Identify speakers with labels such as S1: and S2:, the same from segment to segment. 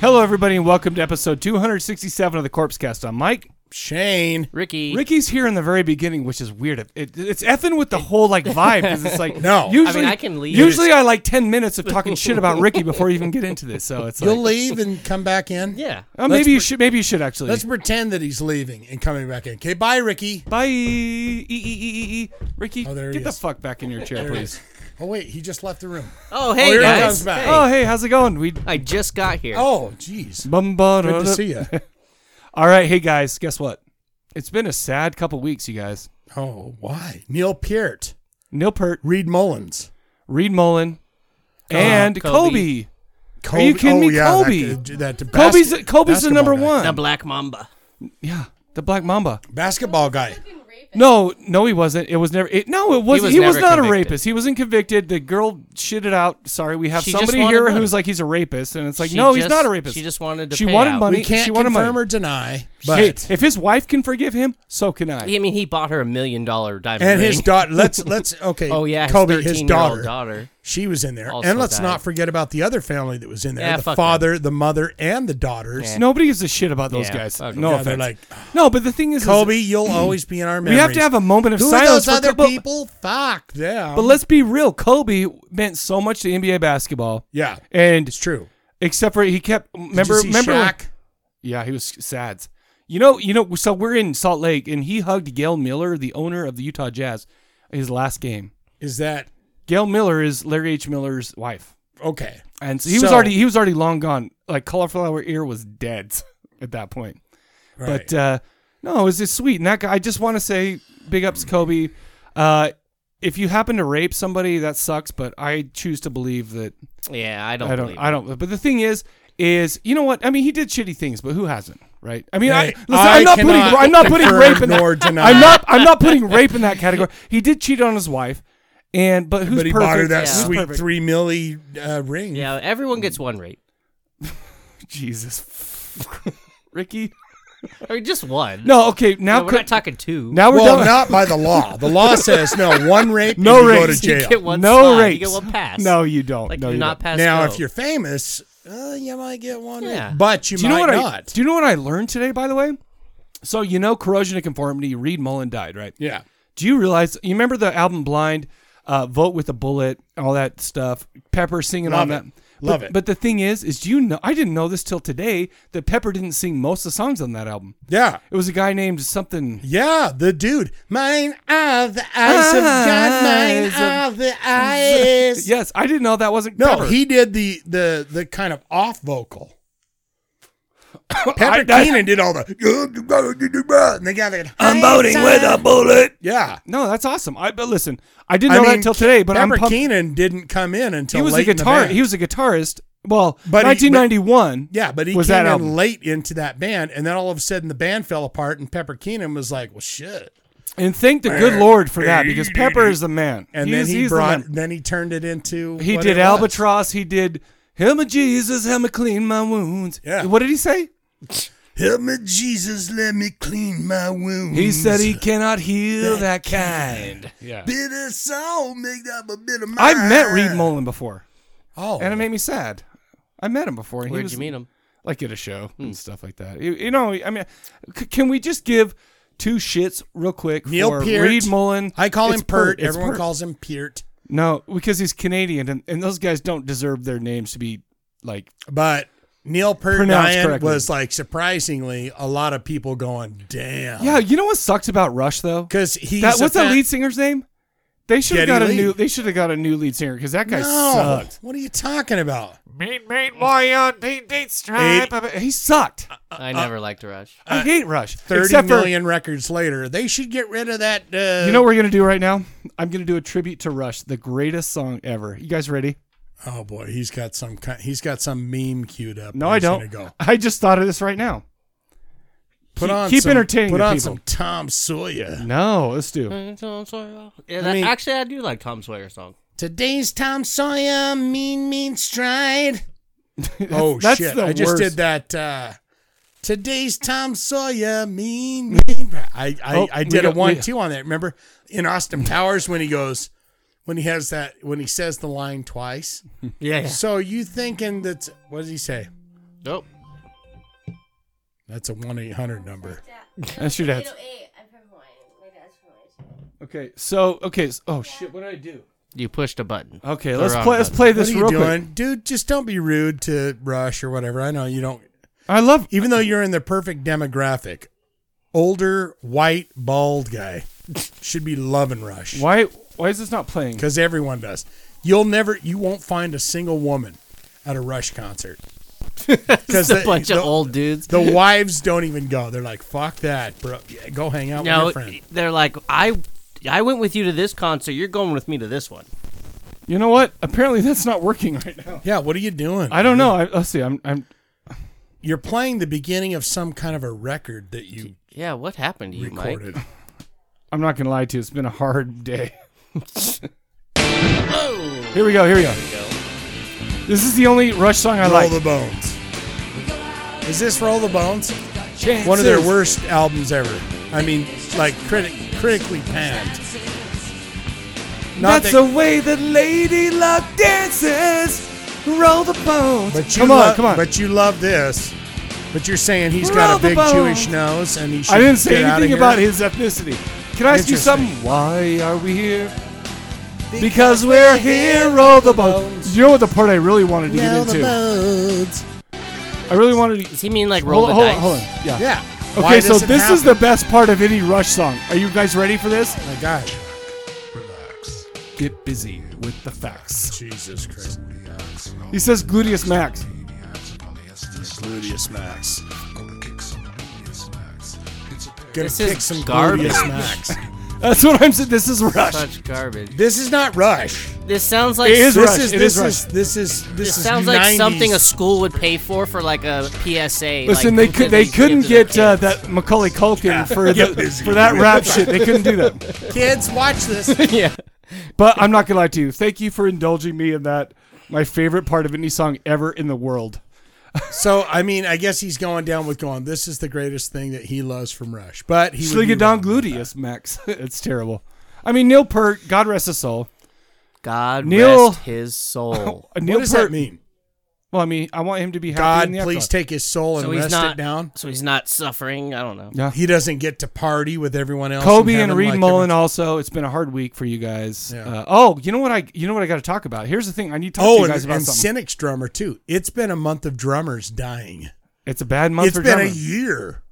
S1: Hello, everybody, and welcome to episode 267 of the Corpse Cast. I'm Mike.
S2: Shane.
S3: Ricky.
S1: Ricky's here in the very beginning, which is weird. It, it- it's effing with the whole like vibe 'cause it's like
S2: No. I mean,
S1: Usually,
S3: I can leave.
S1: Usually, I like 10 minutes of talking shit about Ricky before you even get into this. So it's
S2: You'll
S1: like,
S2: leave and come back in?
S3: Yeah.
S1: oh, maybe you should. Maybe you should actually.
S2: Let's pretend that he's leaving and coming back in. Okay, bye, Ricky.
S1: Bye, e e e e e. Ricky,
S2: Oh, there he
S1: get the
S2: is.
S1: fuck back in your chair,
S2: he
S1: please.
S2: Oh, wait, he just left the room.
S3: Oh, hey,
S2: Oh, here it
S3: guys.
S2: comes back.
S3: Hey.
S1: Oh, hey, how's it going? We.
S3: I just got here.
S2: Oh, jeez.
S1: Bum,
S2: Good to see you.
S1: All right, hey guys, guess what? It's been a sad couple weeks, you guys.
S2: Oh, why? Neil Peart,
S1: Neil Pert,
S2: Reed Mullins.
S1: Reed Mullen, and
S3: Uh, Kobe.
S1: Kobe.
S2: Kobe. oh,
S1: you kidding me?
S2: that-
S1: Kobe.
S2: That, that
S1: Kobe's
S2: basket-
S1: Kobe's the
S2: basketball
S1: number
S2: guy.
S1: one.
S3: The Black Mamba.
S1: yeah, the Black Mamba.
S2: Basketball guy.
S1: No, no, he wasn't. It was never. It, no, it was. He was,
S3: was never
S1: not a
S3: convicted.
S1: rapist. He wasn't convicted. The girl shitted out. Sorry, we have
S3: She just
S1: somebody
S3: wanted
S1: here
S3: money.
S1: who's like he's a rapist, and it's like
S3: She
S1: no, he's
S3: just-
S1: not a rapist.
S3: she just wanted to
S1: She
S3: pay
S1: wanted
S3: out.
S1: money.
S2: We can't
S1: she wanted
S2: confirm
S1: money.
S2: or deny, but.
S1: Hey, if his wife can forgive him, so can I.
S3: I mean, he bought her a million dollar diamond
S2: and
S3: ring.
S2: his daughter. Let's let's okay.
S3: oh yeah,
S2: Kobe,
S3: his,
S2: his
S3: 13-year-old
S2: daughter.
S3: daughter.
S2: She was in there,
S3: Also
S2: and let's
S3: died.
S2: not forget about the other family that was in there:
S3: Yeah,
S2: the
S3: fuck
S2: father, the mother, and the daughters.
S1: Nobody gives a shit about those
S3: Yeah,
S1: guys.
S3: fuck 'em.
S1: No
S2: Yeah, they're
S1: offense.
S2: like
S1: no, but the thing is, is
S2: Kobe. You'll always be in our memories.
S1: we have to have a moment of
S2: Who are
S1: silence
S2: those
S1: for
S2: other
S1: Kobe.
S2: people? Fuck them.
S1: But let's be real. Kobe meant so much to NBA basketball,
S2: yeah,
S1: and
S2: it's true.
S1: except for he kept. Remember,
S2: Did you see
S1: remember.
S2: Shaq?
S1: Yeah, he was sad. You know, you know. So we're in Salt Lake, and he hugged Gail Miller, the owner of the Utah Jazz, his last game.
S2: Is that
S1: Gail Miller is Larry H. Miller's wife,
S2: okay?
S1: and so he was
S2: So-
S1: already he was already long gone. Like Cauliflower Ear was dead at that point.
S2: Right.
S1: But uh, no, it was just sweet. And that guy, I just want to say, big ups, Kobe. Uh, if you happen to rape somebody, that sucks. But I choose to believe that
S3: Yeah, I don't.
S1: I don't.
S3: believe
S1: I don't. But the thing is, is you know what? I mean, he did shitty things, but who hasn't, right? I mean, I,
S2: Hey,
S1: listen, I
S2: I
S1: am not putting.
S2: cannot
S1: I'm not putting
S2: confirm
S1: rape in.
S2: nor
S1: That,
S2: deny.
S1: I'm not. I'm not putting rape in that category. He did cheat on his wife, and but who's
S2: but he
S1: perfect?
S2: bought her that
S3: Yeah.
S1: Who's
S2: sweet
S1: perfect?
S2: three milli uh, ring.
S3: It. Yeah, everyone gets one rape.
S1: Jesus, Ricky.
S3: I mean, just one.
S1: No, okay. Now,
S3: we're
S1: could-
S3: not talking two.
S1: now we're
S2: Well,
S1: done.
S2: not by the law. The law says no one rape,
S1: No
S2: and you go to
S1: rapes. You
S2: jail.
S3: get one
S1: no
S3: slide,
S1: rape.
S3: You get one pass.
S1: No, you don't.
S3: like
S1: no,
S3: you're
S1: you
S3: not
S1: don't.
S3: pass.
S2: now,
S3: go.
S2: if you're famous, uh, you might get one,
S3: Yeah.
S2: rape, but you
S1: do you know
S2: might
S1: what I?
S2: not.
S1: Do you know what I learned today? By the way, so you know, corrosion of conformity. Reed Mullen died, right?
S2: yeah,
S1: Do you realize? You remember the album Blind, uh, Vote with a Bullet, all that stuff. Pepper singing on
S2: Love it.
S1: that.
S2: Love
S1: but,
S2: it.
S1: But the thing is, is do you know? I didn't know this till today that Pepper didn't sing most of the songs on that album.
S2: yeah,
S1: It was a guy named something.
S2: yeah. The dude, mine are the eyes of God, mine
S1: Eyes of-
S2: are the eyes.
S1: Yes, I didn't know that wasn't.
S2: No,
S1: Pepper.
S2: he did the the the kind of off vocal. Pepper
S1: I-
S2: Keenan did all the and they got that.
S1: bullet.
S2: Yeah.
S1: No, that's awesome. I but listen, I didn't
S2: I
S1: know
S2: mean,
S1: that till today. But I'm
S2: Pepper
S1: pumped.
S2: Keenan didn't come in until
S1: He was a
S2: late in the
S1: guitar.
S2: band.
S1: He was a guitarist. Well,
S2: But he-
S1: 1991.
S2: yeah, but he
S1: was
S2: came
S1: that
S2: in
S1: album.
S2: late into that band, and then all of a sudden the band fell apart, and Pepper Keenan was like, "Well, shit."
S1: And thank the good Lord for that because Pepper is the man.
S2: And
S1: He's-
S2: then he
S1: he's the
S2: brought,
S1: man.
S2: then he turned it into
S1: He
S2: what
S1: did
S2: it was.
S1: Albatross. He did Help me, Jesus, help me clean my wounds.
S2: Yeah.
S1: What did he say?
S2: Help me, Jesus, let me clean my wounds.
S1: He said he cannot heal that kind. Yeah.
S2: bitter soul, make up a bit of mine.
S1: I've met Reed Mullen before,
S2: Oh,
S1: and it made me sad. I met him before. and he
S3: where'd
S1: was-
S3: you meet him? Hmm.
S1: Like at a show and stuff like that. You, you know, I mean, c- can we just give two shits real quick
S2: Neil
S1: for
S2: Peart.
S1: Reed Mullen?
S2: I call
S1: It's
S2: him Pert.
S1: It's
S2: Everyone
S1: Peart.
S2: calls him Peart.
S1: No, because he's Canadian, and, and those guys don't deserve their names to be like.
S2: But Neil Pert
S1: Pronounced
S2: dying
S1: correctly.
S2: was like surprisingly a lot of people going, damn.
S1: Yeah, you know what sucks about Rush though?
S2: Because he's
S1: That, what's
S2: a
S1: the
S2: fa-
S1: lead singer's name? They should have
S2: Geddy
S1: got a
S2: Lee.
S1: new. They should have got a new lead singer because that guy
S2: No,
S1: sucked.
S2: what are you talking about?
S1: Meet, meet, boy on date, date stripe. He sucked.
S3: I never liked Rush.
S1: I hate Rush.
S2: Uh, Thirty
S1: Except
S2: million
S1: for
S2: records later, they should get rid of that. Uh,
S1: you know what we're gonna do right now. I'm gonna do a tribute to Rush, the greatest song ever. You guys ready?
S2: oh boy, he's got some kind. He's got some meme queued up.
S1: No, I
S2: He's
S1: don't.
S2: gonna Go.
S1: I just thought of this right now.
S2: Put
S1: Keep-
S2: on
S1: keep
S2: some,
S1: entertaining
S2: Put
S1: the
S2: on
S1: people.
S2: some Tom Sawyer.
S1: No, let's
S2: Mm.
S1: do.
S3: Yeah, that,
S2: mean-
S3: actually, I do like Tom Sawyer's song.
S2: Today's Tom Sawyer, mean mean stride. oh
S1: that's
S2: shit!
S1: the
S2: I just
S1: worst.
S2: did that. Uh, Today's Tom Sawyer, mean mean. Stride. I I,
S1: Oh,
S2: I
S1: we
S2: did a
S1: got- we-
S2: one two on that. Remember in Austin Powers when he goes. When he has that, when he says the line twice.
S3: Yeah. yeah.
S2: So you thinking that? What does he say?
S3: Nope.
S2: That's a one eight hundred number.
S1: That's your dad's.
S4: 808. I'm from Hawaii. eh, My dad's from Hawaii. too.
S1: Okay, so okay. s oh shit! What did I do?
S3: You pushed a button.
S1: Okay,
S3: The
S1: let's
S3: wrong
S1: play. Let's
S3: button.
S1: play this
S2: what are you
S1: real
S2: doing,
S1: quick.
S2: dude? Just don't be rude to Rush or whatever. I know you don't.
S1: I love.
S2: Even though you're in the perfect demographic, older white bald guy should be loving Rush
S1: Why? Why is this not playing?
S2: because everyone does. You'll never, you won't find a single woman at a Rush concert because
S3: It's a bunch of old dudes.
S2: The wives don't even go. They're like, "Fuck that, bro. Yeah, go hang out
S3: no,
S2: with your friend."
S3: they're like, I, I went with you to this concert. You're going with me to this one.
S1: You know what? Apparently, that's not working right now.
S2: Yeah, what are you doing?
S1: I don't know. I, let's see. I'm. I'm.
S2: You're playing the beginning of some kind of a record that you
S3: Yeah. What happened to you, Mike?
S2: recorded.
S1: I'm not gonna lie to you. It's been a hard day.
S3: Whoa.
S1: Here we go. Here we go.
S3: Go.
S1: This is the only Rush song I
S2: Roll
S1: like.
S2: the Bones. Is this Roll the Bones?
S1: Chances.
S2: One of their worst albums ever. I mean, like critic critically panned. Not
S1: That's
S2: that-
S1: the way that lady love dances. Roll the bones.
S2: but you
S1: come on,
S2: love-
S1: come on.
S2: But you love this. But you're saying he's
S1: Roll
S2: got a
S1: the
S2: big
S1: bones.
S2: Jewish nose and he should
S1: I didn't say
S2: get outta
S1: anything
S2: here?
S1: about his ethnicity. Can I ask you
S2: Interesting.
S1: something? Why are we here? Because we're here, roll the bones. You know what the part I really wanted to
S2: Roll
S1: get
S2: the
S1: into?
S2: bones.
S1: I really wanted to.
S3: Does he mean like roll
S1: hold,
S3: the
S1: hold
S3: dice?
S1: on, hold on. Yeah.
S2: Yeah.
S1: Okay,
S2: Why
S1: so
S2: does it
S1: this is the
S2: happen?
S1: best part of any Rush song. Are you guys ready for this?
S2: Oh my God.
S5: Relax.
S1: Get busy with the facts.
S2: Jesus Christ.
S1: He says gluteus max.
S2: Gluteus Max. Gonna
S3: This
S2: kick
S3: is
S2: some
S3: garbage.
S2: Gluteus Max.
S1: That's what I'm saying. This is Rush.
S3: Such garbage.
S2: This is not Rush.
S3: This sounds like
S1: It is
S3: this
S1: Rush.
S2: This is
S1: It
S2: this
S1: is Rush.
S2: is this is this, is
S3: sounds like
S2: 90s.
S3: something a school would pay for for like a PSA.
S1: Listen, they
S3: like,
S1: could they
S3: give to
S1: couldn't
S3: their
S1: get uh,
S3: kids.
S1: that Macaulay Culkin for
S5: Get
S1: the,
S5: busy
S1: for that
S5: with
S1: rap shit. They couldn't do that.
S2: kids watch this.
S3: yeah.
S1: But I'm not gonna lie to you. Thank you for indulging me in that. My favorite part of any song ever in the world.
S2: so I mean, I guess he's going down with going. This is the greatest thing that he loves from Rush, but he would be
S1: Schligadon
S2: wrong.
S1: gluteus max. it's terrible. I mean Neil Peart, God rest his soul.
S3: God
S1: Neil-
S3: rest his soul.
S1: Uh, Neil
S2: Oh. What does
S1: Peart,
S2: that mean?
S1: Well, I mean, I want him to be happy.
S2: God,
S1: in the
S2: please
S1: afterlife.
S2: take his soul and
S3: so he's
S2: rest
S3: not
S2: it down.
S3: So he's not suffering. I don't know.
S1: Yeah.
S2: He doesn't get to party with everyone else.
S1: Kobe
S2: in
S1: and
S2: heaven
S1: Reed
S2: like
S1: Mullen.
S2: everyone-
S1: Also, it's been a hard week for you guys.
S2: Yeah.
S1: Uh, oh, you know what I? You know what I got to talk about. Here's the thing. I need to talk to
S2: Oh,
S1: you guys
S2: and,
S1: about
S2: and
S1: something.
S2: Cynic's drummer too. It's been a month of drummers dying.
S1: it's a bad month
S2: it's
S1: for
S2: been a Oh,
S1: drummers.
S2: year,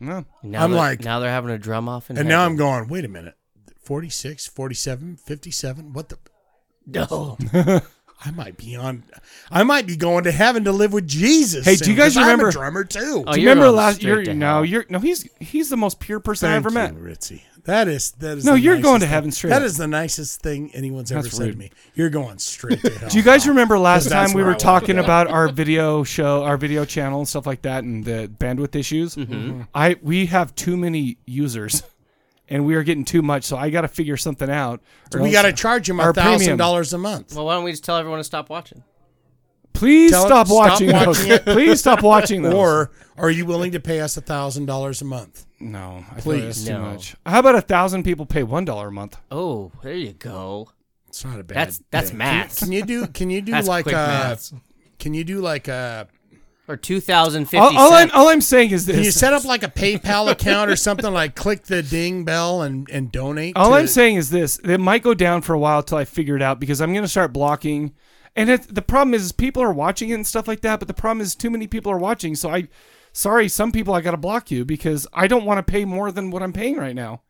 S1: No.
S3: Now
S2: I'm
S3: they're-
S2: like-
S3: now they're having a drum off, in
S2: and now
S3: heaven.
S2: I'm going. Wait a minute, 46, 47, 57? What the?
S3: No.
S2: I might be on. I might be going to heaven to live with Jesus.
S1: Hey, do you
S2: soon,
S1: guys
S2: 'cause I'm
S1: remember-
S2: a drummer too?
S3: Oh,
S1: Do you
S3: you're
S1: remember
S3: going
S1: last
S3: straight
S1: year?
S3: to
S1: No,
S3: hell.
S1: you're no. He's he's the most pure person I
S2: Thank
S1: ever
S2: you,
S1: met.
S2: Ritzy. That is that is.
S1: No,
S2: the
S1: you're going
S2: nicest
S1: to
S2: thing-
S1: heaven straight
S2: That
S1: up.
S2: is the nicest thing anyone's ever
S1: That's
S2: said
S1: rude.
S2: to me. You're going straight to hell.
S1: Do you guys remember last
S2: 'Cause that's
S1: time we
S2: where I
S1: were
S2: wanna
S1: talking
S2: go.
S1: about our video show, our video channel, and stuff like that, and the bandwidth issues? Mm-hmm. I we have too many users, and we are getting too much. So I got to figure something out. Or
S2: We
S1: else-
S2: got to charge him
S1: Our
S2: a thousand
S1: premium.
S2: dollars a month.
S3: well, why don't we just tell everyone to stop watching?
S1: Please
S2: Tell-
S1: stop,
S2: stop
S1: watching those.
S2: watching it.
S1: Please stop watching those.
S2: Or are you willing to pay us a thousand dollars a month?
S1: no, I feel like
S2: Please.
S1: that's too
S3: No.
S1: much. How about a thousand people pay one dollar a month?
S3: Oh, there you go.
S2: It's not a bad.
S3: That's that's
S2: thing.
S3: maths.
S2: Can you do? Can you do
S3: That's
S2: like
S1: uh,
S3: quick
S2: a?
S3: maths.
S2: Can you do like a?
S3: Or two thousand fifty
S1: All, all I'm all I'm saying is
S2: Can you
S1: this.
S2: set up like a PayPal account or something? Like click the ding bell and and donate.
S1: All
S2: to-
S1: I'm saying is this: it might go down for a while till I figure it out because I'm going to start blocking. And it, the problem is, people are watching it and stuff like that. But the problem is, too many people are watching. So I, sorry, some people I got to block you because I don't want to pay more than what I'm paying right now.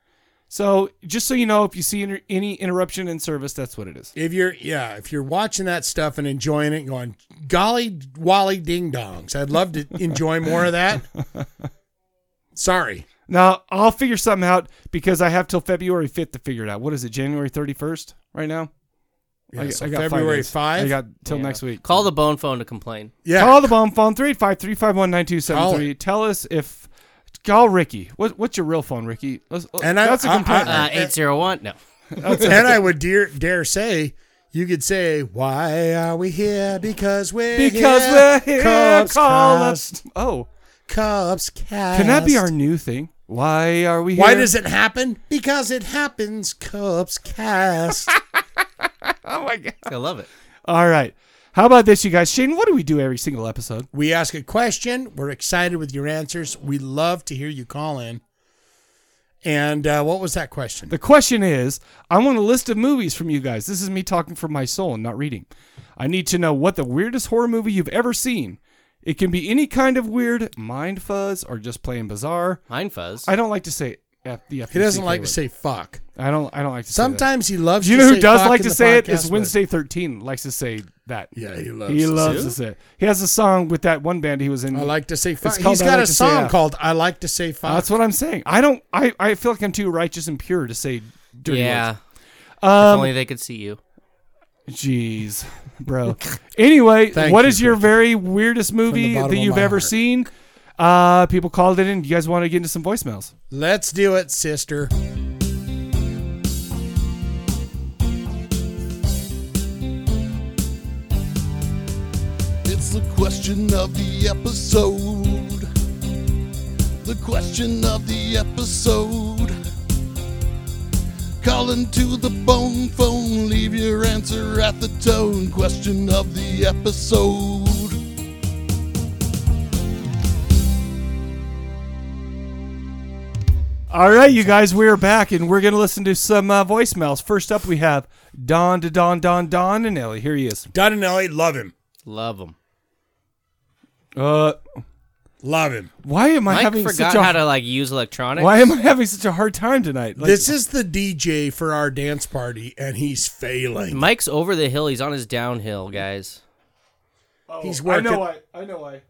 S1: So just so you know, if you see inter- any interruption in service, that's what it is.
S2: If you're yeah, if you're watching that stuff and enjoying it, and going golly wally ding dongs, I'd love to enjoy more of that. Sorry,
S1: Now I'll figure something out because I have till February 5th to figure it out. What is it? January 31st right now?
S2: yeah,
S1: I,
S2: so
S1: I got
S2: February
S1: days. I
S2: five.
S1: got till
S3: Yeah.
S1: next week.
S3: Call the bone phone to complain.
S2: Yeah,
S1: Call the bomb phone 353-519-9273.
S2: Call
S1: Tell us if call Ricky. What, what's your real phone, Ricky? Let's,
S2: And I-
S1: that's a
S2: I-
S1: complaint.
S2: I-
S3: Uh, 801. No.
S2: and I would dare dare say you could say why are we here because we're
S1: because
S2: here.
S1: we're here.
S2: Cubs
S1: call
S2: cast.
S1: us. Oh,
S2: Cubs cast.
S1: can that be our new thing? Why are we?
S2: Why
S1: here?
S2: does it happen? Because it happens. Cubs cast.
S3: I love it.
S1: All right. How about this, you guys? Shane, what do we do every single episode?
S2: we ask a question. We're excited with your answers. We love to hear you call in. And uh, what was that question?
S1: The question is, I want a list of movies from you guys. This is me talking from my soul and not reading. I need to know what the weirdest horror movie you've ever seen. It can be any kind of weird, mind fuzz, or just plain bizarre.
S3: Mind fuzz.
S1: I don't like to say F- the FTC.
S2: he doesn't like
S1: keyword.
S2: to say fuck.
S1: I don't. I don't like to. say
S2: Sometimes he
S1: that.
S2: loves.
S1: Do you
S2: to
S1: know
S2: say
S1: who does
S2: fuck
S1: like
S2: in
S1: to
S2: the
S1: say it?
S2: podcast,
S1: Is
S2: but-
S1: Wednesday Thirteen likes to say that.
S2: Yeah, he loves.
S1: He
S2: to
S1: loves
S2: say
S1: to say. it. He has a song with that one band he was in.
S2: I like to say fuck.
S1: called
S2: He's
S1: I
S2: got
S1: Like
S2: a
S1: to Say
S2: song
S1: F.
S2: called "I Like to Say Fuck."
S1: That's what I'm saying. I don't. I, I feel like I'm too righteous and pure to say dirty
S3: yeah.
S1: words.
S3: if
S1: Um,
S3: only they could see you.
S1: Jeez, bro. anyway, what is
S2: Thank you,
S1: your
S2: Bridget.
S1: very weirdest movie
S2: bottom
S1: that
S2: of
S1: you've
S2: my
S1: ever
S2: heart.
S1: seen? Uh, people called it in. You guys want to get into some voicemails?
S2: Let's do it, sister.
S6: It's the question of the episode. The question of the episode. Calling to the bone phone, leave your answer at the tone. Question of the episode.
S1: All right, you guys, we're back and we're gonna listen to some uh, voicemails. First up, we have Don to Don Don Don and Ellie. Here he is.
S2: Don and Ellie love him.
S3: Love them.
S1: Uh,
S2: Love him.
S1: why am I
S3: Mike
S1: having
S3: forgot
S1: such a
S3: how to like use electronics.
S1: why am I having such a hard time tonight? Like,
S2: this is the DJ for our dance party, and he's failing.
S3: Mike's over the hill. He's on his downhill, guys.
S2: He's working.
S1: why. oh, I know why.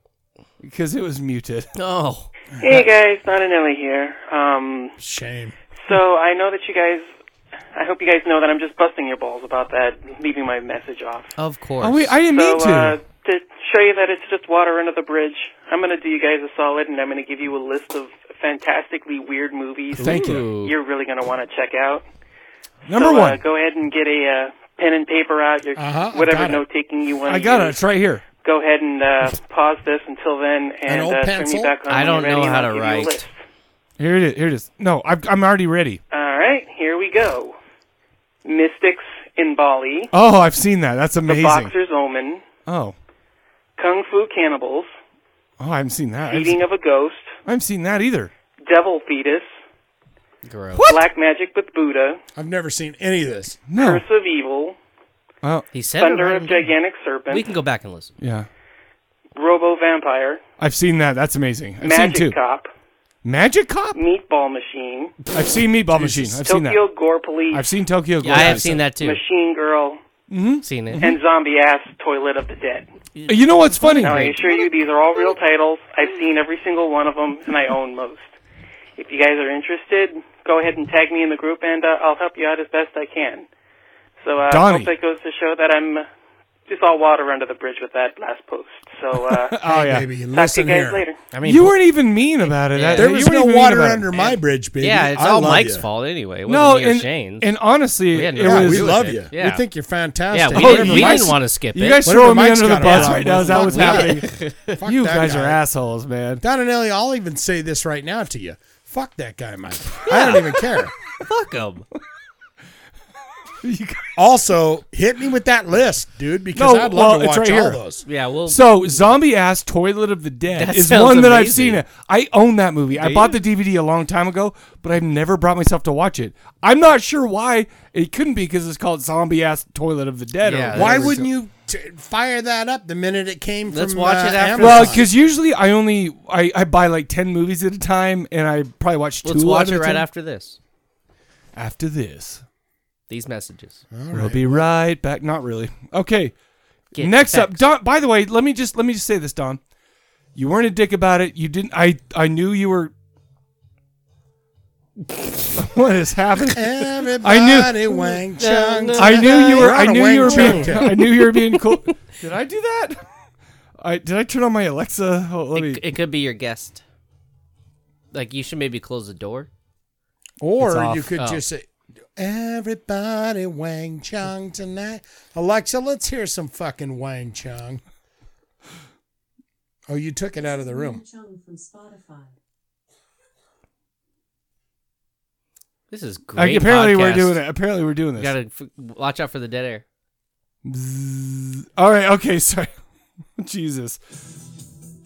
S1: Because it was muted.
S3: Oh,
S7: Hey guys, Don and Ellie here. Um,
S2: Shame.
S7: so I know that you guys, I hope you guys know that I'm just busting your balls about that, leaving my message off.
S3: of course.
S1: Oh wait, I didn't
S7: So
S1: mean to.
S7: uh, to show you that it's just water under the bridge, I'm going to do you guys a solid, and I'm going to give you a list of fantastically weird movies.
S1: Thank you.
S3: Ooh.
S7: You're really going to want to check out.
S1: Number
S7: so,
S1: one,
S7: Uh, go ahead and get a uh, pen and paper out, your
S2: Uh-huh, I
S7: whatever
S2: got it.
S7: note taking you want.
S1: I got it.
S7: use.
S1: It's right here.
S7: Go ahead and uh, pause this until
S2: An
S7: then, and
S2: old
S7: uh, turn
S2: pencil?
S7: me back on.
S3: I
S7: when
S3: don't
S7: you're ready,
S3: know
S7: and
S3: how to
S7: I'll give you a
S3: write.
S7: list.
S1: Here it is. Here it is. No, I've, I'm already ready.
S7: All right, here we go. Mystics in Bali,
S1: Oh, I've seen that. That's
S7: The
S1: amazing.
S7: Boxer's Omen,
S1: Oh,
S7: Kung Fu Cannibals,
S1: oh, I haven't seen that. I've,
S7: Eating of a Ghost,
S1: I haven't seen that either.
S7: Devil Fetus,
S3: gross.
S7: Black Magic with Buddha,
S2: I've never seen any of this.
S1: No.
S7: Curse of Evil,
S1: Oh,
S3: He said it
S7: Thunder
S3: right
S7: of
S3: in-
S7: Gigantic Serpent,
S3: We can go back and listen.
S1: yeah.
S7: Robo Vampire,
S1: I've seen that. That's amazing. I've seen
S7: Magic
S1: two.
S7: Cop,
S1: Magic Cop.
S7: Meatball Machine,
S1: I've seen Meatball Machine. I've seen that.
S7: Tokyo Gore Police,
S1: I've seen Tokyo. Ghoul.
S3: Yeah, I have seen that too.
S7: Machine Girl,
S3: Seen it.
S7: and Zombie Ass Toilet of the Dead.
S1: You know what's funny?
S7: Now, I assure you, these are all real titles. I've seen every single one of them, and I own most. If you guys are interested, go ahead and tag me in the group, and uh, I'll help you out as best I can. So uh, I
S1: Donnie.
S7: hope that goes to show that I'm uh, just all water under the bridge with that last post. So uh, talk
S1: Oh yeah.
S2: Baby,
S7: to you
S2: listen
S7: guys
S2: here.
S7: later.
S3: I mean,
S1: you weren't even mean about it.
S3: Yeah.
S1: I-
S2: There
S1: you
S2: was
S1: weren't
S2: no
S1: even mean
S2: water
S1: about it.
S2: under my bridge, baby.
S3: yeah, it's
S2: I
S3: all
S2: love
S3: Mike's
S2: you.
S3: fault anyway. It wasn't
S1: No,
S3: me or
S1: and,
S3: Shane's.
S1: and honestly,
S3: We had
S1: it
S3: nothing
S2: Yeah,
S3: to
S1: was.
S2: we
S3: do with
S2: love
S3: it.
S2: you.
S3: Yeah.
S2: We think you're
S3: yeah,
S2: fantastic.
S3: we,
S1: Oh,
S3: didn't,
S1: you
S3: we
S1: guys-
S3: didn't want to skip
S1: You
S3: it.
S1: guys
S2: Whatever
S1: throwing me
S2: Mike's
S1: under the
S2: got
S1: bus
S2: out,
S1: right now is
S2: wasn't
S1: that what's
S2: that right?
S1: happening. You
S2: that
S1: guys are
S2: guy.
S1: assholes, man.
S2: Don and Ellie, I'll even say this right now to you. Fuck that guy, Mike. I don't even care.
S3: Fuck 'em.
S2: Also, hit me with that list, dude, because
S1: No,
S2: I'd love
S1: well,
S2: to
S1: it's
S2: watch
S1: right here.
S2: all those.
S3: Yeah, well,
S1: So, Zombie Ass Toilet of the Dead
S3: That
S1: is
S3: sounds
S1: one that I've
S3: amazing.
S1: seen. I own that movie. I bought the DVD a long time ago, but I've never brought myself to watch it. I'm not sure why. It couldn't be because it's called Zombie Ass Toilet of the Dead.
S3: Yeah,
S1: or
S2: Why
S1: whatever.
S2: wouldn't you t- fire that up the minute it came
S3: Let's
S2: from
S3: watch
S2: uh,
S3: it after
S2: Amazon?
S3: the
S1: Well,
S3: Fine.
S1: because usually I only I, I buy like ten movies at a time, and I probably watch two.
S3: let's watch
S1: out
S3: it
S1: of
S3: right
S1: 10.
S3: after this.
S1: after this.
S3: These messages.
S1: We'll be right back. Not really. Okay.
S3: Get
S1: Next up,
S3: facts.
S1: Don. By the way, let me just let me just say this, Don. You weren't a dick about it. You didn't. I I knew you were. what is happening?
S2: Everybody I knew. Wang Chung.
S1: I knew you were. I
S2: You're on a
S1: knew you were
S2: Wang
S1: being.
S2: Chung.
S1: I knew you were being cool. Did I do that? I did. I turn on my Alexa. Oh, let me.
S3: It, it could be your guest. Like you should maybe close the door.
S1: It's
S2: Or
S1: off.
S2: you could
S3: Oh.
S2: just say, Everybody Wang Chung tonight. Alexa, let's hear some fucking Wang Chung. Oh, you took it out of the room.
S4: Chung from Spotify.
S3: This is
S1: Like,
S3: great.
S1: apparently we're
S3: podcast.
S1: doing it. Apparently we're doing
S3: You
S1: this.
S3: gotta f- watch out for the dead air.
S1: All right. Okay. Sorry. Jesus.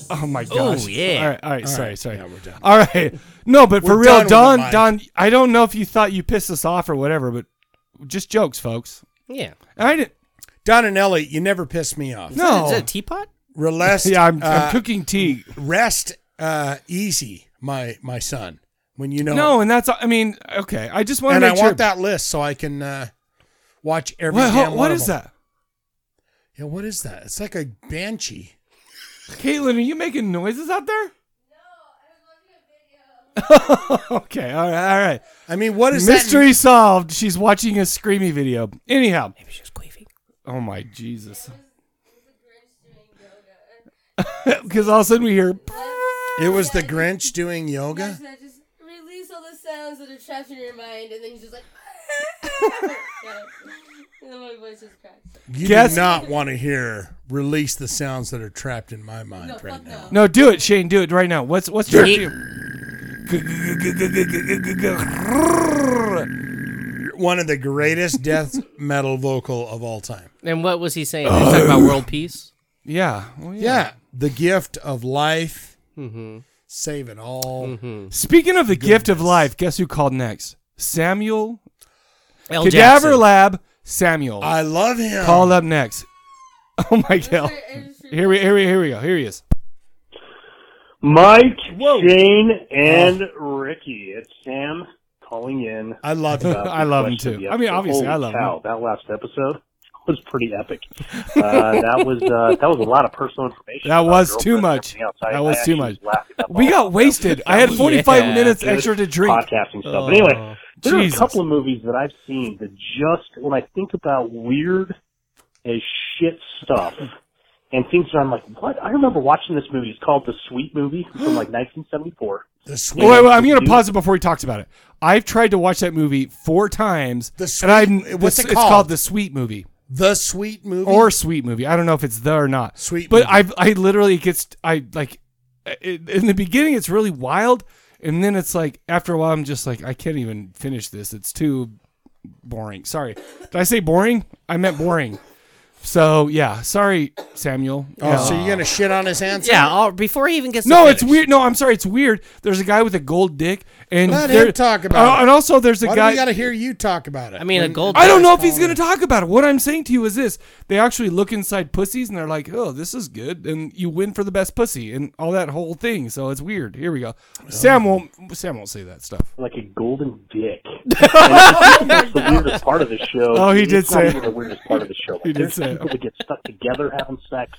S1: Oh my gosh.
S3: yeah.
S1: All right. All right. sorry.
S2: right,
S1: Sorry.
S2: yeah, we're done.
S1: All right. No, but for
S2: We're
S1: real,
S2: done with the
S1: Don.
S2: mic.
S1: Don. I don't know if you thought you pissed us off or whatever, but just jokes, folks.
S3: Yeah.
S1: And I didn't.
S2: Don and Ellie, you never piss me off.
S1: No.
S3: Is that a teapot?
S2: Relest,
S1: yeah. I'm,
S2: uh,
S1: I'm cooking tea.
S2: Rest uh, easy, my my son. When you know,
S1: No, and that's. I mean, okay. I just want
S2: and
S1: to
S2: I
S1: make sure.
S2: want that list so I can uh, watch every
S1: What-
S2: damn one
S1: what
S2: of
S1: is
S2: them.
S1: that?
S2: Yeah, what is that? It's like a banshee.
S1: Caitlin, are you making noises out there? okay, all right, all right.
S2: I mean, what is
S1: Mystery solved. She's watching a screamy video. Anyhow,
S3: Maybe she was queefing.
S1: oh my Jesus. Because all of a sudden we hear,
S2: that? It was the Grinch doing yoga.
S4: That's not just release all the sounds that are trapped in your mind, and then he's just like. yeah. And then my voice just cracks.
S2: You
S1: Guess-
S2: do not want to hear release the sounds that are trapped in my mind
S4: No,
S2: right
S4: fuck
S2: now.
S4: no.
S1: no, do it, Shane, do it right now. What's what's your
S3: Yeah.
S2: One of the greatest death metal vocal of all time.
S3: And what was he saying? They're talking about world peace.
S1: Yeah, Mm-hmm. well,
S2: Yeah, the gift of life. Save it all.
S1: Mm-hmm. Speaking of the gift of life, guess who called next? Samuel
S3: L.
S1: Cadaver
S3: Jackson.
S1: Lab. Samuel
S2: I love him.
S1: called up next. Oh my god.
S4: I- I just-
S1: Here we here we here we go. Here he is.
S8: Mike, Shane,
S1: Oh.
S8: and Ricky. It's Sam calling in.
S2: I love him.
S8: about
S1: I
S8: the
S1: love him
S8: question
S1: too.
S8: of the
S1: I mean,
S8: episode.
S1: obviously, I
S8: Holy
S1: love him.
S8: cow, That last episode was pretty epic. Uh, that was uh, that was a lot of personal information.
S1: That
S8: about
S1: was
S8: girlfriends
S1: too
S8: and
S1: much.
S8: everything else. I-
S1: That was
S8: I
S1: too
S8: actually
S1: much.
S8: was laughing up
S1: We
S8: all
S1: got
S8: about
S1: wasted. I had
S3: Yeah.
S1: 45 minutes
S8: good
S1: extra to drink. Oh.
S8: Podcasting stuff. But anyway, there are a
S1: Jesus.
S8: couple of movies that I've seen that just when I think about weird as shit stuff and things that I'm like, what? I remember watching this movie. It's called The Sweet Movie from like 1974.
S2: The
S1: Wait,
S2: sweet.
S1: wait, wait, I'm going to pause it before he talks about it. I've tried to watch that movie four times.
S2: The Sweet-
S1: and I,
S2: what's
S1: the-
S2: it
S1: It's called
S2: called?
S1: the Sweet Movie
S2: The sweet movie.
S1: or Sweet Movie. I don't know if it's the or not.
S2: Sweet
S1: But
S2: Movie.
S1: I've I literally gets I like it, in the beginning it's really wild, and then it's like after a while I'm just like I can't even finish this. It's too boring. Sorry, did I say boring? I meant boring. So yeah, sorry Samuel.
S2: Oh,
S1: Yeah.
S2: so you're gonna shit on his answer?
S3: Yeah. All, before he even gets. to
S1: No, it's
S3: finish.
S1: weird. No, I'm sorry, it's weird. There's a guy with a gold dick, and
S2: Let
S1: there-
S2: him talk about
S1: Uh,
S2: it.
S1: and also there's a
S2: Why do
S1: guy.
S2: we gotta hear you talk about it?
S3: I mean, a
S2: When-
S3: gold-
S1: I don't know if
S2: Paul.
S1: he's going to talk about it. What I'm saying to you is this: they actually look inside pussies and they're like, "Oh, this is good," and you win for the best pussy and all that whole thing. So it's weird. Here we go. Sam won't. Sam won't say that stuff.
S8: like a golden dick. And I think that's the weirdest part of the show.
S1: Oh, he
S8: It's
S1: did
S8: not
S1: say
S8: even
S1: it.
S8: the weirdest part of the show. Like,
S1: He did
S8: there's
S1: say it.
S8: people that get stuck together having sex.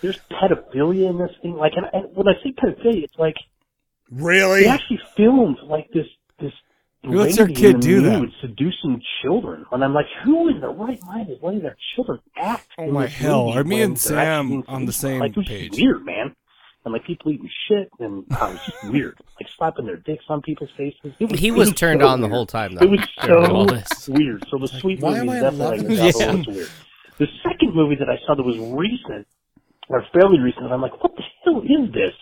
S8: There's pedophilia in this thing. Like, and, and when I say pedophilia, it's like
S2: Really?
S8: they actually filmed like this this
S1: Who lets
S8: lady
S1: their kid
S8: in the
S1: do that?
S8: nude seducing children, and I'm like, who in the right mind is letting their children act?
S1: Oh
S8: in
S1: my
S8: this
S1: hell,
S8: movie
S1: are me
S8: when
S1: and
S8: they're
S1: Sam
S8: actually
S1: on the same
S8: like, this is
S1: page?
S8: Weird, man. And like people eating shit, and oh, it's just weird. Like slapping their dicks on people's faces. It
S3: He was turned
S8: so
S3: on the
S8: weird.
S3: whole time, though.
S8: It was
S3: during all this.
S8: so weird. So the sweet
S2: why am
S8: movie
S2: I
S8: is definitely
S2: loving
S3: this?
S8: like that, but it was weird. The second movie that I saw that was recent, or fairly recent, I'm like, what the hell is this?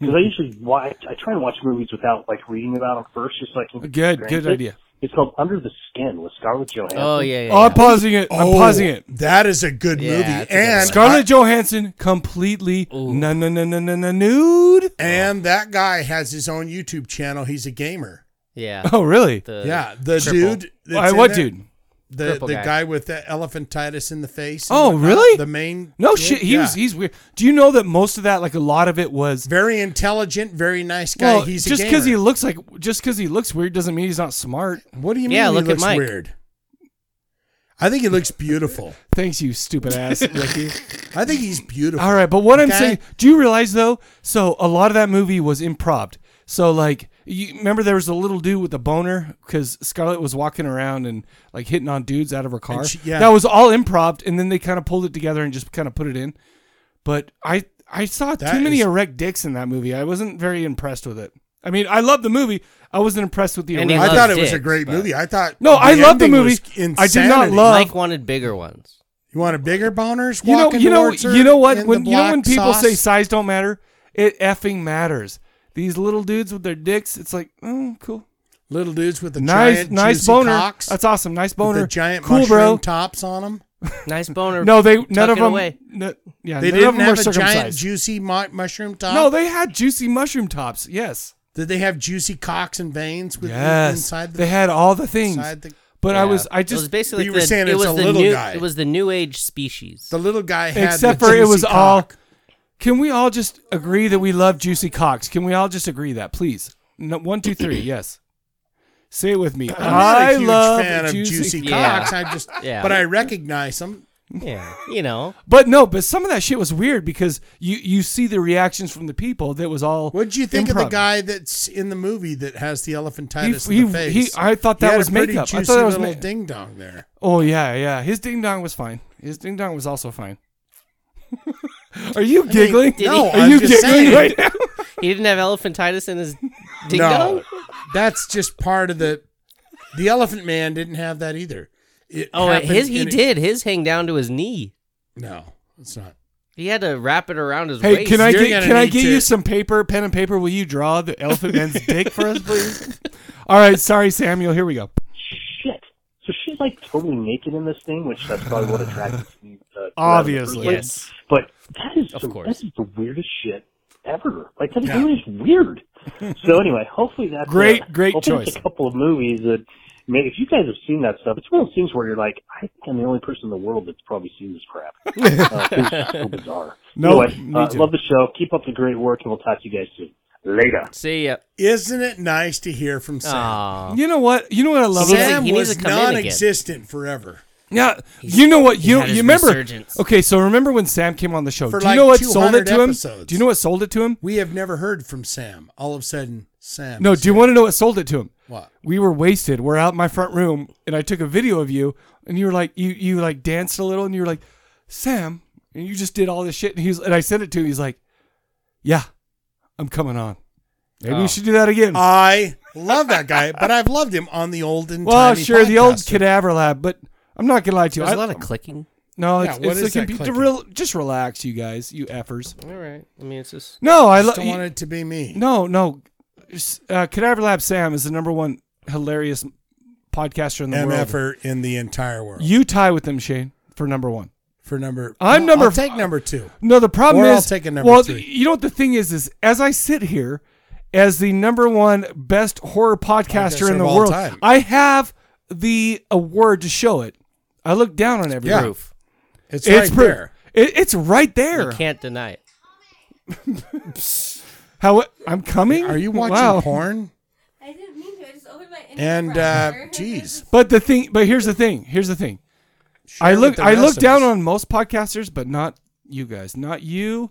S8: Because I usually watch, I try and watch movies without like reading about them first, just so I can.
S1: Good,
S8: experience
S1: good
S8: it.
S1: idea.
S8: It's called Under the Skin with Scarlett Johansson.
S3: Oh yeah. yeah,
S1: Oh, I'm
S3: yeah.
S1: pausing it. I'm
S2: Oh,
S1: pausing it.
S2: That is a good
S3: Yeah,
S2: movie.
S3: that's a good
S2: and
S3: one.
S1: Scarlett Johansson completely na na na na na na nude.
S2: and that guy has his own YouTube channel. He's a gamer.
S3: Yeah.
S1: Oh, really?
S3: The
S2: yeah, the
S3: cripple.
S2: dude. that's
S1: Why,
S2: in
S1: what
S2: there-
S1: dude?
S2: the
S9: Cripple
S2: the
S9: guy.
S2: guy. with the elephantitis in the face. and
S1: Oh,
S2: whatnot,
S1: really?
S2: The main
S1: No shit. He was.
S2: yeah.
S1: He's weird. Do you know that most of that, like a lot of it, was
S2: very intelligent, very nice guy.
S1: well,
S2: he's
S1: just because
S2: because
S1: he looks like just because he looks weird doesn't mean he's not smart.
S2: What do you mean?
S3: Yeah,
S2: he
S3: look at
S2: looks
S3: Mike.
S2: weird. I think he looks beautiful.
S1: Thanks, you stupid ass, Ricky.
S2: I think he's beautiful.
S1: All right, but what I'm
S2: Okay?
S1: saying, do you realize though? So a lot of that movie was improv. So like, you remember there was a little dude with a boner because Scarlett was walking around and like hitting on dudes out of her car.
S2: And she- yeah.
S1: That was all improv, and then they kind of pulled it together and just kind of put it in. But I I saw
S2: That
S1: too many
S2: is-
S1: erect dicks in that movie. I wasn't very impressed with it. I mean, I love the movie. I wasn't impressed with the.
S3: And he
S1: erect-
S2: I
S3: loves
S2: thought it was a
S3: dicks,
S2: great
S3: but-
S2: movie. I thought
S1: No, I love the
S2: ending
S1: movie.
S2: was
S1: I did not
S2: insanity.
S1: love-
S3: Mike wanted bigger ones.
S2: You want a bigger boners?
S1: you know,
S2: walking
S1: you know,
S2: towards her
S1: you know what?
S2: in
S1: When
S2: the
S1: you know when
S2: black
S1: people say
S2: sauce?
S1: size don't matter, it effing matters. These little dudes with their dicks, it's like, oh, cool,
S2: little dudes with the
S1: nice,
S2: giant
S1: nice
S2: juicy
S1: boner.
S2: cocks,
S1: That's awesome, nice
S2: with
S1: boner.
S2: the giant
S1: cool,
S2: mushroom
S1: bro.
S2: tops on them.
S3: Nice boner.
S1: No, they
S3: Tuck
S1: none of
S3: it
S1: them.
S3: away.
S1: no- yeah,
S2: They
S1: none
S2: didn't
S1: of them
S2: have
S1: were
S2: a giant
S1: circumcised.
S2: juicy mu- mushroom top.
S1: no, they had juicy mushroom tops. Yes,
S2: did they have juicy cocks and veins with
S1: yes.
S2: inside the
S1: they had all the things.
S2: inside the,
S1: but
S3: Yeah.
S1: I was, I
S3: It
S1: just,
S3: was basically
S2: you were
S3: the,
S2: saying
S3: it
S2: it's
S3: was
S2: a
S3: the
S2: little
S3: new,
S2: guy.
S3: It was the new age species.
S2: the little guy had
S1: except
S2: the
S1: for it
S2: juicy
S1: was all.
S2: cock.
S1: Can we all just agree that we love juicy cocks? Can we all just agree that, please? No, one, two, three. yes. Say it with me.
S2: I'm not a
S1: I
S2: huge
S1: love
S2: fan of
S1: juicy,
S2: juicy
S1: cocks.
S3: Yeah.
S2: cocks. I just,
S3: Yeah.
S2: but I recognize them.
S3: yeah, you know.
S1: But no, but some of that shit was weird because you you see the reactions from the people that was all.
S2: What do you think of
S1: improv.
S2: the guy that's in the movie that has the
S1: He,
S2: elephantitis
S1: he,
S2: in the face?
S1: he, I thought
S2: He
S1: that
S2: had
S1: was
S2: a pretty
S1: makeup. I
S2: juicy
S1: thought that was
S2: little
S1: ma-
S2: ding dong there.
S1: Oh yeah, yeah. His ding dong was fine. His ding dong was also fine. Are you giggling?
S3: did
S2: no,
S3: he-
S1: Are
S2: I'm
S1: you
S2: just
S1: giggling
S2: saying.
S1: right now?
S3: He didn't have elephantitis in his ding
S2: no,
S3: dong.
S2: that's just part of the. The Elephant Man didn't have that either. It
S3: Oh,
S2: happened
S3: his he
S2: and it-
S3: did. His hang down to his knee.
S2: No, it's not.
S3: He had to wrap it around his
S1: Hey,
S3: waist.
S1: can I
S2: You're
S1: get
S2: gonna
S1: can I
S2: need
S1: get
S2: to-
S1: you some paper, pen and paper? Will you draw the Elephant Man's dick for us, please? All right, sorry, Samuel. Here we go.
S8: Shit. So she's like totally naked in this thing, which that's probably what attracted me. Uh, to her in the
S1: Obviously.
S8: first place.
S3: Yes.
S8: But that is
S3: Of
S8: the,
S3: course.
S8: that is the weirdest shit ever. Like that is really weird. So anyway, hopefully that's
S1: Great,
S8: a,
S1: great
S8: hopefully that's
S1: choice.
S8: a couple of movies that. I mean, if you guys have seen that stuff, it's one of those things where you're like, I think I'm the only person in the world that's probably seen this crap. uh, it's so bizarre.
S1: No,
S8: anyway,
S1: me
S8: uh,
S1: too.
S8: love the show. Keep up the great work, and we'll talk to you guys soon. Later.
S3: See uh, ya.
S2: Isn't it nice to hear from Sam?
S3: Aw.
S1: You know what? You know what I love.
S3: He needs to-
S2: Sam
S3: he needs
S2: was
S3: to come in again.
S2: non-existent forever.
S1: Yeah, you know what? You
S3: had
S1: you
S3: his
S1: remember?
S3: resurgence.
S1: Okay, so remember when Sam came on the show?
S2: For
S1: Do you
S2: like
S1: know what sold it
S2: 200
S1: to him?
S2: episodes.
S1: Do you know what sold it to him?
S2: We have never heard from Sam. All of a sudden, Sam.
S1: No.
S2: is
S1: Do you
S2: here.
S1: want to know what sold it to him?
S2: What?
S1: We were wasted. We're out in my front room, and I took a video of you, and you were like, you you like danced a little, and you were like, Sam, and you just did all this shit, and he was, and I sent it to him. He's like, Yeah, I'm coming on. Maybe
S3: Oh.
S1: we should do that again.
S2: I love that guy, but I've loved him on the old and
S1: well,
S2: timey
S1: sure, the old
S2: podcaster.
S1: cadaver lab, but I'm not gonna lie to you.
S3: There's a
S1: I-
S3: lot of clicking.
S1: no,
S2: Yeah,
S1: it's,
S2: what
S1: it's
S2: is
S1: the
S2: that
S1: computer.
S2: clicking?
S1: Real, just relax, you guys, you effers.
S3: All right. I mean, it's just
S1: No, I
S2: Just
S1: love.
S2: don't want it to be me.
S1: No, no. S- Uh, Cadaver Lab Sam is the number one hilarious podcaster in the world.
S2: MFer in the entire world
S1: You tie with them, Shane, for number one.
S2: for number.
S1: I'm
S2: Well,
S1: number
S2: I'll
S1: f-
S2: take number two.
S1: No, the problem
S2: Or I'll
S1: is.
S2: take a number
S1: well,
S2: three.
S1: you know what the thing is? Is as I sit here, as the number one best horror podcaster
S2: Podcaster
S1: in the
S2: of all
S1: world,
S2: time.
S1: I have the award to show it. I look down on everything.
S2: Yeah,
S3: proof.
S2: It's,
S1: It's
S2: right
S1: proof.
S2: there.
S1: It, it's right there.
S3: You can't deny it.
S1: How I'm coming?
S2: Are you watching
S1: Wow.
S2: porn?
S4: I didn't mean to. I just opened my internet
S2: And uh,
S4: browser.
S2: geez,
S1: But the thing, but here's the thing. Here's the thing. I
S2: Share with
S1: look
S2: the
S1: I
S2: rest
S1: look
S2: of
S1: down
S2: us.
S1: on most podcasters, but not you guys. Not you,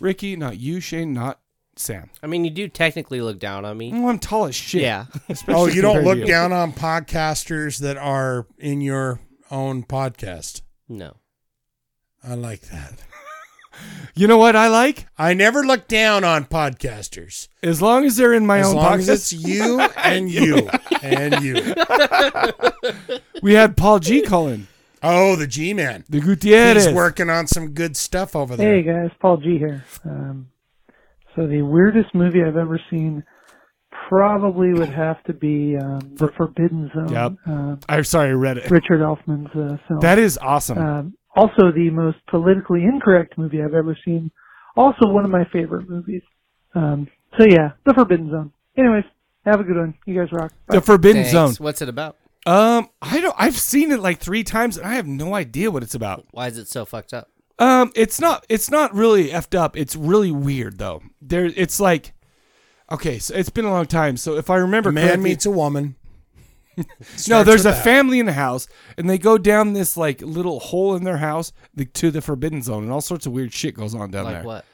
S1: Ricky, not you, Shane, not Sam.
S3: I mean, you do technically look down on
S2: Mm.
S3: me.
S1: Well, I'm tall as shit.
S3: Yeah.
S1: Especially
S2: Oh, you don't
S1: compared
S2: look
S1: to you.
S2: down on podcasters that are in your own podcast.
S3: No.
S2: I like that.
S1: You know what I like?
S2: I never look down on podcasters.
S1: As long as they're in my
S2: as
S1: own
S2: long
S1: podcast.
S2: as it's you and you and you.
S1: we had Paul G calling.
S2: Oh, the G Man.
S1: The Gutierrez.
S2: He's working on some good stuff over there.
S10: Hey guys, Paul G here. Um, so the weirdest movie I've ever seen probably would have to be um, The Forbidden Zone.
S1: Yep.
S10: um,
S1: I'm sorry, I read it.
S10: Richard Elfman's uh, film.
S1: That is awesome.
S10: um, also the most politically incorrect movie I've ever seen. Also one of my favorite movies. Um, so yeah, The Forbidden Zone. Anyways, have a good one. You guys rock. Bye.
S1: the Forbidden
S3: Thanks.
S1: Zone.
S3: What's it about?
S1: Um, I don't. I've seen it like three times, and I have no idea what it's about.
S3: Why is it so fucked up?
S1: Um, it's not. It's not really effed up. It's really weird though. There, it's like, okay, so it's been a long time. So if I remember
S2: A man
S1: correctly,
S2: meets a woman.
S1: no,
S2: Starts
S1: there's a
S2: with that.
S1: family in the house, and they go down this like little hole in their house the, to the forbidden zone, and all sorts of weird shit goes on down
S3: Like
S1: there.
S3: what?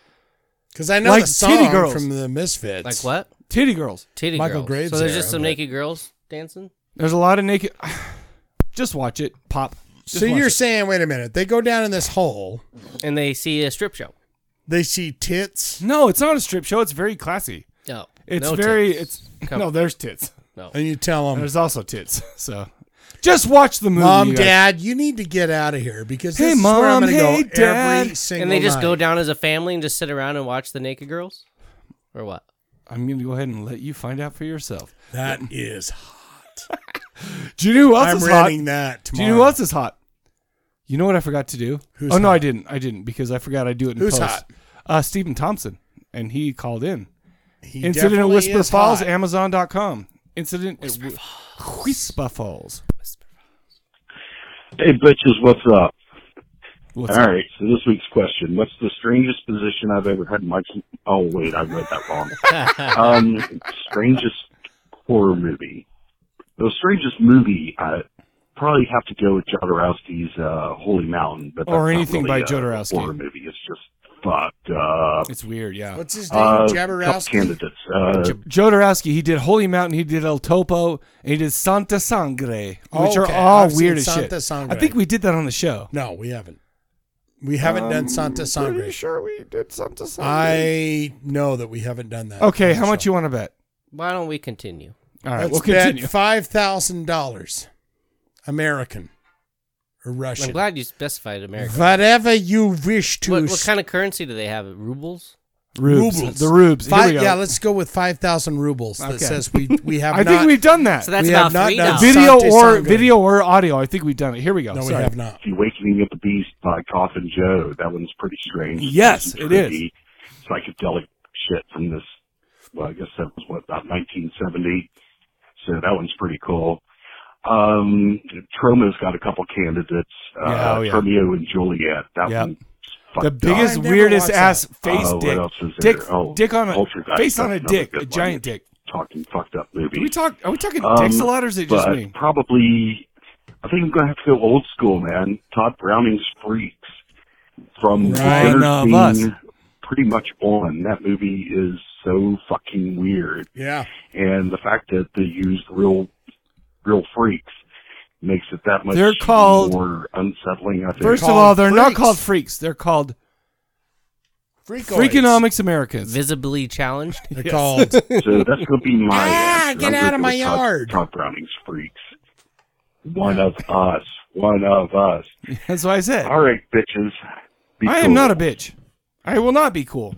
S2: Because I know
S1: Like
S2: the
S1: titty
S2: song
S1: girls.
S2: from the Misfits.
S3: Like what?
S1: Titty girls.
S3: Titty
S2: Michael
S3: girls.
S2: Graves
S3: So there's
S2: era,
S3: just some
S2: but-
S3: naked girls dancing.
S1: There's a lot of naked. Just watch it. Pop. Just
S2: so
S1: watch
S2: you're
S1: it.
S2: saying, wait a minute, they go down in this hole,
S3: and they see a strip show.
S2: they see tits,
S1: no, it's not a strip show. It's very classy.
S3: No,
S1: It's
S3: no
S1: very.
S3: tits.
S1: It's
S3: Come
S1: no.
S3: on.
S1: There's tits.
S3: no.
S2: and you tell them,
S1: There's also tits. So just watch the movie.
S2: Mom,
S1: you guys.
S2: Dad, you need to get out of here because
S1: Hey,
S2: this is where I'm
S1: Mom,
S2: going to
S1: hey,
S2: go every
S1: Dad.
S2: single
S3: And they just
S2: night.
S3: go down as a family and just sit around and watch the naked girls, or what?
S1: I'm going to go ahead and let you find out for yourself.
S2: That is,
S1: Do you know who else
S2: I'm
S1: is hot?
S2: renting that
S1: Do
S2: tomorrow.
S1: you know who else is hot? You know what I forgot to do?
S2: Who's
S1: oh no,
S2: hot?
S1: I didn't. I didn't because I forgot I do it in
S2: Who's
S1: post.
S2: hot?
S1: Uh, Stephen Thompson, and he called in.
S2: He
S1: Incident at
S2: definitely
S1: Whisper
S2: is
S1: Falls,
S2: hot.
S1: Amazon.com. Incident Whisper at Falls. Whisper Falls.
S8: Hey, bitches, what's up?
S1: What's
S8: All right, so this week's question: What's the strangest position I've ever had? in My oh wait, I read that wrong. um, strangest horror movie. The strangest movie, I probably have to go with Jodorowsky's uh, Holy Mountain, but that's
S1: Or
S8: not
S1: anything
S8: really
S1: by
S8: a
S1: Jodorowsky.
S8: horror movie. It's just fucked up.
S1: It's weird, yeah.
S2: What's his name?
S8: Uh, couple
S2: Jabberowski.
S8: candidates. Uh,
S1: Jodorowsky, he did Holy Mountain, he did El Topo, and he did Santa Sangre, which are
S2: Oh, Okay,
S1: all
S2: I've seen
S1: weird as
S2: Santa
S1: shit.
S2: Sangre.
S1: I think we did that on the show.
S2: No, we haven't. We haven't done Santa Sangre.
S1: Um, sure we did Santa Sangre?
S2: I know that we haven't done that.
S1: okay, how much you want to bet?
S3: Why don't we continue?
S1: All right,
S2: Let's
S1: we'll continue.
S2: bet five thousand dollars, American or
S3: I'm
S2: Russian,
S3: glad you specified America.
S2: whatever you wish to.
S3: What, what kind of currency do they have? Rubles?
S1: Rubes. The rubes. Here
S2: Five,
S1: we go.
S2: Yeah, let's go with five thousand rubles. That
S1: Okay.
S2: says we we have.
S1: I
S2: not,
S1: think we've done that.
S3: So that's
S2: We have
S3: about
S2: not
S3: three
S2: done-
S1: video
S3: now.
S2: Sante
S1: or
S2: Sangre.
S1: video or audio. I think we've done it. Here we go.
S2: No, we
S1: Sorry.
S2: have not.
S8: The Awakening of the Beast by Coffin Joe. That one's pretty strange.
S1: Yes,
S8: It's
S1: it
S8: pretty Psychedelic shit from this. Well, I guess that was what about 1970. So that one's pretty cool. Um, Troma's got a couple candidates.
S1: Yeah,
S8: uh,
S1: oh, yeah.
S8: Romeo and Juliet. That
S1: Yep.
S8: one's fucked
S1: The
S8: up.
S1: biggest,
S2: I never
S1: weirdest
S2: watched
S1: ass
S2: that.
S1: face
S8: Uh, what
S1: dick.
S8: else is there?
S1: Dick,
S8: Oh,
S1: dick on a
S8: Poltergeist,
S1: face on a
S8: that's another
S1: dick,
S8: good
S1: a
S8: one.
S1: giant dick.
S8: talking fucked up movie.
S1: Do we talk? Are we talking
S8: Um,
S1: dicks a lot, or is it just
S8: but
S1: me?
S8: Probably. I think I'm gonna have to go old school, man. Todd Browning's Freaks from
S1: Right. uh,
S8: Dinner
S1: None of
S8: Scene
S1: us.
S8: pretty much on. That movie is so fucking weird,
S2: Yeah,
S8: and the fact that they used real, real freaks makes it that much
S1: They're called-
S8: more unsettling. I think.
S1: First of
S2: called
S1: all, they're not
S2: freaks.
S1: called freaks. They're called
S2: Freakoids.
S1: Freakonomics Americans.
S3: Visibly challenged.
S2: They're called.
S8: so that's gonna be my
S2: Ah,
S8: answer.
S2: get
S8: I'm gonna
S2: out of
S8: go
S2: my
S8: with Todd-
S2: yard.
S8: Todd Browning's Freaks. One of us. One of us.
S1: That's what I said.
S8: All right, bitches. Be
S1: I
S8: cool.
S1: am not a bitch. I will not be cool.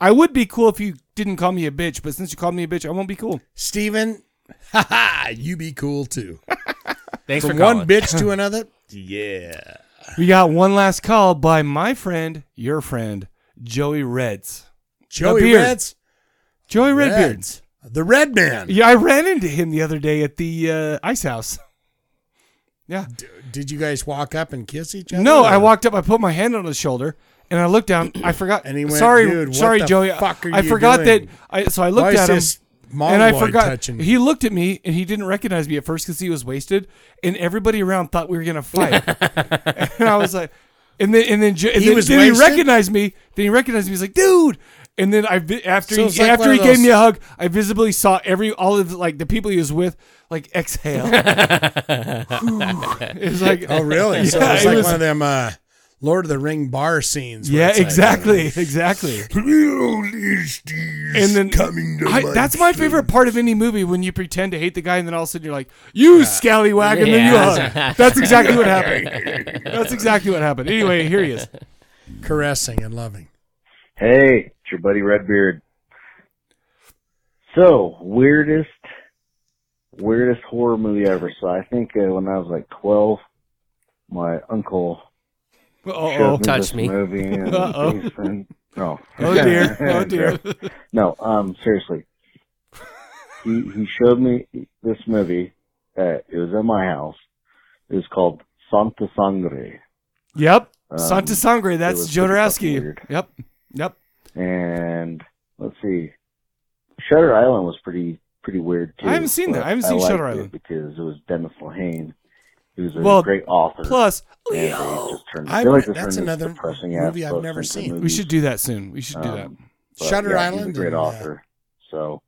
S1: I would be cool if you didn't call me a bitch, but since you called me a bitch, I won't be cool.
S2: Steven, ha ha, you be cool too.
S3: Thanks
S2: From
S3: for calling.
S2: one bitch to another. Yeah.
S1: We got one last call by my friend, your friend, Joey Reds.
S2: Joey
S1: beard.
S2: Reds.
S1: Joey Redbeard.
S2: Reds. The Red Man.
S1: Yeah, I ran into him the other day at the uh, ice house. Yeah.
S2: Did you guys walk up and kiss each other?
S1: No, I
S2: or-
S1: walked up, I put my hand on his shoulder, and I looked down. I forgot.
S2: And he went,
S1: sorry,
S2: "Dude, what
S1: sorry,
S2: the
S1: Joey.
S2: fuck are
S1: I
S2: you
S1: forgot
S2: doing?
S1: that. I, so I looked
S2: Why is
S1: at him.
S2: this
S1: and I
S2: mongoloid
S1: forgot
S2: touching me?
S1: he looked at me and he didn't recognize me at first because he was wasted, and everybody around thought we were gonna fight. and I was like, and then and then Jo- and
S2: He
S1: then,
S2: was
S1: then he
S2: wasted?
S1: recognized me. Then he recognized me. He's like, dude. And then I vi- after
S2: So it's
S1: he,
S2: like
S1: after
S2: one
S1: he
S2: of
S1: gave
S2: those-
S1: me a hug, I visibly saw every all of like the people he was with like exhale. it was like
S2: Oh, really? so it
S1: Yeah,
S2: was
S1: it
S2: like
S1: was-
S2: one of them uh, Lord of the Ring bar scenes. where
S1: yeah,
S2: it's like,
S1: exactly, exactly. And then I, that's my favorite part of any movie when you pretend to hate the guy and then all of a sudden you're like, "You scallywag," and then you
S3: Yeah.
S1: hug. That's exactly what happened. That's exactly what happened. Anyway, here he is.
S2: caressing and loving.
S9: Hey, it's your buddy Redbeard. So, weirdest, weirdest horror movie ever. So I think uh, when I was like 12, my uncle showed
S1: Oh,
S9: me
S3: Touch
S9: this
S3: me.
S9: movie. And
S1: Uh-oh.
S9: these things- No.
S1: oh dear, oh dear.
S9: No, um, seriously. He, he showed me this movie at, it was at my house. It was called Santa Sangre.
S1: Yep.
S9: Um,
S1: Santa Sangre.
S9: it
S1: That's
S9: was pretty fucking
S1: Jodorowsky.
S9: weird.
S1: Yep. Yep.
S9: And let's see, Shutter Island was pretty pretty weird too.
S1: I haven't seen that.
S9: but
S1: I haven't seen
S9: liked
S1: Shutter
S9: it
S1: Island.
S9: because it was Dennis Lehane, who's a
S1: Well,
S9: great author.
S1: plus- oh,
S9: and they just turned, I
S2: I've-
S9: feel like they
S2: that's
S9: turned this
S2: another
S9: depressing
S2: movie I've never seen.
S1: We should do that soon. We
S9: Um,
S1: should do that.
S9: but
S2: Shutter
S9: yeah,
S2: Island
S9: He's
S2: and,
S9: a great
S2: uh,
S9: author. So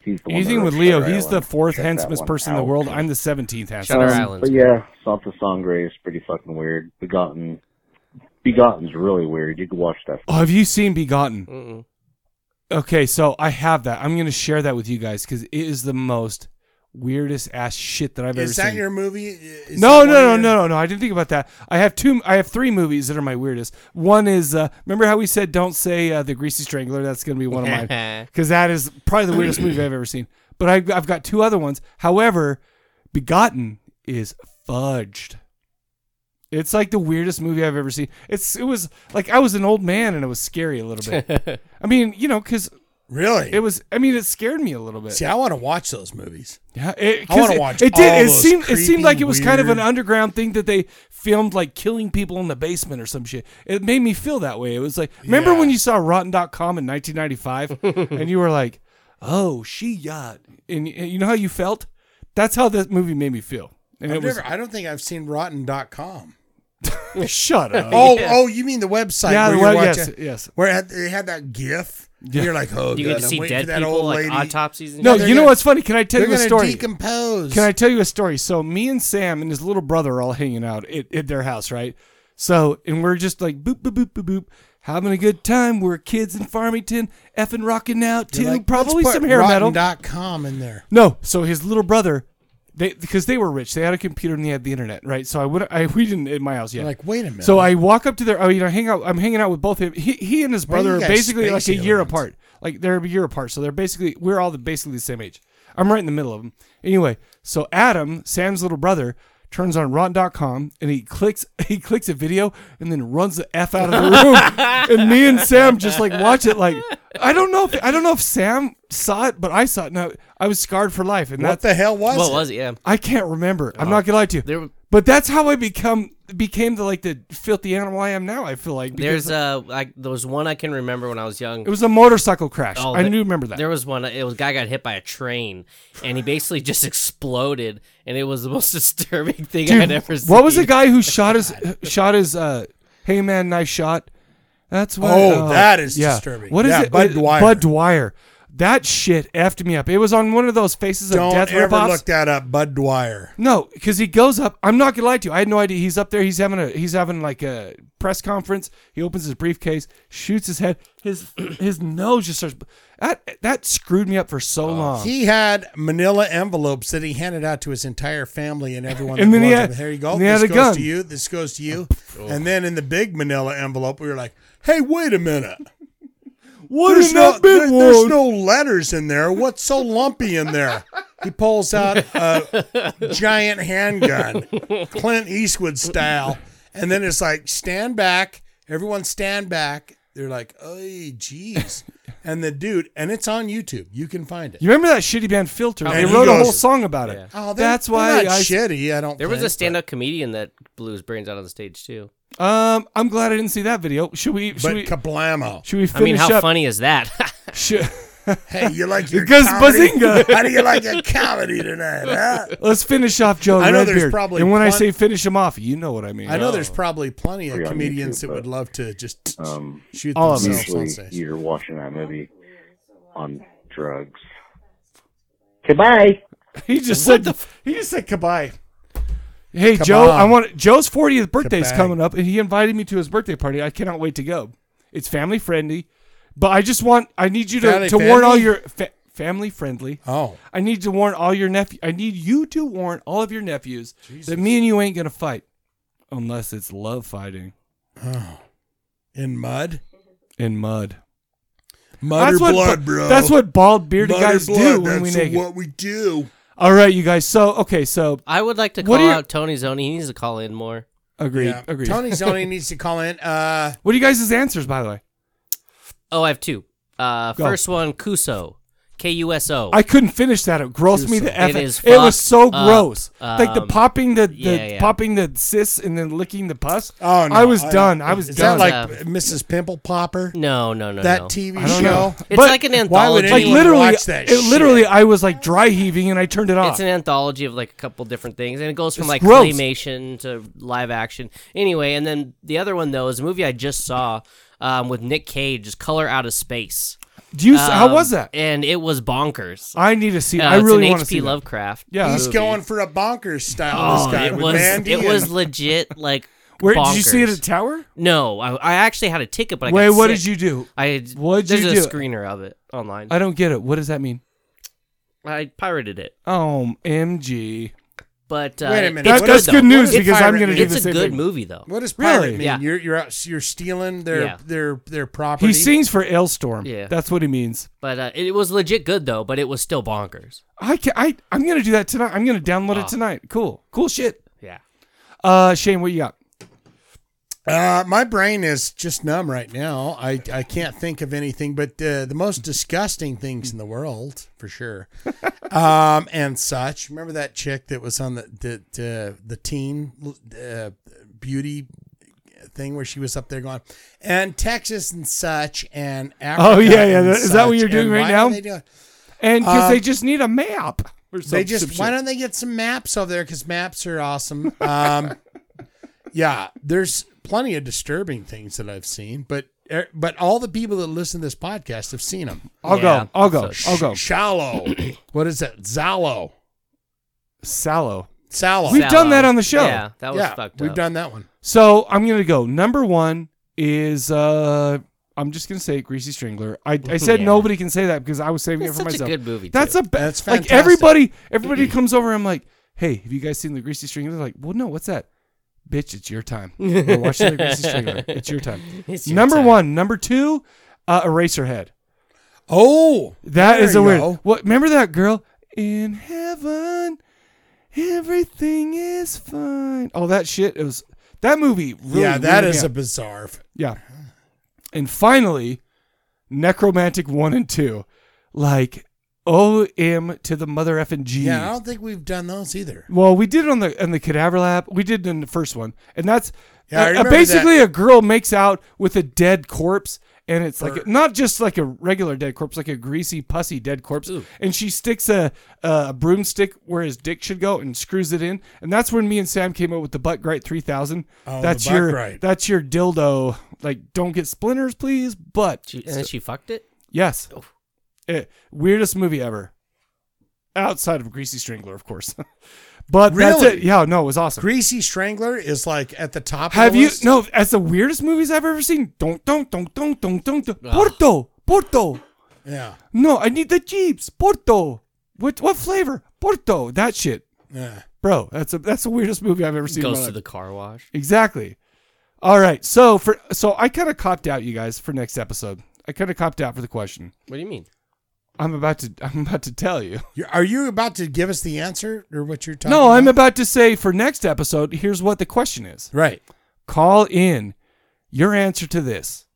S9: he's the one that
S1: Anything
S9: wrote
S1: with Leo,
S9: Shutter
S1: he's the
S9: Island.
S1: fourth
S9: Check that
S1: handsomest
S9: one
S1: person in the
S9: out.
S1: world. I'm the seventeenth handsomest.
S9: Um, But yeah, Santa Sangre is pretty fucking weird. Begotten, Begotten's really weird. You could watch that.
S1: Oh, have you seen Begotten? Okay, so I have that. I'm gonna share that with you guys because it is the most weirdest ass shit that I've ever
S2: Is that
S1: seen.
S2: your movie? Is
S1: no, no,
S2: that one
S1: no,
S2: of your-
S1: no, no, no. I didn't think about that. I have two. I have three movies that are my weirdest. One is uh, remember how we said don't say uh, the Greasy Strangler. That's going to be one of mine because that is probably the weirdest movie I've ever seen. But I've, I've got two other ones. However, Begotten is fudged. It's like the weirdest movie I've ever seen. It's it was like I was an old man and it was scary a little bit. I mean, you know, because
S2: really,
S1: it was. I mean, it scared me a little bit.
S2: See, I want to watch those movies.
S1: Yeah, it,
S2: I want
S1: 'cause
S2: to
S1: it-
S2: watch.
S1: It did.
S2: all
S1: it
S2: those
S1: seemed. It seemed
S2: creepy,
S1: like it was kind of an
S2: weird-
S1: underground thing that they filmed, like killing people in the basement or some shit. It made me feel that way. It was like, remember when you saw Rotten.com in 1995, and you were like, "Oh, she yacht," and, and you know how you felt. That's how that movie made me feel. And
S2: I've
S1: it was
S2: never, I don't think I've seen Rotten.com.
S1: shut up.
S2: Oh, oh, you mean the website?
S1: Yeah,
S2: where
S1: the
S2: you're
S1: web- yes,
S2: watching-
S1: yes.
S2: Where it had, they had that GIF. and
S1: Yeah.
S2: You're like, oh,
S3: You get
S2: God,
S3: to
S2: I'm
S3: see
S2: waiting
S3: dead
S2: for that
S3: people,
S2: old
S3: like
S2: lady.
S3: autopsies and
S1: No,
S3: shit?
S1: you know what's funny? Can I tell
S2: they're
S1: you a
S2: gonna
S1: story?
S2: Decompose.
S1: Can I tell you a story? So me and Sam and his little brother are all hanging out at, at their house, right? So and we're just like boop boop boop boop boop, having a good time. We're kids in Farmington, effing rocking out
S2: You're
S1: to
S2: like,
S1: probably
S2: let's put
S1: some hair metal.
S2: Rotten.com in there.
S1: No, so his little brother, they because they were rich, they had a computer and they had the internet, right? So I would I we didn't at my house yet.
S2: Like, wait a minute.
S1: So I walk up to their. Oh, you know, hang out. I'm hanging out with both of him. He, he and his
S2: Why are
S1: brother
S2: you
S1: are
S2: guys
S1: basically like a
S2: spacey
S1: year
S2: ones?
S1: apart. Like they're a year apart, so they're basically we're all the, basically the same age. I'm right in the middle of them. Anyway, so Adam, Sam's little brother, turns on Rotten.com and he clicks he clicks a video and then runs the f out of the room. and me and Sam just like watch it. Like I don't know if I don't know if Sam saw it, but I saw it. Now I was scarred for life. And
S2: What
S1: that's-
S2: the hell was
S3: What
S2: it?
S3: was it? Yeah.
S1: I can't remember. I'm not gonna lie to you.
S3: Oh. There-
S1: but that's how I become became the like the filthy animal I am now. I feel like because
S3: There's uh, like there was one I can remember when I was young.
S1: it was a motorcycle crash.
S3: Oh,
S1: I
S3: the-
S1: do remember that.
S3: There was one. It was a guy got hit by a train, and he basically just exploded, and it was the most disturbing thing I had
S1: Dude,
S3: ever seen.
S1: what was the guy who shot his shot his uh, hey man nice shot? That's what. uh,
S2: Oh, that is disturbing.
S1: What is
S2: Yeah,
S1: it?
S2: Bud
S1: Uh,
S2: Dwyer.
S1: Bud Dwyer. That shit effed me up. It was on one of those faces
S2: Don't
S1: of death
S2: ever
S1: ripoffs.
S2: look that up, Bud Dwyer.
S1: No, because he goes up. I'm not gonna lie to you. I had no idea he's up there. He's having a he's having like a press conference. He opens his briefcase, shoots his head. His his nose just starts. That that screwed me up for so
S2: Oh.
S1: long.
S2: He had Manila envelopes that he handed out to his entire family and everyone.
S1: And
S2: that
S1: then he had-
S2: belonged to him. There you go.
S1: and he had
S2: This
S1: a
S2: goes
S1: gun.
S2: to you. This goes to you.
S3: Oh.
S2: And then in the big Manila envelope, we were like, "Hey, wait a minute.
S1: what
S2: There's
S1: in
S2: no,
S1: that big
S2: there- there's
S1: one?
S2: no letters in there. What's so lumpy in there?" He pulls out a giant handgun, Clint Eastwood style, and then it's like, "Stand back, everyone, stand back." They're like, "Oh, jeez." And the dude, and it's on YouTube. You can find it.
S1: you remember that shitty band filter?
S2: And
S1: They
S2: he
S1: wrote a
S2: goes-
S1: whole song about it.
S2: Oh, they're-
S1: That's
S2: they're
S1: why
S2: not
S1: I.
S2: shitty. I don't.
S3: There was
S2: think,
S3: a stand-up comedian that blew his brains out on the stage too.
S1: Um, I'm glad I didn't see that video. Should we?
S2: but
S1: Should we?
S2: kablamo.
S1: Should we
S3: I
S1: finish
S3: mean, how
S1: up?
S3: funny is that?
S1: Should-
S2: Hey, you like your
S1: Because
S2: comedy?
S1: Bazinga.
S2: How do you like your comedy tonight? Huh?
S1: Let's finish off Joe
S2: I know there's
S1: Redbeard.
S2: probably
S1: and when I
S2: plen-
S1: say finish him off, you know what I mean.
S2: I know there's probably plenty of
S9: Free on
S2: comedians
S9: YouTube,
S2: that
S9: but,
S2: would love to just
S9: Um,
S2: shoot
S1: all of
S2: themselves on
S9: usually
S2: stage.
S9: you're watching that movie on drugs. Goodbye.
S1: He just said he just said goodbye. Hey Joe,
S2: Kabam.
S1: I want Joe's 40th birthday is
S2: Kabang.
S1: coming up, and he invited me to his birthday party. I cannot wait to go. It's family friendly, but I just want I need you to,
S2: Family
S1: to warn all
S2: friendly?
S1: your fa- family friendly.
S2: Oh,
S1: I need to warn all your nephew. I need you to warn all of your nephews that me and you ain't gonna fight unless it's love fighting
S2: in mud,
S1: in mud.
S2: mud or
S1: what
S2: blood,
S1: ba-
S2: bro.
S1: That's what bald bearded
S2: Mud or
S1: guys
S2: blood,
S1: do when we
S2: that's
S1: naked.
S2: what we do.
S1: all right, you guys. So okay, so
S3: I would like to
S1: What
S3: call
S1: are your-
S3: out Tony Zoni. He needs to call in more.
S1: agreed,
S2: Yeah.
S1: agreed.
S2: Tony Zoni needs to call in. Uh,
S1: what are you guys' answers by the way?
S3: Oh, I have two. Uh,
S1: Go.
S3: first one, Kuso. K U S O.
S1: I couldn't finish that. It grossed me the f.
S3: It is
S1: it was so
S3: fucked up.
S1: gross. like the
S3: Um,
S1: popping the, the
S3: yeah, yeah.
S1: popping the cysts and then licking the pus.
S2: Oh no,
S1: I was done. I was
S2: is
S1: done.
S2: that like Mrs. Pimple Popper?
S3: No, no, no.
S2: That
S3: no.
S2: TV
S1: I don't
S2: show.
S1: know.
S3: It's
S1: But
S3: like an
S2: why would
S3: anthology.
S1: like
S2: anyone
S1: literally,
S2: watch that
S1: it
S2: shit?
S1: literally, I was like dry heaving and I turned it off.
S3: It's an anthology of like a couple different things, and it goes from
S1: It's
S3: like
S1: gross.
S3: claymation to live action. Anyway, and then the other one though is a movie I just saw um, with Nick Cage, is Color Out of Space.
S1: Do you s- how was that?
S3: And it was bonkers.
S1: I need to see.
S3: um, Uh,
S1: I
S3: it's
S1: really
S3: an
S1: want to
S3: HP
S1: see. that.
S3: Lovecraft.
S1: Yeah.
S2: He's
S3: movie.
S2: going for a bonkers style.
S3: Oh,
S2: this guy
S3: it
S2: with
S3: was
S2: Mandy
S3: it
S2: and-
S3: was legit like.
S1: Where did you see it at
S3: bonkers.
S1: the tower?
S3: No, I, I actually had a ticket, but I
S1: Wait,
S3: got
S1: what
S3: sick.
S1: did you do?
S3: I
S1: What did
S3: there's
S1: you
S3: a
S1: do?
S3: screener of it online.
S1: I don't get it. What does that mean?
S3: I pirated it,
S1: Oh, MG.
S3: but uh,
S2: Wait a minute.
S3: it's
S1: That-
S2: what
S1: that's
S2: is-
S3: though.
S1: good
S2: what
S1: news
S2: is
S1: because I'm
S2: pirate
S1: going to
S2: mean?
S1: do
S3: It's
S1: the
S3: a
S1: same
S3: good
S1: thing.
S3: movie though.
S2: What does pirate
S1: Really?
S2: mean?
S3: Yeah.
S2: You're you're out, you're stealing their
S3: Yeah.
S2: their their property.
S1: He sings for Ailstorm.
S3: Yeah.
S1: that's what he means.
S3: But uh, it was legit good though. But it was still bonkers.
S1: I can, I I'm going to do that tonight. I'm going to download
S3: Ah.
S1: it tonight. Cool, cool shit.
S3: Yeah.
S1: Uh, Shane, what you got?
S2: Uh, my brain is just numb right now. I, I can't think of anything but uh, the most disgusting things in the world for sure, um, and such. Remember that chick that was on the the uh, the teen uh, beauty thing where she was up there going and Texas and such and Africa.
S1: Oh, yeah, yeah.
S2: and
S1: Is that what
S2: such,
S1: you're doing
S2: and
S1: right
S2: why are
S1: now?
S2: they doing-
S1: And because
S2: Um,
S1: they just need a map. Or some-
S2: they
S1: some
S2: just
S1: shit.
S2: why don't they get some maps over there because maps are awesome um yeah there's plenty of disturbing things that i've seen but er, but all the people that listen to this podcast have seen them
S1: I'll
S3: Yeah,
S1: go. I'll go.
S3: so-
S1: I'll go.
S2: shallow what is that zallo
S1: Sallow.
S2: sallow
S1: We've done that on the show.
S3: Yeah, that was
S2: yeah,
S3: fucked up.
S2: we've done that one
S1: So I'm gonna go. Number one is uh I'm just gonna say Greasy Strangler. I, I said
S3: Yeah.
S1: nobody can say that because I was saving
S3: It's
S1: it for
S3: such
S1: myself.
S3: a good movie.
S1: That's
S3: too.
S1: a ba-
S2: That's
S1: like
S2: fantastic.
S1: everybody everybody comes over. I'm like, hey, have you guys seen the Greasy Strangler? They're like, well, no, what's that? Bitch, it's your time. We're watching the Greasy Strangler. It's your time.
S3: It's your
S1: number
S3: time.
S1: one, number two, uh, Eraserhead.
S2: oh
S1: That
S2: there
S1: is a
S2: you
S1: weird.
S2: go.
S1: What? Remember that girl in heaven? Everything is fine. All that shit. It was that movie. Really
S2: yeah that is a
S1: a
S2: bizarre f-
S1: yeah. And finally, Necromantic one and two, like O M to the mother effing G.
S2: yeah i don't think we've done those either
S1: Well, we did it on the on the cadaver lab. We did it in the first one, and that's
S2: Yeah, I
S1: uh,
S2: remember
S1: basically a girl makes out with a dead corpse, and it's like not just like a regular dead corpse, like a greasy, pussy dead corpse, and she sticks a a broomstick where his dick should go and screws it in, and that's when me and Sam came up with the butt gright three thousand.
S2: Oh,
S1: that's
S2: the butt
S1: your
S2: gright.
S1: that's your dildo. Like, don't get splinters, please. But
S3: She, and then she fucked it.
S1: yes,
S3: Oh.
S1: Eh, weirdest movie ever, outside of Greasy Strangler, of course. But that's
S2: Really?
S1: it. Yeah, no, it was awesome.
S2: greasy strangler is like at the top of
S1: Have
S2: the
S1: you
S2: list.
S1: no? That's the weirdest movies I've ever seen. Don't don't don't don't don't don't don't.
S3: Ah.
S1: Porto Porto.
S2: yeah
S1: No, I need the jeeps. Porto. What what flavor? Porto. That shit,
S2: yeah
S1: bro. That's a that's the weirdest movie I've ever seen. in my
S3: Goes to
S1: life.
S3: the car wash.
S1: Exactly. All right. So for so I kind of copped out, you guys, for next episode. I kind of copped out for the question.
S3: What do you mean?
S1: I'm about to I'm about to tell you.
S2: You're- are you about to give us the answer or what you're talking
S1: No, I'm
S2: about?
S1: about to say for next episode. Here's what the question is.
S2: right
S1: call in your answer to this.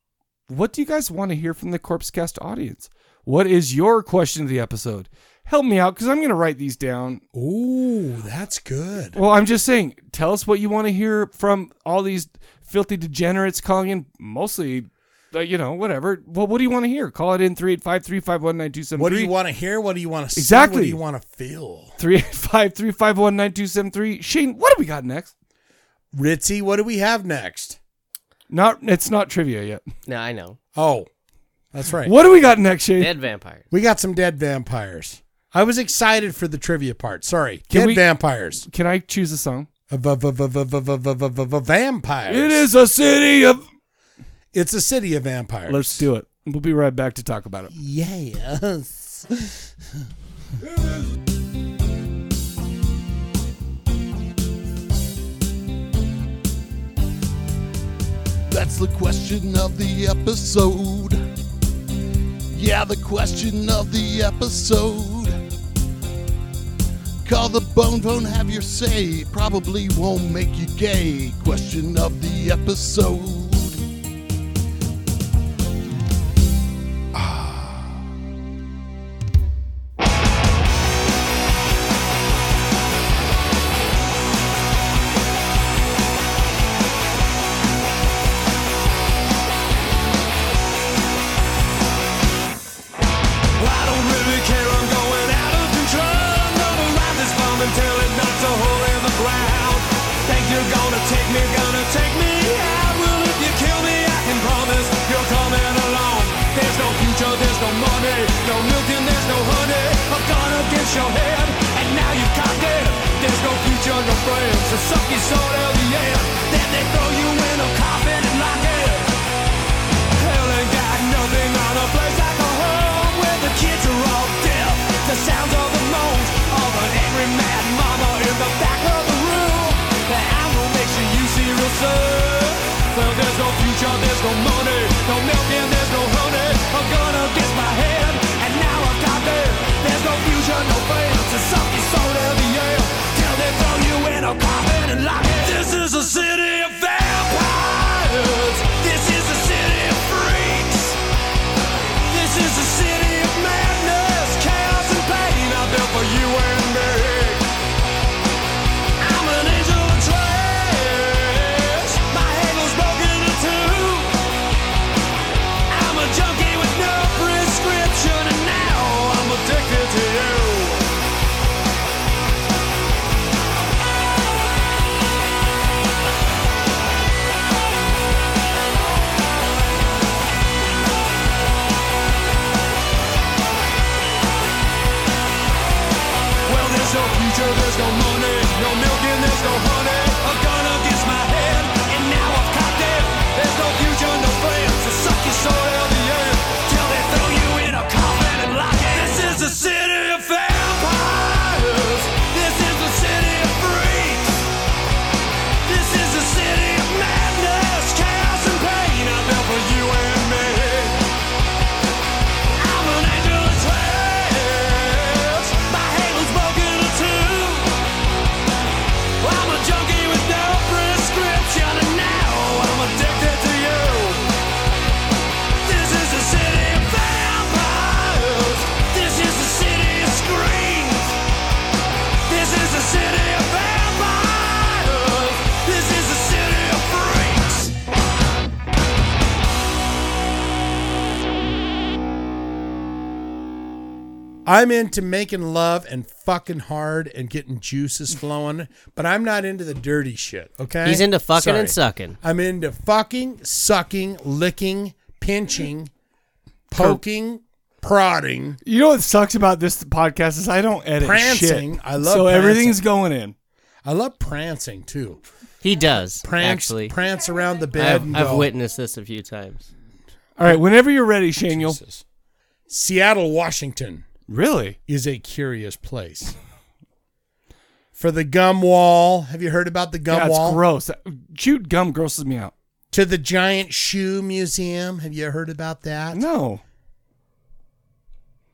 S1: What do you guys want to hear from the Corpsecast audience? What is your question of the episode? Help me out because I'm going to write these down.
S2: Ooh, that's good.
S1: Well, I'm just saying, tell us what you want to hear from all these filthy degenerates calling in, mostly, uh, you know, whatever. Well, what do you want to hear? Call it in 385 351
S2: What do you want to hear? What do you want to see? What
S1: Exactly.
S2: do you want to feel?
S1: 385 351 9273. Shane, what do we got next?
S2: Ritzy, what do we have next?
S1: Not, It's not trivia yet.
S3: No, I know.
S2: Oh, that's right.
S1: What do we got next, Shane?
S3: Dead vampires.
S2: We got some dead vampires. I was excited for the trivia part. Sorry.
S1: Can
S2: dead
S1: we-
S2: vampires.
S1: Can I choose a song?
S2: A va- va- va- va- va- va- va- va- va- va- Vampires.
S1: It is a city of
S2: It's a city of vampires.
S1: Let's do it. We'll be right back to talk about it.
S2: Yes.
S6: That's the question of the episode. Yeah, the question of the episode. Call the bone phone, have your say. Probably won't make you gay. Question of the episode.
S11: There's no milk and there's no honey. I've gone against your head, and now you can't get. There's no future, no friends. So suck your soul till the end. Then they throw you in a coffin and lock it. Hell ain't got nothing on a place like a home where the kids are all deaf. The sounds of the moans of an angry mad mama in the back of the room. And I'm gonna make sure you see real soon. Well, there's no future, there's no money, no milk and there's no honey. I'm gonna get my head, and now I've got there. There's no future, no fame, to suck your soul till the air. Till they throw you in a coffin and lock it. This is a city of vampires. This is a city of freaks. This is a city of madness, chaos and pain out there for you and me. I'm an angel of trash. My hagel's broken in two. I'm a junkie with no prescription, and now I'm addicted to you. Well, there's no future, there's no money, no milk and there's no honey. A gun against my head, and now I've cocked it. There's no future, no friends to suck your soul out the earth till they throw you in a coffin and lock it. This is the city of vampires. This is the city of freaks. This is the city of madness, chaos and pain. I built for you and me. I'm an angel of trash. My halo's broken in two. I'm a junkie with no prescription, and now I'm addicted to you. This is the city of vampires. This is the city of screams. This is the city of vampires. This is the city of freaks.
S2: I'm into making love and fucking hard and getting juices flowing, but I'm not into the dirty shit, okay?
S3: He's into fucking and sucking.
S2: I'm into fucking, sucking, licking, pinching, poking, prodding.
S1: You know what sucks about this podcast is I don't edit
S2: Prancing.
S1: shit.
S2: I love
S1: so
S2: prancing.
S1: everything's going in.
S2: I love prancing too.
S3: He does
S2: Prance,
S3: actually.
S2: prance around the bed.
S3: I've,
S2: and
S3: I've
S2: go.
S3: witnessed this a few times.
S1: All right, whenever you're ready, Shaniel.
S2: Seattle, Washington.
S1: Really?
S2: Is a curious place. For the gum wall. Have you heard about the gum
S1: yeah,
S2: wall?
S1: It's gross. Chewed gum grosses me out.
S2: To the giant shoe museum. Have you heard about that?
S1: No.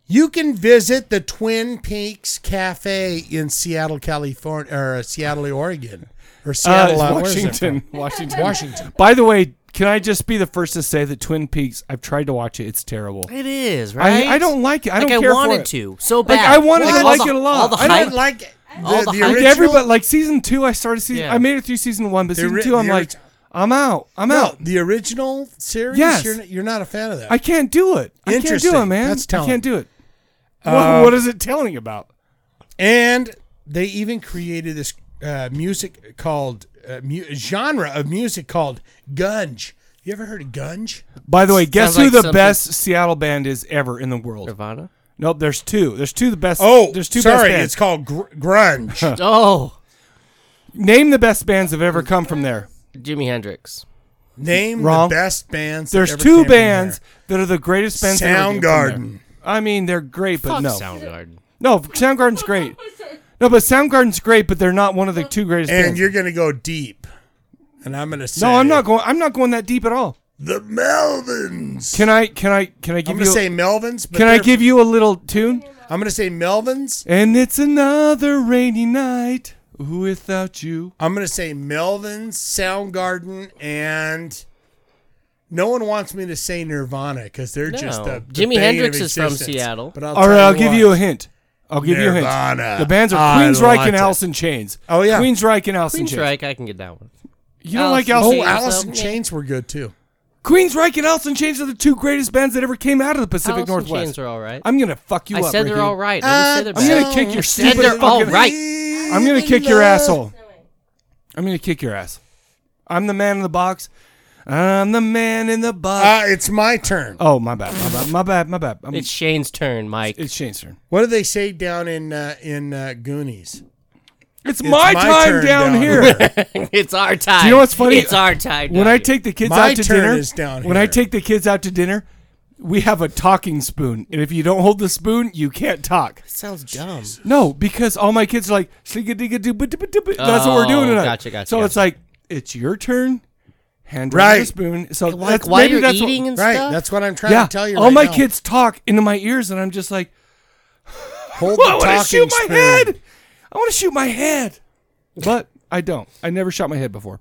S2: You can visit the Twin Peaks Cafe in Seattle, California, or uh, Seattle, Oregon, or Seattle, uh, where's it
S1: Washington.
S2: from?
S1: Washington.
S2: Washington.
S1: By the way, can I just be the first to say that Twin Peaks? I've tried to watch it. It's terrible.
S3: It is
S1: I-
S3: right.
S1: I, don't like it. I
S3: Like,
S1: don't care
S3: I wanted
S1: for it.
S3: to so
S1: Like,
S3: bad.
S1: I wanted to
S3: all
S1: like
S3: the-
S1: it a lot.
S3: All the
S1: I
S3: hype.
S1: don't
S2: like it.
S3: All the,
S1: like
S3: hype.
S1: everybody, like season two, I started season.
S3: Yeah.
S1: I made it through season one, but
S2: The
S1: season
S2: ri-
S1: two, I'm
S2: the
S1: like,
S2: orig-
S1: I'm out. I'm
S2: No,
S1: out.
S2: The original series.
S1: Yes.
S2: You're, you're not a fan of that.
S1: I can't do it. I can't do it,
S2: Interesting.
S1: man.
S2: That's
S1: I
S2: telling.
S1: can't do it.
S2: Uh,
S1: what, what is it telling about?
S2: And they even created this uh, music called uh, mu- genre of music called grunge. You ever heard of grunge?
S1: By the way, guess
S3: Sounds
S1: who
S3: like
S1: the
S3: something-
S1: best Seattle band is ever in the world?
S3: Nirvana.
S1: Nope, there's two. There's two of the best.
S2: Oh,
S1: there's two best
S2: sorry,
S1: bands.
S2: it's called gr- grunge.
S3: Oh,
S1: Name the best bands that have ever come from there.
S3: Jimi Hendrix.
S2: Name
S1: Wrong.
S2: the best bands. that
S1: There's
S2: ever
S1: two
S2: came from
S1: bands
S2: there.
S1: that are the greatest bands. that ever came from
S2: Soundgarden.
S1: there. I mean, they're great, but
S3: Fuck
S1: no,
S3: Soundgarden.
S1: no, Soundgarden's great. No, but Soundgarden's great, but they're not one of the two greatest
S2: and
S1: bands.
S2: you're gonna go deep. And I'm gonna say
S1: no, I'm not going. I'm not going that deep at all.
S2: the Melvins.
S1: Can I? Can I? Can I give
S2: I'm
S1: you?
S2: gonna
S1: a-
S2: say Melvins. But
S1: can I
S2: they're-
S1: give you a little tune?
S2: I'm gonna say Melvins.
S1: And it's another rainy night without you.
S2: I'm gonna say Melvins, Soundgarden, and no one wants me to say Nirvana because they're just
S3: No.
S2: the, the
S3: Jimi
S2: bane
S3: Hendrix
S2: of
S3: is from
S2: existence.
S3: Seattle.
S2: But I'll
S1: All
S2: tell
S1: right, I'll
S2: you
S1: give
S2: what.
S1: you a hint. I'll give you a
S2: Nirvana.
S1: hint. The bands are
S2: I
S1: Queensryche
S2: like
S1: and
S2: it.
S1: Alice in Chains.
S2: Oh, yeah.
S1: Queensryche and Alice in
S3: Queen's
S1: Chains.
S3: Strike. I can get that one.
S1: You don't like Alice?
S3: Alice
S1: in Chains?
S3: in
S2: Oh,
S3: Yourself,
S2: Alice in
S3: man.
S2: Chains were good too.
S1: Queensryche and Alice in Chains are the two greatest bands that ever came out of the Pacific
S3: Alice in
S1: Northwest.
S3: Chains are all right.
S1: I'm gonna fuck you
S3: I
S1: up.
S3: said they're
S1: Ricky.
S3: all right. I didn't
S1: Uh,
S3: say
S1: I'm
S3: they're
S1: gonna
S3: bad.
S1: kick your
S3: Said
S1: stupid
S3: they're
S1: fucking-
S3: all right.
S1: I'm gonna kick your asshole. I'm gonna kick your ass. I'm the man in the box. I'm the man in the box.
S2: Uh, it's my turn.
S1: Oh, my bad. My bad. My bad. My bad. I'm-
S3: it's Shane's turn, Mike.
S1: It's Shane's turn.
S2: What do they say down in uh, in uh, Goonies?
S1: It's my time
S2: turn
S1: down here.
S3: it's our time.
S1: Do you know what's funny?
S3: It's our time.
S1: When
S3: down
S1: I
S3: here.
S1: take the kids
S2: My
S1: out to
S2: turn
S1: dinner,
S2: is down
S1: when I take the kids out to dinner, we have a talking spoon, and if you don't hold the spoon, you can't talk.
S3: sounds dumb.
S1: No, because all my kids are like "Slinga digga doo ba doo ba doo ba." That's what we're doing
S3: Oh,
S1: tonight.
S3: gotcha, gotcha,
S1: So
S3: gotcha.
S1: it's like it's your turn. Hand
S2: Right.
S1: right. the spoon. So
S2: Like,
S1: that's,
S2: while
S1: maybe
S2: you're
S1: that's what-
S2: eating and Right, stuff? that's what I'm trying to
S1: Yeah,
S2: tell you
S1: All
S2: right
S1: my
S2: now.
S1: kids talk into my ears, and I'm just like,
S2: Hold
S1: "Well, I
S2: the
S1: want to
S2: talking
S1: shoot my
S2: spoon.
S1: head. I want to shoot my head." But I don't. I never shot my head before.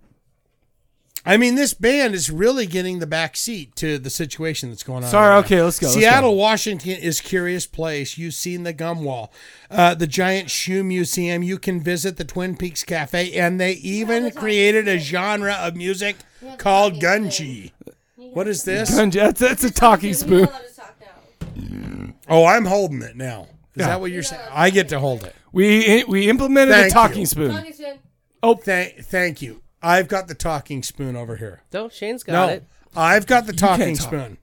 S2: I mean, this band is really getting the back seat to the situation that's going on.
S1: Sorry,
S2: right now.
S1: okay, let's go, let's go.
S2: Seattle, Washington is curious place. You've seen the gum wall, uh, the giant shoe museum. You can visit the Twin Peaks Cafe, and they even created a genre of music called gunji. What is this?
S1: Gunji, that's, that's a talking spoon.
S2: Oh, I'm holding it now. Is
S1: Yeah.
S2: that what you're saying? I get to hold it.
S1: We we implemented
S2: Thank
S1: a talking
S2: you.
S1: spoon.
S2: Oh, thank thank you. I've got the talking spoon over here.
S3: No, Shane's got
S2: no,
S3: it.
S2: I've got the
S1: You can't
S2: talking
S1: talk.
S2: spoon.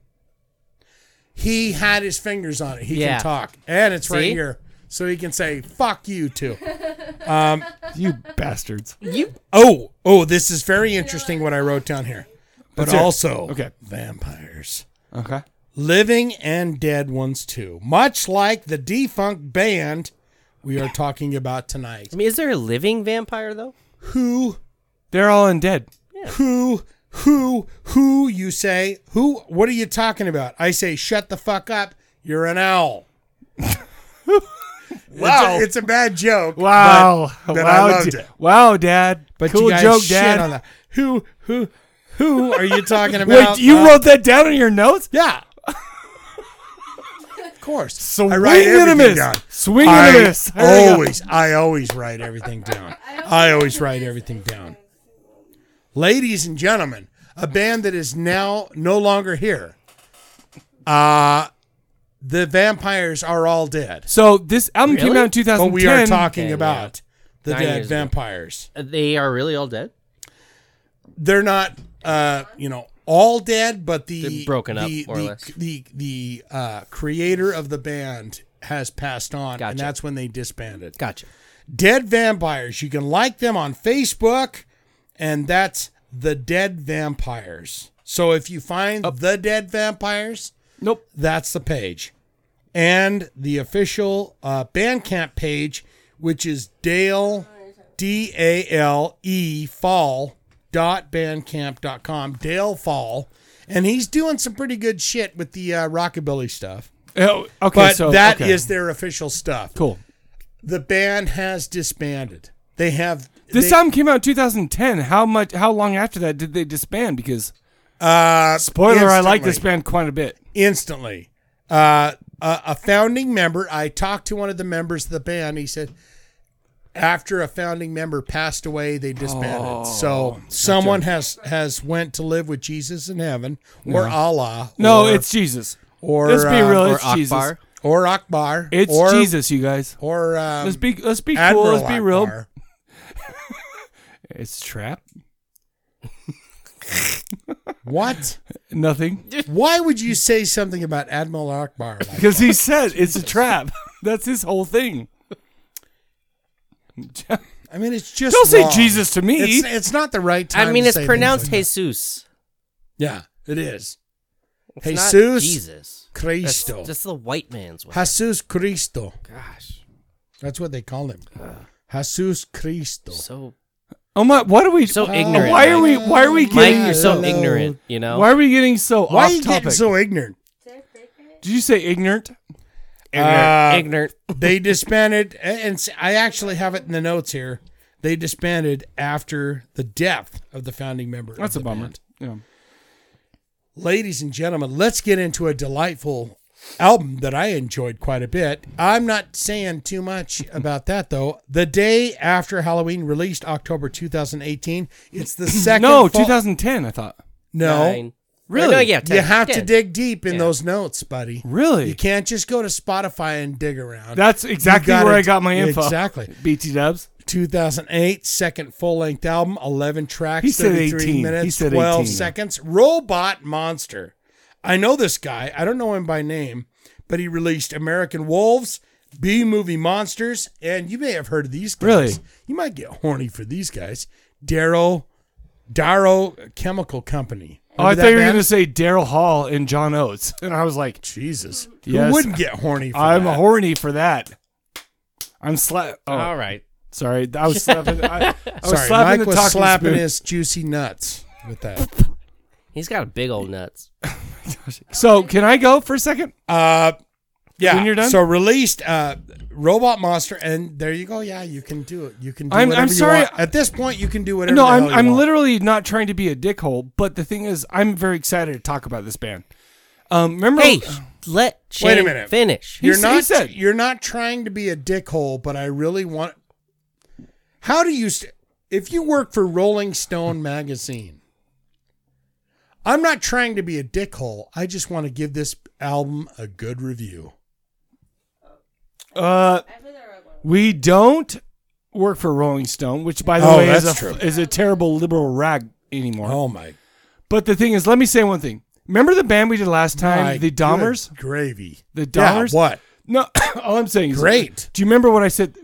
S2: He had his fingers on it. He
S3: Yeah.
S2: can talk, and it's right
S3: See?
S2: here, so he can say "fuck you" too. Um,
S1: you bastards.
S3: You
S2: Oh, oh, this is very interesting what I wrote down here. But
S1: Let's hear it.
S2: also,
S1: Okay.
S2: vampires.
S1: Okay.
S2: Living and dead ones too. Much like the defunct band we are talking about tonight.
S3: I mean, is there a living vampire though?
S2: Who
S1: They're all undead.
S2: who who who you say who what are you talking about i say shut the fuck up you're an owl wow it's a, it's a bad joke
S1: Wow.
S2: but, but
S1: wow,
S2: i loved
S1: da-
S2: it
S1: wow, Dad.
S2: but
S1: cool
S2: you guys
S1: joke,
S2: shit
S1: Dad.
S2: on that. who who who are you talking about
S1: Wait, you
S2: Uh,
S1: wrote that down in your notes?
S2: yeah of course
S1: Swing
S2: i write
S1: and a
S2: everything
S1: miss.
S2: down
S1: Swing
S2: I
S1: and a miss. There you go.
S2: always i always write everything down i always write everything down ladies and gentlemen, a band that is now no longer here. Uh the vampires are all dead.
S1: So this album came
S3: Really?
S1: out in 2010.
S2: But we are talking
S3: yeah.
S2: about the
S3: Nine
S2: dead
S3: years ago.
S2: vampires.
S3: Uh, They are really all dead.
S2: They're not uh, you know, all dead, but the
S3: They're broken up,
S2: the,
S3: more or
S2: the,
S3: less.
S2: the the uh creator of the band has passed on
S3: Gotcha.
S2: and that's when they disbanded.
S3: Gotcha.
S2: Dead Vampires. You can like them on Facebook, and that's the Dead Vampires. So if you find the Dead Vampires,
S1: Nope.
S2: that's the page, and the official uh, Bandcamp page, which is Dale D A L E Fall dot bandcamp.com Dale Fall, and he's doing some pretty good shit with the uh, rockabilly stuff.
S1: Oh, okay,
S2: But that
S1: so
S2: is
S1: okay.
S2: their official stuff
S1: cool.
S2: the band has disbanded. They have
S1: This
S2: they,
S1: album came out in 2010. How much? How long after that did they disband? Because
S2: uh,
S1: spoiler, I like
S2: instantly-
S1: this band quite a bit.
S2: instantly. Uh, a, a founding member. I talked to one of the members of the band. He said after a founding member passed away, they disbanded.
S1: Oh,
S2: so someone has has went to live with Jesus in heaven or
S1: Yeah.
S2: Allah.
S1: No,
S2: or,
S1: it's Jesus.
S2: or
S1: Let's be
S2: uh,
S1: real.
S3: or
S1: It's Jesus.
S3: Akbar.
S2: or Akbar.
S1: It's
S2: or,
S1: Jesus, you guys.
S2: Or um,
S1: Let's be let's be cool.
S2: Admiral
S1: Let's be real.
S2: Akbar.
S1: It's trap.
S2: What?
S1: Nothing.
S2: Why would you say something about Admiral Akbar? Like
S1: Because he said it's a trap. That's his whole thing.
S2: I mean, it's just
S1: Don't say
S2: wrong.
S1: Jesus to me.
S2: It's, it's not the right time.
S3: I mean,
S2: to
S3: it's
S2: say
S3: pronounced
S2: things
S3: Jesus.
S2: like that. Yeah, it is.
S3: It's not
S2: Jesus,
S3: Jesus. That's,
S2: Cristo,
S3: that's the white man's way.
S2: Jesus Cristo.
S3: Gosh,
S2: That's what they call him. Jesus Cristo.
S3: so
S1: Oh my! Why do we?
S3: So
S1: why
S3: ignorant,
S1: Why are we? Why are we
S3: Mike,
S1: getting?
S3: you're so
S2: Hello.
S3: ignorant. You know.
S1: why are we getting so
S2: Why
S1: off
S2: are you
S1: topic?
S2: getting so ignorant?
S1: Did you say ignorant?
S2: Uh,
S3: ignorant.
S2: they disbanded, and and s- I actually have it in the notes here. They disbanded after the death of the founding member. of
S1: That's a
S2: the
S1: bummer.
S2: band.
S1: Yeah.
S2: Ladies and gentlemen, let's get into a delightful album that I enjoyed quite a bit. I'm not saying too much about that though. The day after Halloween released October 2018, it's the second
S1: No,
S2: full-
S1: 2010. I thought.
S2: No.
S3: Nine. Really? no, yeah, ten.
S2: you have to
S3: Ten.
S2: dig deep in
S3: Yeah.
S2: those notes, buddy.
S1: Really?
S2: You can't just go to Spotify and dig around.
S1: That's
S2: You
S1: exactly
S2: gotta
S1: where I
S2: d-
S1: got my info.
S2: Exactly.
S1: BT Dubs.
S2: 2008, second full length album, 11 tracks,
S1: He said
S2: 33
S1: 18. He
S2: minutes,
S1: said
S2: 12
S1: 18.
S2: seconds. Robot Monster. I know this guy. I don't know him by name, but he released American Wolves, B Movie Monsters, and you may have heard of these guys.
S1: Really?
S2: You might get horny for these guys. Darrow, Darrow Chemical Company.
S1: Oh, I
S2: Remember that
S1: thought you were
S2: band?
S1: going to say Daryl Hall and John Oates, and I was like,
S2: Jesus,
S1: Who
S2: wouldn't get horny for
S1: I'm
S2: that?
S1: horny for that. I'm slap. Oh.
S3: All right.
S1: Sorry, I was slapping. I, I was
S2: Sorry,
S1: slapping
S2: Mike
S1: the
S2: was
S1: talking
S2: slapping
S1: spoon.
S2: his juicy nuts with that.
S3: He's got a big old nuts.
S1: So can I go for a second?
S2: Uh, yeah.
S1: When you're done?
S2: So released uh, Robot Monster, and there you go. Yeah, you can do it. You can do
S1: I'm-
S2: whatever
S1: I'm
S2: you
S1: sorry.
S2: want. At this point, you can do whatever.
S1: No,
S2: the
S1: I'm
S2: hell you
S1: I'm
S2: want.
S1: literally not trying to be a dickhole, but the thing is, I'm very excited to talk about this band. Um, remember?
S3: Hey, let Shane
S2: Wait a minute.
S3: finish.
S2: You're
S1: He
S2: not.
S1: said-
S2: You're not trying to be a dickhole, but I really want. How do you? St- if you work for Rolling Stone magazine, I'm not trying to be a dickhole. I just want to give this album a good review.
S1: Uh, we don't work for Rolling Stone, which, by the
S2: Oh,
S1: way, is
S2: that's
S1: a,
S2: true.
S1: is a terrible liberal rag anymore.
S2: Oh my!
S1: But the thing is, let me say one thing. Remember the band we did last time,
S2: my
S1: the
S2: good
S1: Dahmers?
S2: gravy.
S1: The
S2: Yeah,
S1: Dahmers?
S2: what?
S1: No, all I'm saying is
S2: Great.
S1: Do you remember what I said?
S2: You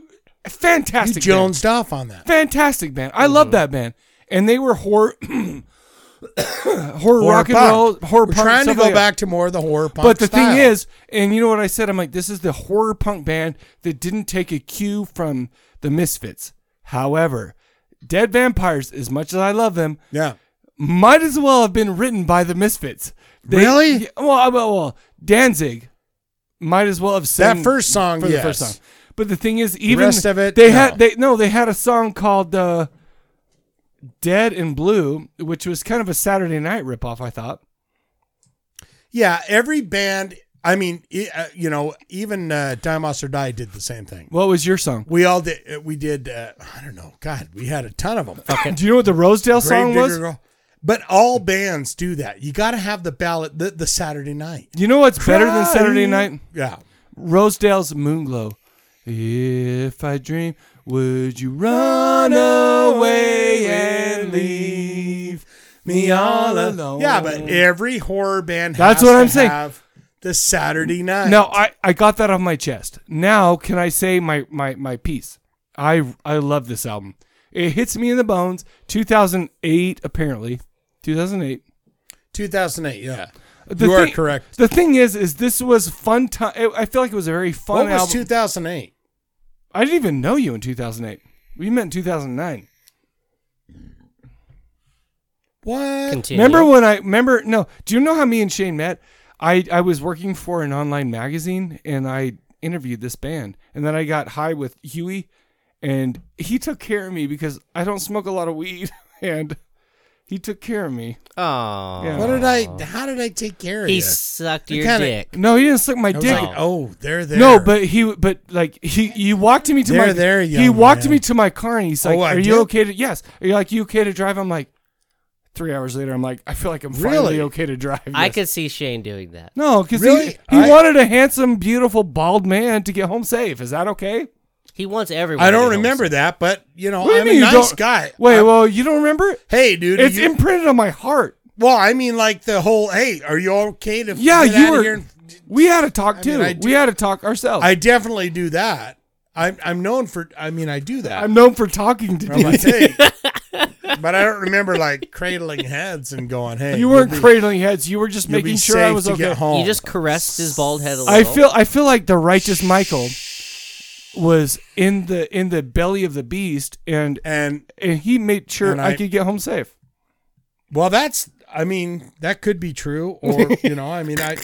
S1: Fantastic. band.
S2: jonesed off on that.
S1: Fantastic band. I
S2: Mm-hmm.
S1: love that band. And they were horror, horror,
S2: Horror
S1: rock and
S2: punk.
S1: roll, horror
S2: We're
S1: punk.
S2: trying to
S1: stuff
S2: go
S1: like that.
S2: back to more of the horror punk.
S1: But the
S2: style.
S1: thing is, and you know what I said? I'm like, this is the horror punk band that didn't take a cue from the Misfits. However, Dead Vampires, as much as I love them,
S2: yeah,
S1: might as well have been written by the Misfits.
S2: Really?
S1: yeah, Well, I- well, well, Danzig might as well have sang
S2: that first song,
S1: for
S2: yes.
S1: the first song. But the thing is, even
S2: rest of it,
S1: they
S2: no.
S1: had they no, they had a song called uh, "Dead and Blue," which was kind of a Saturday Night ripoff. I thought.
S2: yeah, every band. I mean, e- uh, you know, even uh, Die Monster Die did the same thing.
S1: What was your song?
S2: We all did. uh, We did. Uh, I don't know. God, we had a ton of them. Fucking
S1: Do you know what the Rosedale song
S2: Gravedigger
S1: was?
S2: Girl. But all bands do that. You got to have the ballot the, the Saturday night.
S1: You know what's better than Saturday
S2: Crying.
S1: Night?
S2: Yeah.
S1: Rosedale's Moonglow. If I dream, would you run away and leave me all alone?
S2: Yeah, but every horror band.
S1: That's
S2: has
S1: what
S2: to
S1: I'm saying.
S2: Have the Saturday night.
S1: No, I, I got that off my chest. Now can I say my, my, my piece? I I love this album. It hits me in the bones. 2008 apparently. 2008.
S2: 2008. Yeah.
S1: The
S2: you are
S1: thing-
S2: correct.
S1: The thing is, is this was fun time. I feel like it was a very fun
S2: What was
S1: album.
S2: 2008?
S1: I didn't even know you in 2008. We met in 2009.
S2: What?
S3: Continue.
S1: Remember when I remember? No, do you know how me and Shane met? I I was working for an online magazine and I interviewed this band, and then I got high with Huey, and he took care of me because I don't smoke a lot of weed, and he took care of me.
S3: Oh.
S1: Yeah.
S2: What did I? How did I take care of
S3: He
S2: you?
S3: sucked
S2: You
S3: your
S2: kinda-
S3: dick.
S1: No, he didn't suck my
S2: I was
S1: dick.
S2: like, oh, they're there.
S1: No, but he, but like he, you walked me to
S2: There,
S1: my,
S2: there,
S1: he
S2: young
S1: walked
S2: man.
S1: me to my car, and he's like,
S2: Oh, I
S1: "Are
S2: did?
S1: you okay to?" Yes. Are you like you okay to drive? I'm like, three hours later, I'm like, I feel like I'm
S2: Really?
S1: finally okay to drive.
S3: I
S1: yes.
S3: could see Shane doing that.
S1: no, because
S2: Really?
S1: he, he
S2: I-
S1: wanted a handsome, beautiful, bald man to get home safe. Is that okay?
S3: He wants everyone. to
S2: I don't
S3: be
S2: remember
S3: homesick.
S2: that. But you know,
S1: What do you
S2: I'm
S1: mean
S2: a
S1: you
S2: nice
S1: don't-
S2: guy.
S1: Wait,
S2: I'm-
S1: well, you don't remember it?
S2: hey, dude.
S1: it's
S2: you-
S1: imprinted on my heart.
S2: well, I mean, like the whole. Hey, are you okay to?
S1: Yeah,
S2: get
S1: you
S2: outta
S1: were.
S2: Here?
S1: we had a talk too.
S2: I do-
S1: we had a talk ourselves.
S2: I definitely do that. I'm I'm known for. I mean, I do that.
S1: I'm known for talking to
S2: I'm
S1: you.
S2: like, hey. but I don't remember like cradling heads and going, hey.
S1: you weren't
S2: you'll be-
S1: cradling heads. You were just
S2: you'll be
S1: making sure I
S2: safe
S1: was
S2: to
S1: okay.
S2: get home.
S3: You just caressed his bald head a little.
S1: I feel I feel like the righteous Michael was in the in the belly of the beast and
S2: and
S1: and he made sure
S2: And
S1: I,
S2: I-
S1: could get home safe.
S2: well, that's. I mean, that could be true, or you know, I mean, I.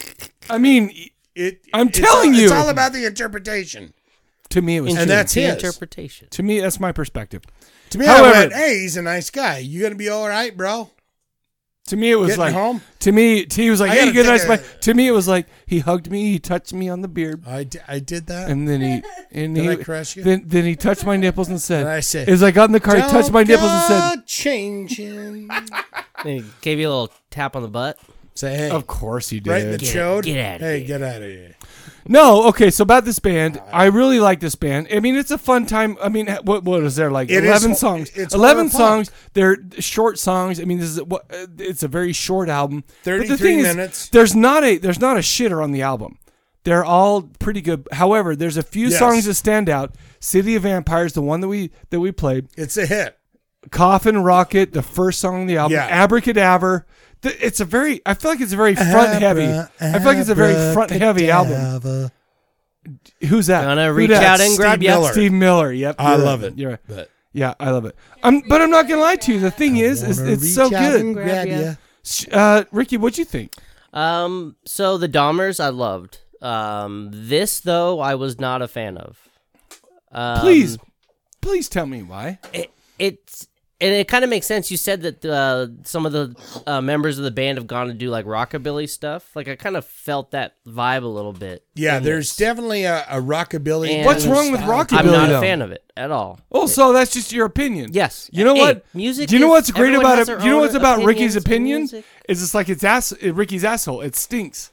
S1: I mean,
S2: It.
S1: I'm
S2: it's
S1: telling
S2: all-
S1: you.
S2: it's all about the interpretation.
S1: to me it was
S3: Interesting.
S2: and that's
S3: The
S2: his.
S3: interpretation.
S1: to me that's my perspective.
S2: To me,
S1: However-
S2: I went, "Hey, he's a nice guy. You gonna be all right, bro?"
S1: To me it was
S2: Getting
S1: like
S2: home?
S1: to me to, he was like
S2: I
S1: hey
S2: gotta
S1: good
S2: think
S1: nice
S2: of-
S1: bye." To me it was like he hugged me, he touched me on the beard.
S2: I, di- I did that.
S1: And then he and
S2: Did
S1: he
S2: I caress you?
S1: then then he touched my nipples and said
S2: Did I say,
S1: as I got in the car he touched my nipples and said
S2: "Changing."
S3: And he gave you a little tap on the butt.
S2: Say hey.
S1: Of course he did.
S2: Right in the
S1: Get-
S2: chode.
S1: get outta
S2: hey, get out of here.
S1: No, okay. So about this band, I really like this band. I mean, it's a fun time. I mean, what what is there like
S2: It is
S1: eleven
S2: ho-
S1: songs?
S2: it's
S1: eleven
S2: horror punk.
S1: songs. They're short songs. I mean, this is what uh, it's a very short album. But the
S2: 33
S1: thing is,
S2: minutes.
S1: there's not a there's not a shitter on the album. They're all pretty good. However, there's a few
S2: Yes.
S1: songs that stand out. City of Vampires, the one that we that we played.
S2: It's a hit.
S1: Coffin Rocket, the first song on the album.
S2: Yeah.
S1: Abracadabra. Th- It's a very. I feel like it's a very front heavy. I feel like it's a very front heavy album. Who's that?
S3: Gonna
S1: Who
S3: reach
S1: dat?
S3: out and grab ya.
S1: Steve Miller. Yep.
S3: I
S1: you're
S3: love
S1: right.
S3: it,
S1: You're right.
S3: but-
S1: yeah, I love it. I'm, but I'm not gonna lie to you. The thing is, is
S3: wanna
S1: it's so
S3: reach out
S1: good.
S3: and grab Grab ya. ya.
S1: Sh- Uh, Ricky, what'd you think?
S3: Um, so the Dahmers I loved. Um, this though I was not a fan of. Um,
S1: Please, please tell me why.
S3: it, it's and it kind of makes sense. You said that uh, some of the uh, members of the band have gone to do like rockabilly stuff. Like I kind of felt that vibe a little bit.
S2: Yeah,
S3: in
S2: there's definitely a, a
S3: this.
S2: rockabilly.
S3: And
S1: What's wrong with rockabilly?
S3: I'm not
S1: though?
S3: a fan of it at all.
S1: Oh, so that's just your opinion.
S3: Yes.
S1: You know
S3: Hey,
S1: what?
S3: music
S1: Do you know
S3: is-
S1: what's great
S3: everyone
S1: about
S3: has
S1: it?
S3: their
S1: Do you know
S3: own
S1: what's about
S3: opinions
S1: Ricky's
S3: in
S1: opinion?
S3: music.
S1: Is it's like it's ass Ricky's asshole. It stinks.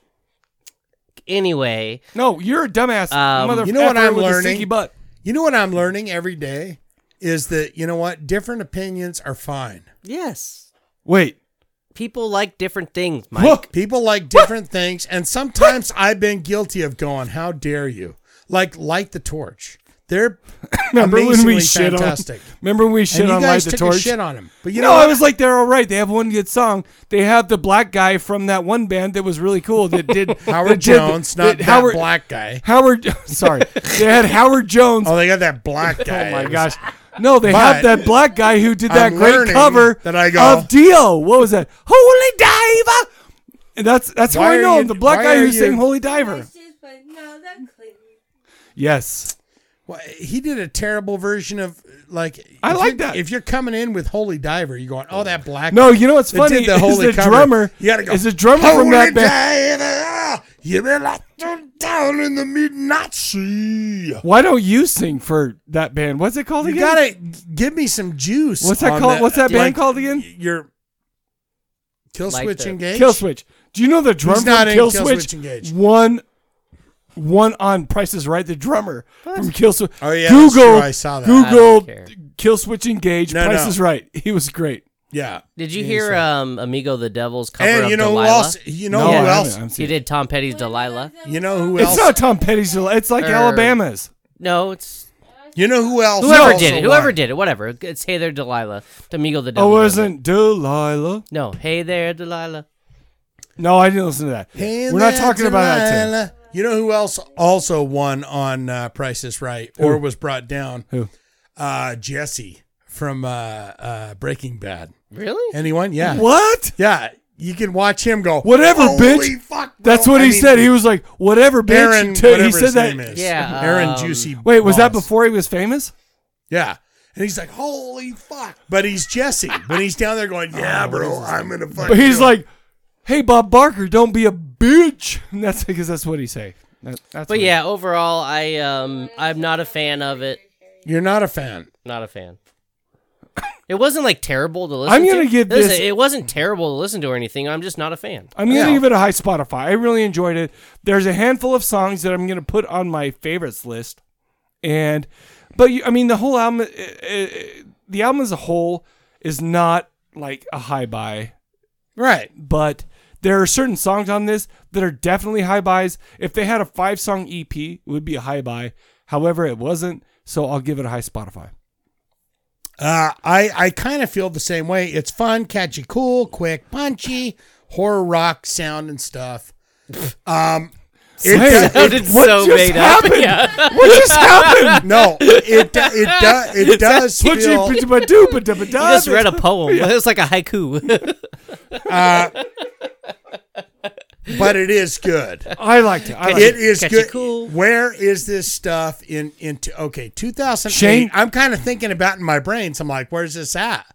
S3: Anyway,
S1: No, you're a dumbass.
S3: Um,
S1: mother
S2: you know what
S1: effer
S2: I'm
S1: with a
S2: learning?
S1: stinky butt.
S2: You know what I'm learning every day is that you know what different opinions are fine.
S3: Yes.
S1: Wait.
S3: People like different things, Mike.
S2: Look, people like different things, and sometimes I've been guilty of going, "How dare you!" Like light the torch. They're
S1: Remember when
S2: amazingly
S1: we shit on-
S2: fantastic.
S1: Remember when we shit
S2: and
S1: on
S2: you guys
S1: Light the
S2: took
S1: Torch?
S2: A shit on him, but you
S1: no,
S2: know
S1: I
S2: what?
S1: was like, they're all right. They have one good song. They have the black guy from that one band that was really cool that did
S2: Howard
S1: that did-
S2: Jones, not that
S1: Howard,
S2: black guy.
S1: Howard, sorry, they had Howard Jones.
S2: Oh, they got that black guy.
S1: oh my gosh, no, they have
S2: But
S1: that black guy who did that
S2: I'm
S1: great
S2: learning
S1: cover
S2: that I go-
S1: of Dio. What was that? Holy Diver. And that's that's how
S2: Why
S1: I
S2: are
S1: know
S2: you-
S1: him. The black
S2: why
S1: guy
S2: are
S1: who
S2: you-
S1: sang Holy Diver. Yes.
S2: Well, he did a terrible version of like.
S1: I
S2: if
S1: like
S2: you're-
S1: that.
S2: If you're coming in with Holy Diver, you're going, "Oh, that black."
S1: No,
S2: guy
S1: you know what's
S2: that
S1: funny
S2: did the
S1: is
S2: Holy
S1: the
S2: cover."
S1: drummer-
S2: You gotta go.
S1: is the drummer from that
S2: band? you been locked down in the midnight sea.
S1: Why don't you sing for that band? What's it called
S2: You
S1: again?
S2: gotta give me some juice.
S1: What's that
S2: on
S1: called? What's that band
S2: like,
S1: called again?
S2: Your Kill
S1: Like
S2: Switch
S1: the-
S2: Engage.
S1: Kill Switch. Do you know the drum
S2: He's
S1: from
S2: not in
S1: Kill,
S2: Kill
S1: Switch?
S2: Switch Engage.
S1: One, one on Price is Right. The drummer from Kill Switch.
S2: Oh, yeah, that's
S1: Google.
S2: true. I saw that. I don't
S1: Google
S2: care.
S1: Kill Switch Engage.
S2: No,
S1: Price
S2: no.
S1: is Right. He was great.
S2: Yeah.
S3: Did you
S2: Yeah,
S3: hear
S2: so-
S3: um, Amigo the Devil's cover
S2: And
S3: of
S2: you know who
S3: Delilah?
S2: else- you know No, who I haven't. else- I haven't
S3: He did Tom Petty's Delilah.
S2: You know who
S1: It's
S2: else?
S1: not Tom Petty's. It's like
S2: Er,
S3: Or-
S1: Alabama's.
S3: No, it's
S2: you know who else?
S3: whoever
S2: also
S3: did it. Whoever
S2: won?
S3: did it. Whatever. It's Hey There Delilah. Amigo the
S1: Oh,
S3: Devil.
S1: wasn't Delilah?
S3: No, Hey There Delilah.
S1: No, I didn't listen to that.
S2: Hey
S1: We're not
S2: there,
S1: talking about that today.
S2: Delilah. You know who else also won on uh, Price is Right or
S1: Who?
S2: was brought down?
S1: Who?
S2: Uh, Jesse from uh, uh, Breaking Bad.
S3: Really?
S2: Anyone? Yeah.
S1: What?
S2: Yeah. You can watch him go.
S1: Whatever,
S2: "Holy
S1: bitch."
S2: fuck, bro."
S1: That's what
S2: I
S1: he
S2: mean,
S1: said. He was like, "Whatever, bitch."
S2: Aaron,
S1: you ta-"
S2: whatever
S1: he said
S2: his
S1: that.
S2: name is.
S3: Yeah,
S2: Aaron
S3: um,
S2: Juicy.
S1: Wait, was that
S2: Boss.
S1: before he was famous?
S2: Yeah. And he's like, holy fuck. But he's Jesse. But he's down there going,
S1: Oh,
S2: yeah, bro, I'm going to fuck
S1: But he's
S2: you."
S1: like, "Hey, Bob Barker, don't be a bitch." And that's because that's what he say. That, that's
S3: But
S1: what-
S3: yeah, overall, I um, I'm not a fan of it.
S2: you're not a fan.
S3: Not a fan. It wasn't like terrible to listen.
S1: I'm gonna
S3: to.
S1: give
S3: Listen,
S1: this-
S3: It wasn't terrible to listen to or anything. I'm just not a fan.
S1: I'm gonna
S2: Yeah.
S1: give it a high Spotify. I really enjoyed it. There's a handful of songs that I'm gonna put on my favorites list, and but you, I mean the whole album, uh, uh, the album as a whole is not like a high buy.
S2: Right.
S1: but there are certain songs on this that are definitely high buys. If they had a five song EP, it would be a high buy. However, it wasn't, so I'll give it a high Spotify.
S2: Uh, I, I kind of feel the same way. It's fun, catchy, cool, quick, punchy, horror rock sound and stuff. Um, it
S1: Hey,
S2: does-
S3: sounded
S1: what
S3: so
S1: just
S3: made up.
S1: happened?
S3: Yeah.
S1: What just happened?
S2: no, it do- it does it does feel.
S1: You
S3: You just read a poem. It was like a haiku.
S2: Uh, but it is good.
S1: I liked it. I liked
S2: it
S1: it.
S2: is
S3: catchy
S2: good.
S3: cool.
S2: Where is this stuff in into? Okay, 2008.
S1: Shane-
S2: I'm kind of thinking about in my brain. So I'm like, where's this at?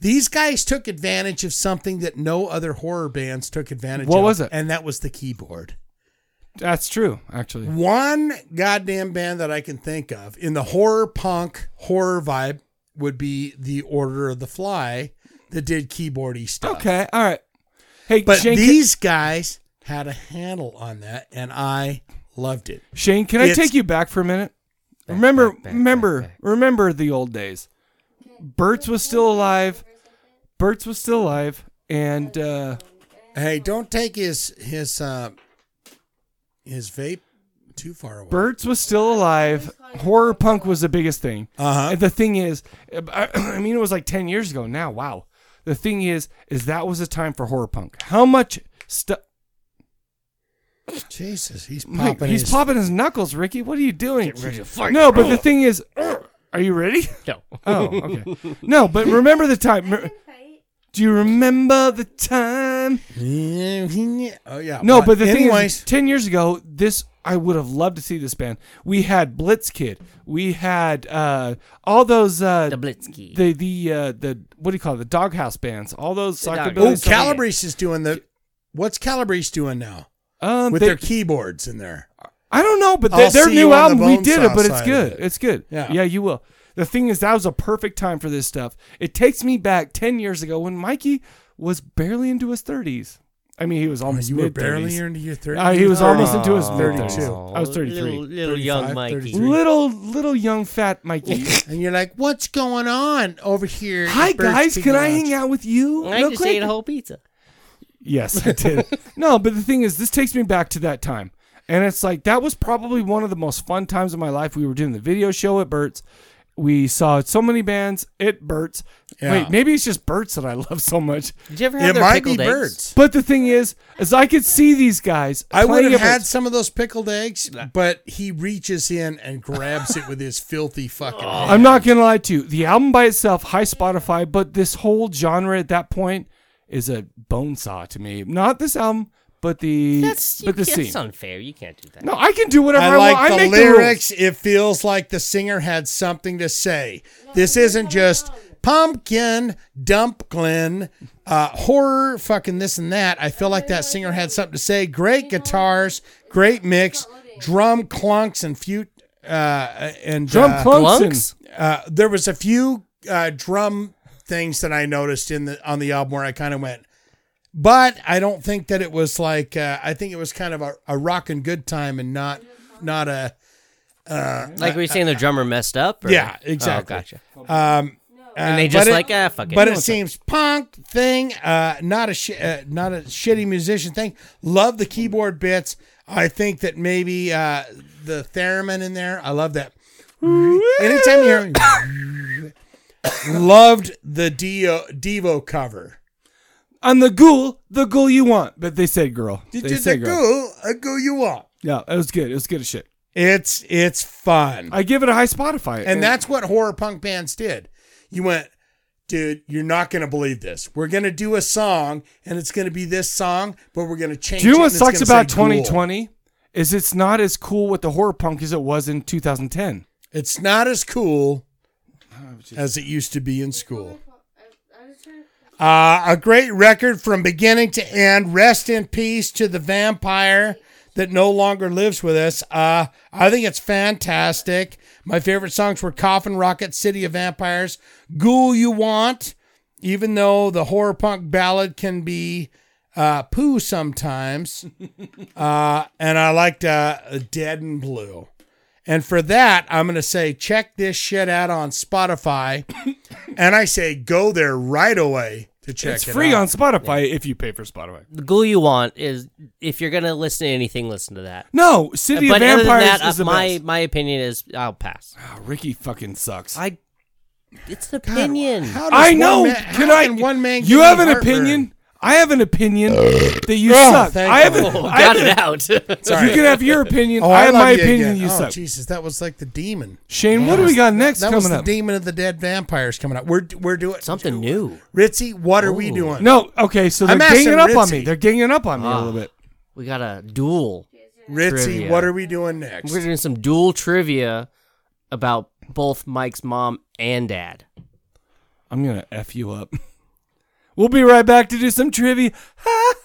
S2: These guys took advantage of something that no other horror bands took advantage
S1: What
S2: of.
S1: was it?
S2: And that was the keyboard.
S1: That's true, actually.
S2: One goddamn band that I can think of in the horror punk horror vibe would be the Order of the Fly that did keyboardy stuff.
S1: Okay, all right. Hey,
S2: but
S1: Shane, can-
S2: these guys had a handle on that, and I loved it.
S1: Shane, can
S2: It's-
S1: I take you back for a minute? remember, remember, remember the old days. Bert's was still alive. Bert's was still alive, and uh,
S2: hey, don't take his his uh, his vape too far away.
S1: Bert's was still alive. Horror punk was the biggest thing.
S2: Uh-huh.
S1: And the thing is, I I mean, it was like 10 years ago now. Wow. The thing is, is that was a time for horror punk. How much stuff.
S2: Jesus, he's
S1: Mike,
S2: popping
S1: he's
S2: his-
S1: popping his knuckles, Ricky. What are you doing?
S2: ready to fight.
S1: No, but the thing is, are you ready?
S3: No.
S1: Oh, okay. no, but remember the time. Mer- Do you remember the time?
S2: oh yeah.
S1: No,
S2: Well,
S1: but the thing
S2: anyways,
S1: is, ten years ago, this I would have loved to see this band. We had Blitzkid, we had uh, all those uh, the
S3: Blitzkid,
S1: the the uh, the what do you call it, the doghouse bands, all those psychobilly.
S2: oh,
S1: songs.
S2: Calabrese is doing the. What's Calabrese doing now?
S1: Um,
S2: with
S1: they-
S2: their keyboards in there. Oh,
S1: I don't know, but
S2: I'll
S1: their- their
S2: see
S1: new
S2: you on
S1: album,
S2: the
S1: we
S2: bone
S1: did it,
S2: saw
S1: but it's
S2: side
S1: good.
S2: of it.
S1: It's good.
S2: Yeah.
S1: yeah, you will. The thing is, that was a perfect time for this stuff. It takes me back 10 years ago when Mikey was barely into his 30s. I mean, he was almost
S2: Oh, you were
S1: mid-thirties.
S2: barely into your Oh. 30s?
S1: Uh, he was almost into his
S2: Aw.
S1: 32.
S2: 32.
S1: I was 33.
S2: Little- little young 35, Mikey. 33.
S1: Little, little young fat Mikey.
S2: and you're like, what's going on over here?
S1: Hi, guys. Can I hang out with you?
S3: I
S1: real
S3: just
S1: quick?
S3: ate a whole pizza.
S1: Yes, I did. no, but the thing is, this takes me back to that time. And it's like, that was probably one of the most fun times of my life. We were doing the video show at Burt's. We saw so many bands at Burt's.
S2: Yeah.
S1: Wait, maybe it's just Burt's that I love so much.
S3: Did you ever
S2: have It their might pickled be eggs? Burt's.
S1: But the thing is, is I could see these guys.
S2: I would
S1: playing at
S2: have had
S1: Burt's.
S2: some of those pickled eggs, but he reaches in and grabs it with his filthy fucking hand.
S1: I'm not gonna lie to you. The album by itself, high Spotify, but this whole genre at that point is a bone saw to me. Not this album, but the
S3: That's, you,
S1: but the
S3: that's
S1: scene.
S3: unfair. You can't do that.
S1: No, I can do whatever I,
S2: I like
S1: want. I
S2: the
S1: make the rules.
S2: lyrics. it feels like the singer had something to say. This isn't just pumpkin dumpkin uh, horror fucking this and that. I feel like that singer had something to say. Great guitars, great mix, drum clunks and few uh, and
S1: Drum
S2: uh,
S1: clunks and- Clunks?
S2: Uh, there was a few uh, drum things that I noticed in the on the album where I kind of went. But I don't think that it was like uh, I think it was kind of a, a rockin' good time and not not a uh,
S3: Like we were saying, the drummer messed up. Or?
S2: yeah exactly
S3: Oh, gotcha.
S2: um,
S3: And they
S2: uh,
S3: just
S2: but
S3: like, ah, fuck it.
S2: But
S3: No,
S2: it
S3: it's
S2: seems punk thing, uh, not a sh- uh, not a shitty musician thing. Love the keyboard bits. I think that maybe uh, the theremin in there. I love that. Anytime you hear, loved the Dio, Devo cover.
S1: I'm the ghoul, the ghoul you want. But they said girl.
S2: Did
S1: They
S2: you
S1: said
S2: the ghoul, a ghoul you want?
S1: Yeah, it was good. It was good as shit.
S2: It's it's fun.
S1: I give it a high Spotify.
S2: And that's what horror punk bands did. You went, dude, you're not going to believe this. We're going to do a song, and it's going to be this song, but we're going to change
S1: Do you
S2: it
S1: know what
S2: and it's
S1: sucks
S2: gonna
S1: about
S2: say ghoul.
S1: 2020? Is it's not as cool with the horror punk as it was in 2010.
S2: It's not as cool as it used to be in school. Uh, a great record from beginning to end. Rest in peace to the vampire that no longer lives with us. Uh, I think it's fantastic. My favorite songs were Coffin Rocket, City of Vampires, Ghoul You Want, even though the horror punk ballad can be uh, poo sometimes. uh, and I liked uh, Dead and Blue. And for that, I'm going to say, check this shit out on Spotify. and I say, go there right away to check
S1: it's
S2: it
S1: free
S2: out.
S1: on Spotify if you pay for Spotify.
S3: The ghoul you want is if you're gonna listen to anything, listen to that.
S1: No, City of
S3: but other than
S1: Vampires
S3: that, uh,
S1: is the
S3: my
S1: best.
S3: my opinion is I'll pass.
S1: Ricky fucking sucks.
S3: I. It's an opinion.
S2: how
S1: I know.
S2: man-
S1: can
S2: how
S1: I?
S2: can one man give
S1: you have
S2: me
S1: an
S2: heartburn?
S1: opinion. I have an opinion that you
S2: Oh,
S1: suck.
S2: thank
S1: I have
S2: you.
S1: an-
S2: Oh,
S1: I have
S3: got
S1: an-
S3: it out.
S1: You can have your opinion.
S2: Oh,
S1: I have
S2: love
S1: my
S2: you
S1: opinion.
S2: again.
S1: You
S2: oh,
S1: suck.
S2: Jesus, that was like the demon.
S1: Shane,
S2: Yeah.
S1: what do we got next
S2: That was
S1: coming
S2: the
S1: up?
S2: demon of the dead vampires coming up. We're we're doing
S3: something new.
S2: Ritzy, what are we doing?
S1: No, okay, so they're
S2: I'm asking
S1: ganging up on
S2: Ritzy.
S1: me. They're ganging up on me a
S3: Ah.
S1: little bit.
S3: We got a duel.
S2: Ritzy,
S3: trivia.
S2: what are we doing next?
S3: We're doing some dual trivia about both Mike's mom and dad.
S1: I'm gonna f you up. We'll be right back to do some trivia.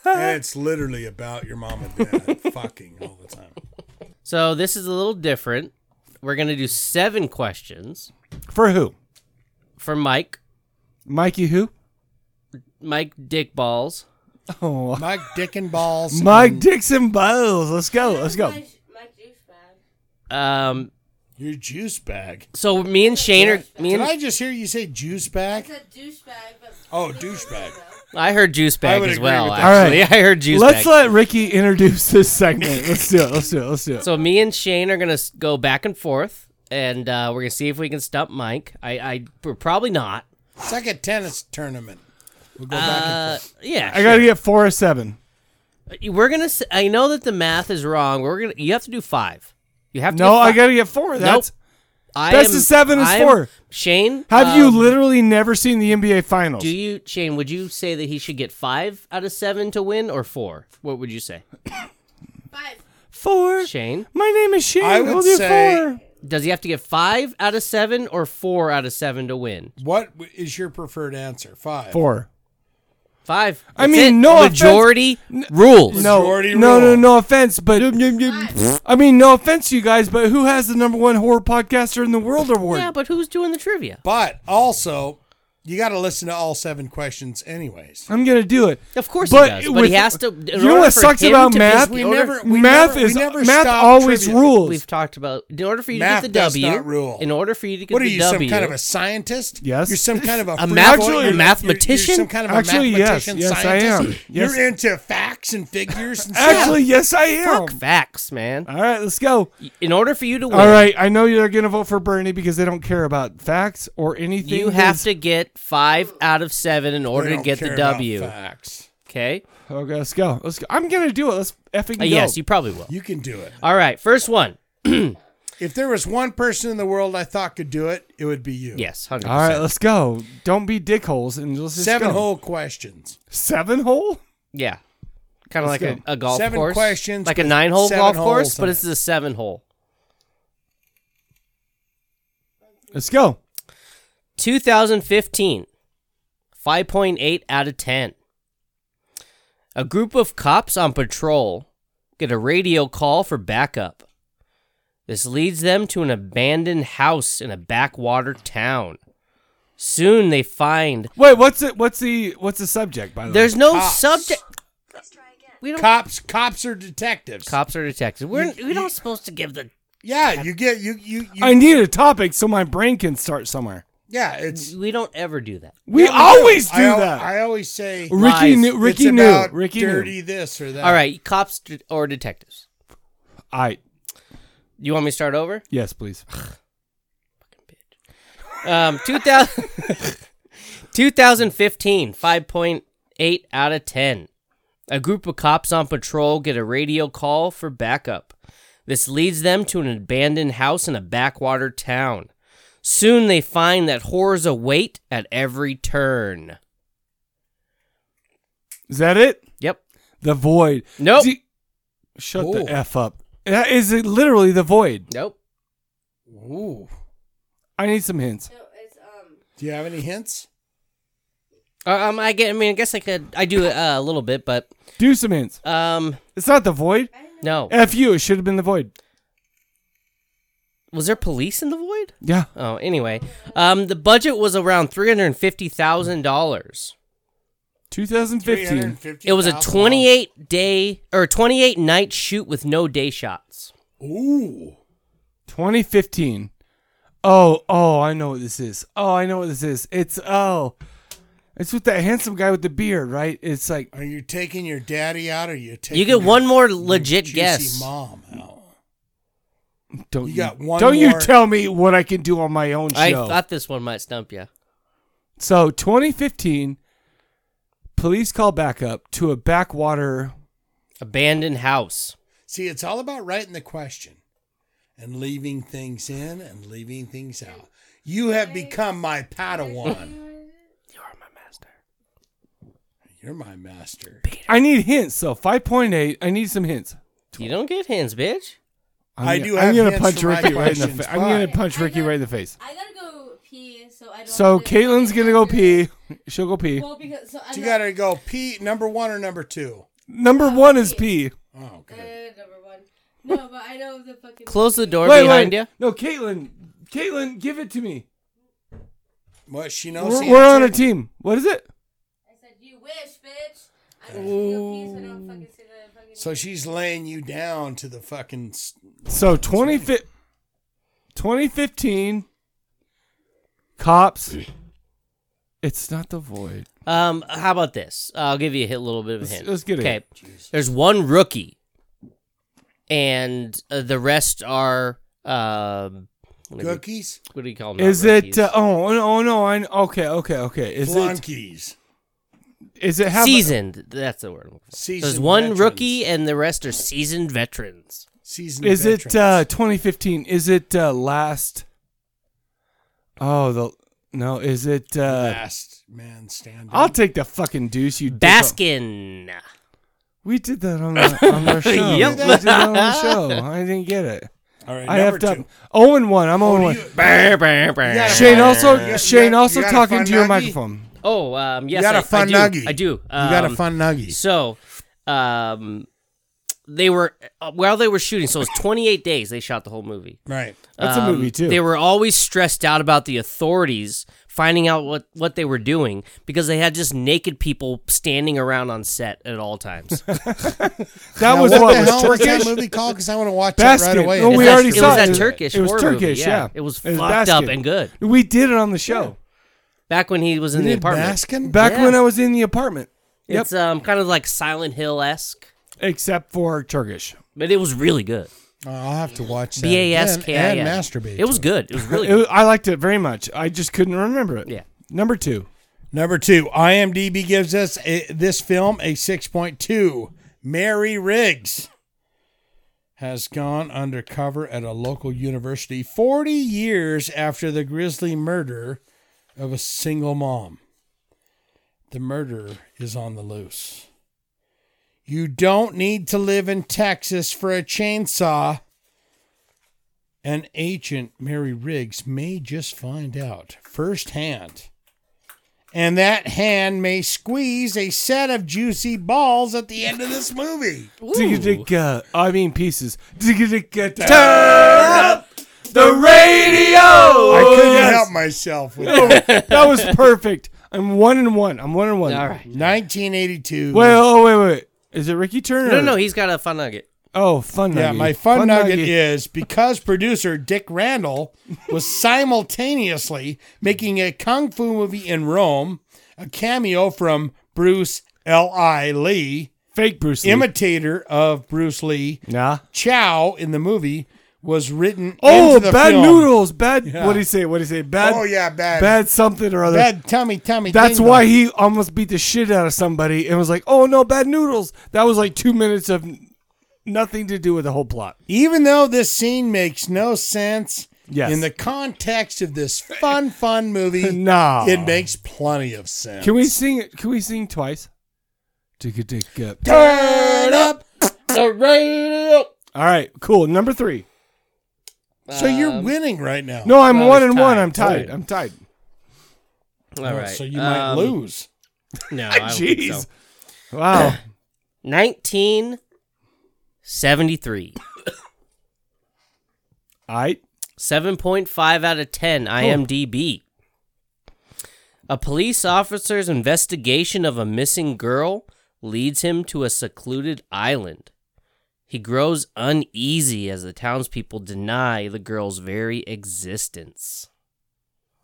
S2: And it's literally about your mom and dad fucking all the time.
S3: So this is a little different. We're gonna do seven questions
S1: For who?
S3: for Mike,
S1: Mikey who?
S3: Mike Dickballs,
S1: Oh.
S2: Mike Dick and Balls.
S1: Mike Dixon Bowles. Let's go. Let's go.
S3: Um,
S2: Your juice bag.
S3: So me and Shane are me
S2: Did
S3: and
S2: I just hear you say juice bag? Oh, douchebag.
S3: I heard juice
S2: I
S3: bag
S2: would
S3: as
S2: agree
S3: well.
S2: with that.
S3: Actually, I heard juice
S1: Let's
S3: bag.
S1: let Ricky introduce this segment. Let's do it. Let's do it. Let's do it.
S3: So me and Shane are gonna s- go back and forth, and uh, we're gonna see if we can stump Mike. I, I we're probably not.
S2: It's like a tennis tournament. We'll go back
S3: Uh,
S2: and forth.
S3: yeah,
S1: I got to get four or seven.
S3: we're gonna. s- I know that the math is wrong. We're gonna. You have to do five. You have to.
S1: No,
S3: get
S1: I
S3: fi-
S1: got to get four. That's
S3: I
S1: best
S3: am-
S1: of seven is
S3: I am-
S1: four.
S3: Shane,
S1: Have you
S3: um,
S1: literally never seen the NBA Finals?
S3: Do you, Shane? Would you say that he should get five out of seven to win, or four? What would you say?
S1: four.
S3: Shane,
S1: My name is Shane.
S2: I would
S1: will do
S2: say-
S1: four.
S3: does he have to get five out of seven or four out of seven to win?
S2: What w- is your preferred answer? Five.
S1: Four.
S3: Five.
S1: I
S3: That's
S1: mean,
S3: it.
S1: no offense-
S3: majority rules.
S1: No,
S2: Majority
S1: no, no,
S2: rule.
S1: no offense, but I mean, no offense to you guys, but who has the number one horror podcaster in the world award?
S3: Yeah, but who's doing the trivia?
S2: But also, you got to listen to all seven questions, anyways.
S1: I'm gonna do it.
S3: Of course
S1: But
S3: he does, but
S1: with-
S3: he has to. in
S1: you know
S3: order
S1: what
S3: for
S1: sucks
S3: him
S1: about
S3: to be-
S1: math?
S2: We never- we
S1: math
S2: never-
S1: is
S2: we never
S1: math
S2: stop
S1: always
S2: trivia.
S1: rules.
S3: We've talked about in order for you
S2: Math
S3: to get the
S2: does
S3: W.
S2: not rule.
S3: In order for you to get
S2: What are
S3: the
S2: you,
S3: W,
S2: some kind of a scientist?
S1: Yes.
S2: You're some kind of a,
S3: A
S2: freak
S3: math-
S2: boy?
S3: actually, a
S2: You're- you're-
S3: mathematician?
S2: You're some kind of
S1: Actually,
S2: a
S1: yes.
S2: mathematician
S1: Yes, I
S2: scientist?
S1: am. Yes.
S2: You're into facts and figures and stuff?
S1: Actually, yes, I am.
S3: fuck facts, man.
S2: Uh,
S1: All right, let's go.
S3: In order for you to win,
S1: All right, I know you're gonna vote for Bernie because they don't care about facts or anything.
S3: you have
S1: that's-
S3: to get five out of seven in
S2: They
S3: order to
S2: don't
S3: get the
S2: care about
S3: W.
S2: Facts.
S3: Okay.
S1: Okay, let's go. Let's go. I'm gonna do it. Let's effing go.
S3: Uh, yes, you probably will.
S2: You can do it.
S3: All right, first one.
S2: If there was one person in the world I thought could do it, it would be you.
S3: Yes, hundred
S1: All right,
S3: percent.
S1: let's go. Don't be dickholes and let's just
S2: Seven
S1: go.
S2: whole questions.
S1: Seven hole.
S3: Yeah, kind of like
S1: Let's
S3: a,
S1: go.
S3: a golf
S2: Seven
S3: course,
S2: questions
S3: like a
S2: with
S3: nine-hole
S2: seven
S3: golf
S2: holes
S3: course, but
S2: in
S3: this
S2: it.
S3: is a seven-hole.
S1: Let's go.
S3: 2015, 5.8 out of 10. A group of cops on patrol get a radio call for backup. This leads them to an abandoned house in a backwater town. Soon they find
S1: Wait, what's it? What's the what's the subject? By the
S3: there's
S1: way,
S3: no
S2: Cops.
S3: subject. We don't.
S2: Cops, cops are detectives.
S3: Cops are detectives. We're we don't supposed to give the.
S2: Yeah, you get you you. you
S1: I need a topic so my brain can start somewhere.
S2: yeah, it's
S3: We don't ever do that.
S1: We
S2: yeah,
S1: always do
S2: I al-
S1: that.
S2: I always say
S1: Ricky
S3: Lies.
S1: knew. Ricky
S2: it's
S1: knew.
S2: about
S1: Ricky
S2: dirty
S1: knew.
S2: this or that.
S3: All right, cops d- or detectives.
S1: All right.
S3: You want me to start over?
S1: Yes, please.
S3: Um, 2000, 2015, 5.8 out of 10. A group of cops on patrol get a radio call for backup. This leads them to an abandoned house in a backwater town. Soon they find that horrors await at every turn.
S1: Is that it?
S3: Yep.
S1: The void.
S3: Nope.
S1: Do- Shut
S2: Ooh.
S1: the f up. That is it literally the void.
S3: Nope.
S2: Ooh,
S1: I need some hints.
S4: um,
S2: do you have any hints?
S3: Uh, Um, I get. I mean, I guess I could. I do uh, a little bit, but
S1: Do some hints.
S3: um,
S1: It's not the void.
S3: no.
S1: F you. It should have been the void.
S3: Was there police in the void?
S1: Yeah.
S3: Oh, anyway, um, the budget was around three hundred fifty thousand dollars.
S1: 2015.
S3: It was a 28 day or 28 night shoot with no day shots.
S2: Ooh,
S1: 2015. Oh, oh, I know what this is. Oh, I know what this is. It's oh, it's with that handsome guy with the beard, right? It's like
S2: are you taking your daddy out? Or are you taking
S3: You get
S2: your-
S3: one more
S2: your
S3: legit
S2: juicy
S3: guess.
S2: Mom, out?
S1: don't
S2: You got one
S1: Don't you
S2: more-
S1: tell me what I can do on my own show.
S3: I thought this one might stump you.
S1: so 2015, police call backup to a backwater.
S3: Abandoned house.
S2: See, it's all about writing the question and leaving things in and leaving things out. You have become my Padawan. You're my master.
S1: I need hints. So 5.8. I need some hints.
S3: You don't get hands, bitch.
S1: I'm
S2: I
S1: gonna-
S2: do
S1: I'm
S2: have
S1: gonna
S2: hints
S1: punch
S2: for my
S1: Ricky right in the
S2: questions,
S1: face. I'm gonna
S2: but-
S1: punch Ricky right in the face.
S4: I gotta go pee, so I don't.
S1: So
S4: have to-
S1: Caitlin's gonna go pee. She'll go pee.
S4: Well, because so I'm
S2: You
S4: not-
S2: got to go P number one or number two.
S1: Number one is pee.
S2: Oh,
S4: Uh,
S2: good.
S4: number one. No, but I know the fucking.
S3: Close the door
S1: Wait,
S3: behind
S1: wait.
S3: you.
S1: No, Caitlin. Caitlin, give it to me.
S2: What she knows.
S1: We're,
S2: the
S1: we're on a
S2: answer?
S1: team. What is it?
S4: I said you wish, bitch. I
S2: So she's laying you down to the fucking. s-
S1: So 20, fi- 2015, cops. It's not the void.
S3: Um, how about this? I'll give you a hit- little bit of a
S1: Let's-
S3: hint.
S1: let's get a
S3: okay.
S1: hint.
S3: There's one rookie, and uh, the rest are um what do you-
S2: Cookies?
S3: What do you call them?
S1: Is it? Uh, oh, oh no! I kn- okay, okay, okay. Is
S2: Flunkies.
S1: it? Is it have
S3: seasoned? That's the word. I'm looking for. There's
S1: Seasoned
S3: one
S1: veterans.
S3: rookie, and the rest are seasoned veterans.
S2: Seasoned.
S1: Is it uh, 2015? Is it uh, last? Oh, the no. Is it uh,
S2: Last man standing.
S1: I'll take the fucking deuce, you Basket.
S3: Baskin.
S1: We did that on our, on our show.
S3: Yep.
S1: We did that on our show. I didn't get it.
S2: All right,
S1: I
S2: number
S1: have to. Oh and one. I'm on one.
S3: Brr, brr, brr. You got a
S1: Shane
S3: fun-
S1: also.
S3: you got-
S1: Shane
S3: you
S1: also
S3: got a
S1: talking
S3: fun
S1: to your
S3: nuggie?
S1: microphone.
S3: Oh, um, yes,
S2: got a
S3: I-
S2: fun
S3: I, do.
S2: nugget.
S3: I do.
S2: You got a
S3: Um,
S2: fun nugget.
S3: So, um, they were uh, while they were shooting. So it was 28 days. They shot the whole movie.
S2: Right. That's a movie, too.
S3: They were always stressed out about the authorities finding out what what they were doing because they had just naked people standing around on set at all times.
S1: That
S2: Now,
S1: was
S2: what
S1: what,
S2: the
S1: was
S2: hell was that
S1: Turkish
S2: movie called? 'Cause I wanna watch it right
S1: Basket.
S2: away.
S1: Oh,
S2: It's
S1: we
S2: that-
S1: already
S2: it
S1: saw
S2: was
S1: it.
S2: that
S1: was-
S2: Turkish
S1: It was
S2: horror
S1: Turkish.
S3: movie, yeah.
S1: yeah.
S3: It was fucked up and good.
S1: We did it on the show.
S3: Back when he was in the apartment.
S1: Back
S3: Yeah.
S1: when I was in the apartment. Yep.
S3: It's um kind of like Silent Hill esque,
S1: Except for Turkish.
S3: but it was really good.
S2: Oh, I'll have to watch that.
S3: B A S
S2: again
S3: K I
S2: and
S3: N.
S2: masturbate.
S3: It was good. It was really
S1: It- I liked it very much. I just couldn't remember it.
S3: Yeah.
S1: Number two.
S2: Number two, IMDb gives us a, this film a 6.2. Mary Riggs has gone undercover at a local university 40 years after the grisly murder of a single mom. The murderer is on the loose. You don't need to live in Texas for a chainsaw. An agent, Mary Riggs, may just find out firsthand and that hand may squeeze a set of juicy balls at the end of this movie.
S1: Digga, I mean pieces. Digga,
S2: Turn
S1: up the radio.
S2: I couldn't
S1: Yes.
S2: help myself with
S1: No,
S2: that.
S1: that was perfect. I'm one and one. I'm one and one.
S3: All
S1: right.
S2: 1982.
S1: Wait, oh, wait, wait. Is it Ricky Turner?
S3: No, no, he's got a fun nugget.
S1: Oh, fun nugget.
S2: Yeah, my fun, nugget,
S1: nugget.
S2: is because producer Dick Randall was simultaneously making a kung fu movie in Rome, a cameo from Bruce L.I. Lee,
S1: fake Bruce
S2: Lee, imitator of Bruce Lee.
S1: Nah.
S2: Chow in the movie was written.
S1: Oh,
S2: into the
S1: bad
S2: film.
S1: noodles. Bad.
S2: Yeah.
S1: What do you say? What do you say? Bad.
S2: Oh, yeah, bad.
S1: Bad something or other.
S2: Bad tummy, tummy.
S1: That's
S2: tingle.
S1: why he almost beat the shit out of somebody and was like, "Oh no, bad noodles." That was like two minutes of n- nothing to do with the whole plot.
S2: Even though this scene makes no sense
S1: Yes.
S2: in the context of this fun, fun movie,
S1: Nah.
S2: it makes plenty of sense.
S1: Can we sing it? Can we sing twice? Digga digga.
S2: turn up
S3: the radio?
S1: All right, cool. Number three.
S2: So you're
S1: Um,
S2: winning right now.
S1: No, I'm
S2: Well,
S1: one
S2: he's
S1: and one.
S2: tied.
S1: I'm tied.
S2: Oh.
S1: I'm tied.
S3: All
S2: Oh,
S3: right. Uh,
S2: so you
S1: um,
S2: might lose.
S3: No, I don't think
S1: Jeez.
S3: so.
S1: Wow.
S3: 1973.
S1: I
S3: 7.5 out of 10 IMDb. A police officer's investigation of a missing girl leads him to a secluded island. He grows uneasy as the townspeople deny the girl's very existence.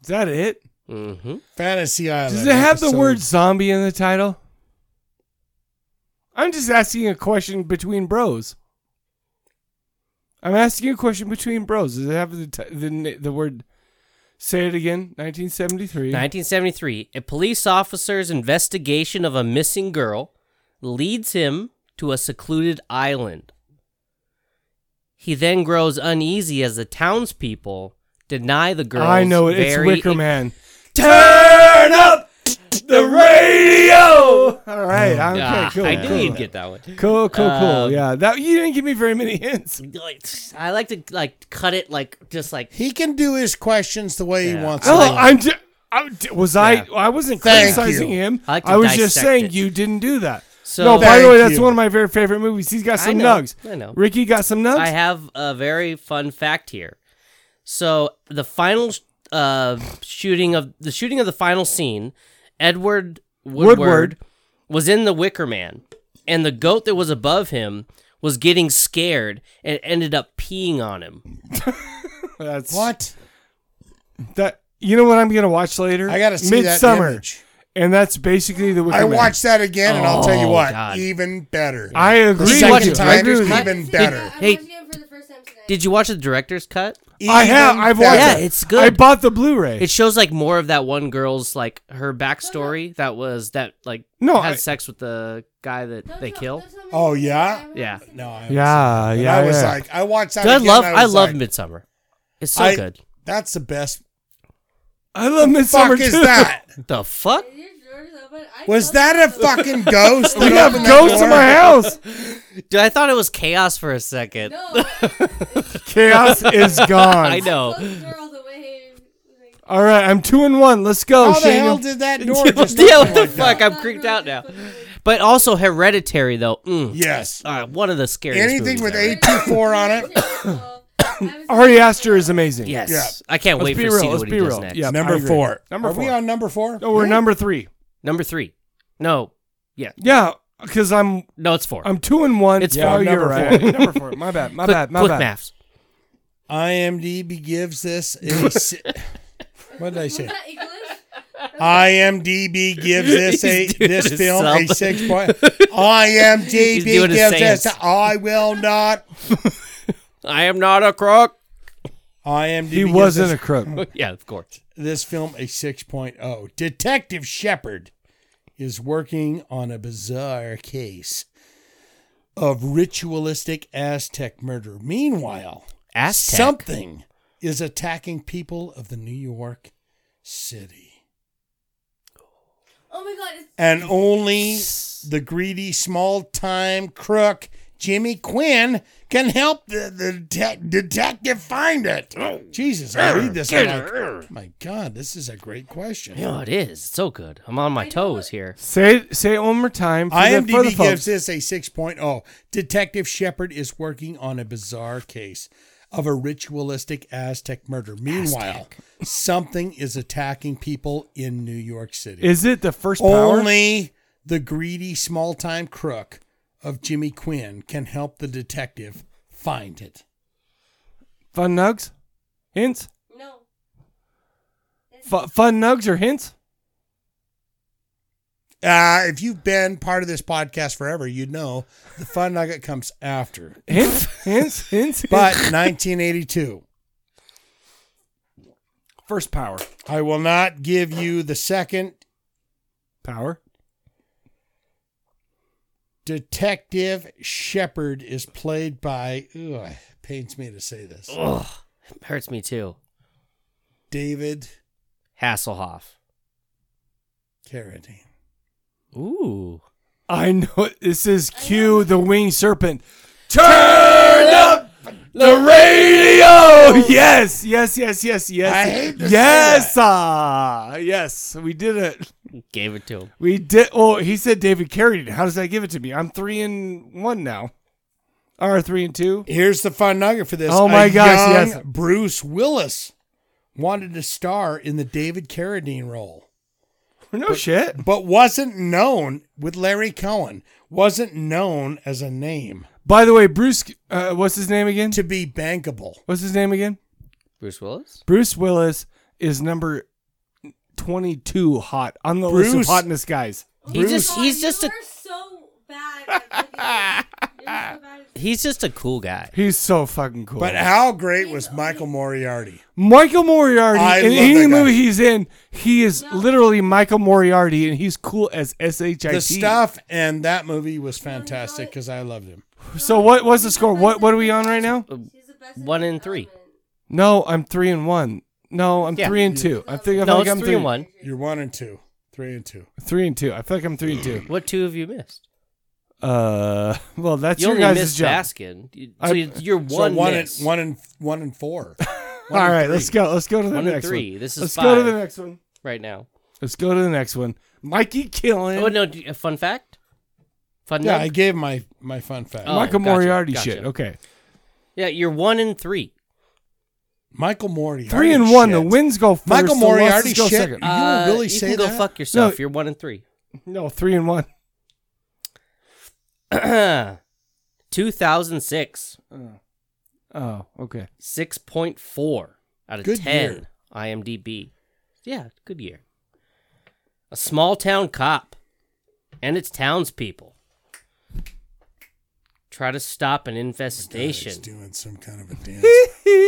S1: Is that it?
S3: Mm-hmm.
S2: Fantasy Island.
S1: Does it have the
S2: episode-
S1: word zombie in the title? I'm just asking a question between bros. I'm asking a question between bros. Does it have the t- the n- the word? Say it again. 1973.
S3: 1973, a police officer's investigation of a missing girl leads him to a secluded island. He then grows uneasy as the townspeople deny the girl.
S1: I know it. It's Wicker Man.
S3: Turn up
S1: the radio. All right.
S3: Ah,
S1: okay. cool.
S3: I knew
S1: cool.
S3: you'd get that one.
S1: Cool. Cool. Cool.
S3: Um,
S1: yeah. That you didn't give me very many hints.
S3: Like, I like to like cut it like just like
S2: He can do his questions the way he wants.
S1: Oh,
S2: to.
S1: I'm. Ju- I, was I? I wasn't
S2: Thank
S1: criticizing
S2: you.
S1: him.
S3: I
S1: I,
S3: like to
S1: was just
S3: dissect
S1: saying
S3: it.
S1: you didn't do that.
S3: So-
S1: no, by the
S3: Thank
S1: way, that's
S3: you.
S1: one of my very favorite movies. He's got
S3: I
S1: some
S3: know,
S1: nugs.
S3: I know.
S1: Ricky got some nugs.
S3: I have a very fun fact here. So the final sh- uh, shooting of the shooting of the final scene, Edward Woodward,
S1: Woodward.
S3: was in the Wicker Man, and the goat that was above him was getting scared and ended up peeing on him.
S1: That's what that. You know what I'm gonna watch later?
S2: I gotta see that
S1: Midsummer,
S2: image.
S1: and that's basically the. Wicker
S2: I
S1: Man.
S2: watched that again, and I'll tell you
S1: Oh,
S2: what,
S1: God.
S2: even better.
S1: I
S2: The
S1: agree. with you.
S2: second
S1: I
S2: time
S1: agree with
S2: is
S1: you.
S2: even better.
S3: Hey, did you watch the director's cut?
S1: I have. I've watched.
S3: Yeah,
S1: it.
S3: it's good.
S1: I bought the Blu-ray.
S3: It shows like more of that one girl's like her backstory that was that like
S1: No,
S3: had
S1: I-
S3: sex with the guy that they kill.
S2: Oh yeah,
S3: Yeah.
S2: No, I
S1: yeah,
S2: And
S1: yeah.
S2: I was
S1: yeah.
S2: like, I watched that.
S3: Dude, I
S2: again,
S3: love
S2: and
S3: I,
S2: was
S3: love
S2: like,
S3: Midsummer. It's so
S2: I-
S3: good.
S2: That's the best.
S1: I love Midsummer
S2: Midsummer. Fuck is
S1: too.
S2: that?
S3: The fuck?
S2: Was that a fucking ghost?
S1: We
S2: that
S1: have
S2: opened that
S1: ghosts in
S2: door?
S1: my house.
S3: Dude, I thought it was chaos for a second.
S1: Chaos is gone.
S3: I know.
S1: All right, I'm two and one. Let's go.
S2: How the
S1: Shango.
S2: hell did that door just
S3: yeah, what
S2: open
S3: the
S2: like
S3: fuck?
S2: that?
S3: I'm creeped out now. But also Hereditary though. Mm.
S2: Yes.
S3: Uh, one of the scariest. movies
S2: Anything with
S3: ever.
S2: a two four on it.
S1: Ari Aster is amazing.
S3: Yes.
S2: Yeah.
S3: I can't
S1: Let's
S3: wait
S1: be
S3: for
S1: real.
S3: see
S1: Let's
S3: what
S1: be
S3: he does
S1: real.
S3: next.
S1: Yeah, I
S2: Number
S1: agree.
S2: four.
S1: Number
S2: Are we
S1: four.
S2: on number four?
S1: No, we're
S2: Yeah.
S1: number three.
S3: Number three. No. Yeah.
S1: Yeah, because I'm
S3: No, it's four.
S1: I'm two and one.
S3: It's
S1: yeah,
S3: four.
S1: You're
S3: Number
S1: right.
S3: four.
S1: number four. My bad. My
S3: quick
S1: bad. My
S3: quick
S1: bad.
S3: maths.
S2: IMDb gives this. A si- what did I say? IMDb gives this a
S3: He's doing
S2: this
S3: his
S2: film a
S3: sub.
S2: six point.
S3: He's doing
S2: IMDb
S3: his
S2: gives this.
S3: seance.
S2: A, I will not.
S3: I am not a crook.
S2: IMDb.
S1: He
S2: gives
S1: wasn't a
S2: this,
S1: crook.
S3: yeah, of course.
S2: this film a 6.0. Detective Shepard is working on a bizarre case of ritualistic Aztec murder. Meanwhile,
S3: Aztec.
S2: something is attacking people of the New York City.
S4: Oh my god, it's
S2: And only the greedy small time crook Jimmy Quinn can help the, the detec- detective find it. Jesus, I read this. and I'm like, my God, this is a great question.
S3: No, it is. It's so good. I'm on my toes here.
S1: Say say it one more time. For the, for the
S2: IMDb
S1: folks.
S2: gives this a 6.0. Detective Shepard is working on a bizarre case of a ritualistic Aztec murder. Meanwhile, something is attacking people in New York City.
S1: Is it the first power?
S2: Only the greedy small time crook of Jimmy Quinn can help the detective find it.
S1: fun nugs? Hints?
S4: no.
S1: F- fun nugs or hints?
S2: Uh, if you've been part of this podcast forever, you'd know the fun nugget comes after.
S1: Hints? hints? Hints?
S2: But
S1: Hints?
S2: 1982.
S1: first power.
S2: I will not give you the second
S1: Power.
S2: Detective Shepard is played by. Ooh, it pains me to say this.
S3: Ugh, it hurts me too.
S2: David
S3: Hasselhoff.
S2: Carradine.
S3: Ooh.
S1: I know it. this is cue the winged serpent. Turn up the radio. Yes, yes, yes, yes, yes.
S2: I hate to say
S1: Yes, ah, yes. We did it.
S3: Gave it to him.
S1: We did. Oh, he said David carried it. How does that give it to me? I'm three and one now. Or three and two.
S2: Here's the fun nugget for this.
S1: Oh my
S2: A
S1: gosh,
S2: young
S1: yes.
S2: Bruce Willis wanted to star in the David Carradine role,
S1: No shit.
S2: but wasn't known with Larry Cohen. Wasn't known as a name
S1: By the way, Bruce, uh, what's his name again?
S2: to be bankable.
S1: What's his name again?
S3: Bruce Willis?
S1: Bruce Willis is number twenty-two hot on the list
S2: Bruce-
S1: of hotness guys.
S3: He's
S2: Bruce-
S3: just he's just a
S4: You're Oh, so bad. At picking- You're so bad at-
S3: he's just a cool guy.
S1: He's so fucking cool.
S2: But how great was Michael Moriarty?
S1: Michael Moriarty
S2: I
S1: in
S2: love
S1: any
S2: that guy.
S1: movie he's in, he is literally Michael Moriarty, and he's cool as shit.
S2: The stuff and that movie was fantastic because I loved him.
S1: So what? What's the score? What? What are we on right now?
S3: Uh, One in three.
S1: No, I'm three and one. No, I'm
S3: Yeah.
S1: three and two. I think I feel
S3: No,
S1: like
S3: it's
S1: I'm
S3: three and one.
S2: You're one and two, three and two.
S1: Three and two. I feel like I'm three and two.
S3: What two have you missed?
S1: Uh, well, that's
S3: You
S1: your
S3: only
S1: guys'
S3: missed
S1: job.
S3: Baskin. You-
S1: I-
S3: So you- you're one
S2: so one
S3: miss.
S2: and one and one and four.
S1: All right, let's go. Let's go to the
S3: One and
S1: next
S3: three.
S1: one.
S3: This is
S1: let's go to the
S3: five.
S1: next one.
S3: right now.
S1: Let's go to the next one. Mikey Killen.
S3: Oh no! do you- A fun fact. Fun.
S2: Yeah,
S3: nug?
S2: I gave my my fun fact.
S3: Oh,
S1: Michael
S3: gotcha,
S1: Moriarty
S3: gotcha.
S1: shit. Okay,
S3: yeah, you're one in three.
S2: Michael Moriarty.
S1: three and one. The
S2: shit.
S1: wins go first.
S2: Michael
S1: the losses
S2: Moriarty
S1: go
S2: shit.
S1: second.
S2: You
S3: Uh,
S2: really
S3: you
S2: say
S3: can go
S2: that?
S3: fuck yourself.
S1: No.
S3: You're one in three.
S1: No, three and one.
S3: 2006.
S1: Oh, okay.
S3: 6.4 out of
S1: Good
S3: 10
S1: year.
S3: IMDb. Yeah, good year. A small town cop and its townspeople try to stop an infestation
S2: He's doing some kind of a dance.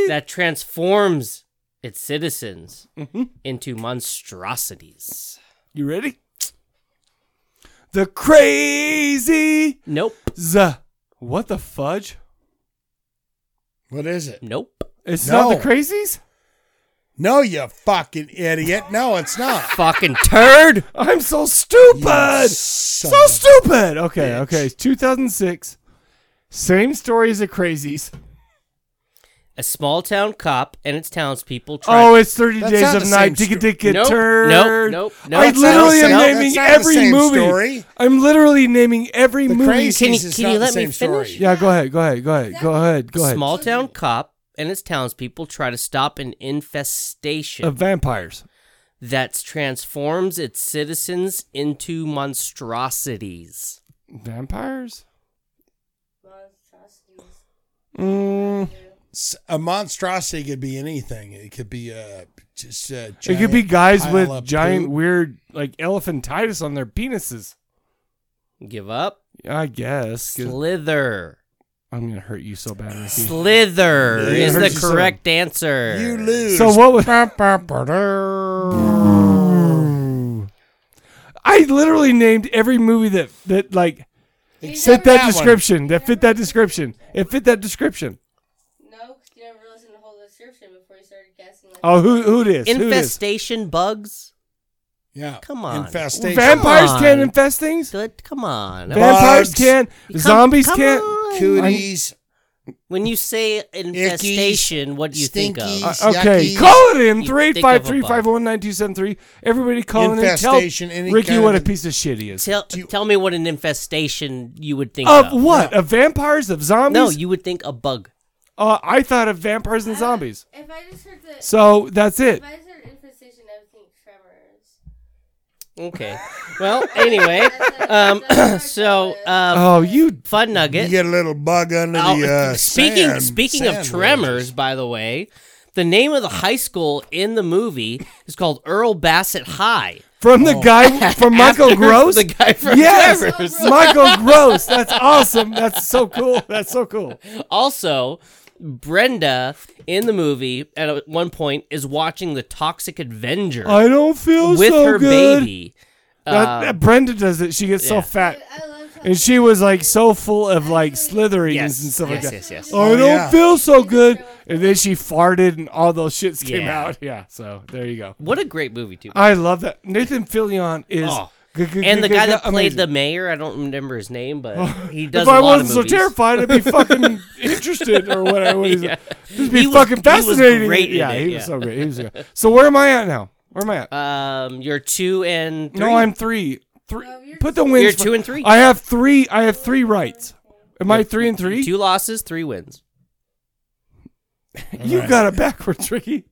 S3: that transforms its citizens into monstrosities.
S1: You ready? The crazy.
S3: Nope.
S1: Z. What the fudge?
S2: What is it?
S3: Nope.
S1: It's not the crazies?
S2: No, you fucking idiot. No, it's not.
S3: fucking turd.
S1: I'm so stupid.
S2: son
S1: So
S2: of a
S1: stupid. Okay, okay. 2006. Same story as the crazies.
S3: A small town cop and its townspeople try
S1: Oh, it's 30
S3: That's
S1: Days
S3: not
S1: of
S3: the
S1: Night.
S3: same
S1: Digga
S3: sto-
S1: Digga
S3: Nope,
S1: Turd.
S3: nope, nope, nope.
S1: I
S3: That's not the
S1: literally
S3: same-
S1: am
S3: nope,
S1: naming
S3: that's not the
S1: every
S3: same
S1: movie.
S3: story.
S1: I'm literally naming every movie.
S3: Crazies Can you- is can not you the let me same story. finish?
S1: Yeah, go ahead. Go ahead. Go ahead. Go ahead. Go ahead. Uh,
S3: Small town cop and its townspeople try to stop an infestation
S1: of vampires.
S3: that transforms its citizens into monstrosities.
S1: Vampires? Mm,
S2: S- A monstrosity could be anything. It could be uh, just a
S1: It could
S2: giant
S1: be guys
S2: pile
S1: with
S2: of
S1: giant,
S2: poop.
S1: weird, like elephantitis on their penises.
S3: Give up.
S1: I guess. 'cause
S3: Slither.
S1: I'm going to hurt you so bad. Ricky.
S3: Slither
S1: Yeah,
S3: is
S1: hurt
S3: the
S1: you so bad.
S3: correct answer.
S2: You lose.
S1: So what was? I literally named every movie that that like fit that
S4: had one.
S1: description. That fit that description. It fit that description.
S4: No, 'cause you never listened to the whole description before you started guessing. Like,
S1: Oh, who who it is? Who it is?
S3: Infestation bugs?
S2: Yeah.
S3: Come on.
S2: Infestation.
S1: Vampires
S3: Come on.
S1: can't infest things.
S3: Good, Come on.
S1: Vampires can.
S3: Come-
S1: Zombies
S3: come
S1: can't.
S3: on. When you say infestation, what do you think
S1: Uh,
S3: of?
S1: okay, call it in three five three five one nine two seven three. Everybody call in and tell
S3: Infestation, any
S1: Ricky
S3: kind
S1: what a
S3: of-
S1: piece of shit he is.
S3: Tell, tell me what an infestation you would think
S1: Of
S3: of.
S1: what? Of vampires? Of zombies?
S3: No, you would think a bug.
S1: Uh, I thought of vampires and zombies.
S4: If I just heard the.
S1: So that's it.
S4: If I just heard infestation, I would think tremors.
S3: Okay. Well, anyway, um, so um,
S1: oh, you
S3: fun nugget.
S2: You get a little bug under
S3: Oh,
S2: the uh,
S3: speaking
S2: sand-
S3: speaking of
S2: sand
S3: tremors, by the way, the name of the high school in the movie is called Earl Bassett High.
S1: From the guy from Michael
S3: After
S1: Gross,
S3: the guy from
S1: yes,
S3: Tremors.
S1: Michael Gross. That's awesome. That's so cool. That's so cool.
S3: Also, Brenda in the movie at one point is watching the Toxic Avenger.
S1: I don't feel
S3: with
S1: so
S3: her
S1: good.
S3: baby.
S1: That-
S3: Uh,
S1: that Brenda does it. She gets so
S3: yeah.
S1: fat, and she was like so full of like slitherings and stuff like
S3: yes,
S1: that.
S3: yes, yes.
S1: I
S3: Oh,
S1: don't
S3: yeah.
S1: feel so good, and then she farted, and all those shits came
S3: Yeah.
S1: out. Yeah. So there you go.
S3: What a great movie, too.
S1: I love that. Nathan Fillion is.
S3: Oh.
S1: g- g-
S3: and
S1: g-
S3: the
S1: g-
S3: guy that
S1: amazing.
S3: played the mayor, I don't remember his name, but he does.
S1: if I
S3: a lot of
S1: wasn't so
S3: movies.
S1: terrified, I'd be fucking interested or whatever. What is
S3: Yeah.
S1: it? Just be
S3: He was-
S1: fucking
S3: he was
S1: fascinating.
S3: great in
S1: yeah,
S3: it,
S1: he
S3: yeah.
S1: was so great. He was so great. So where am I at now? Where am I at?
S3: Um, you're two and three.
S1: No, I'm three. Three. Put the
S3: You're
S1: wins.
S3: two and three.
S1: I have three. I have three rights. Am I three and three?
S3: Two losses, three wins.
S1: You got it backwards, Ricky.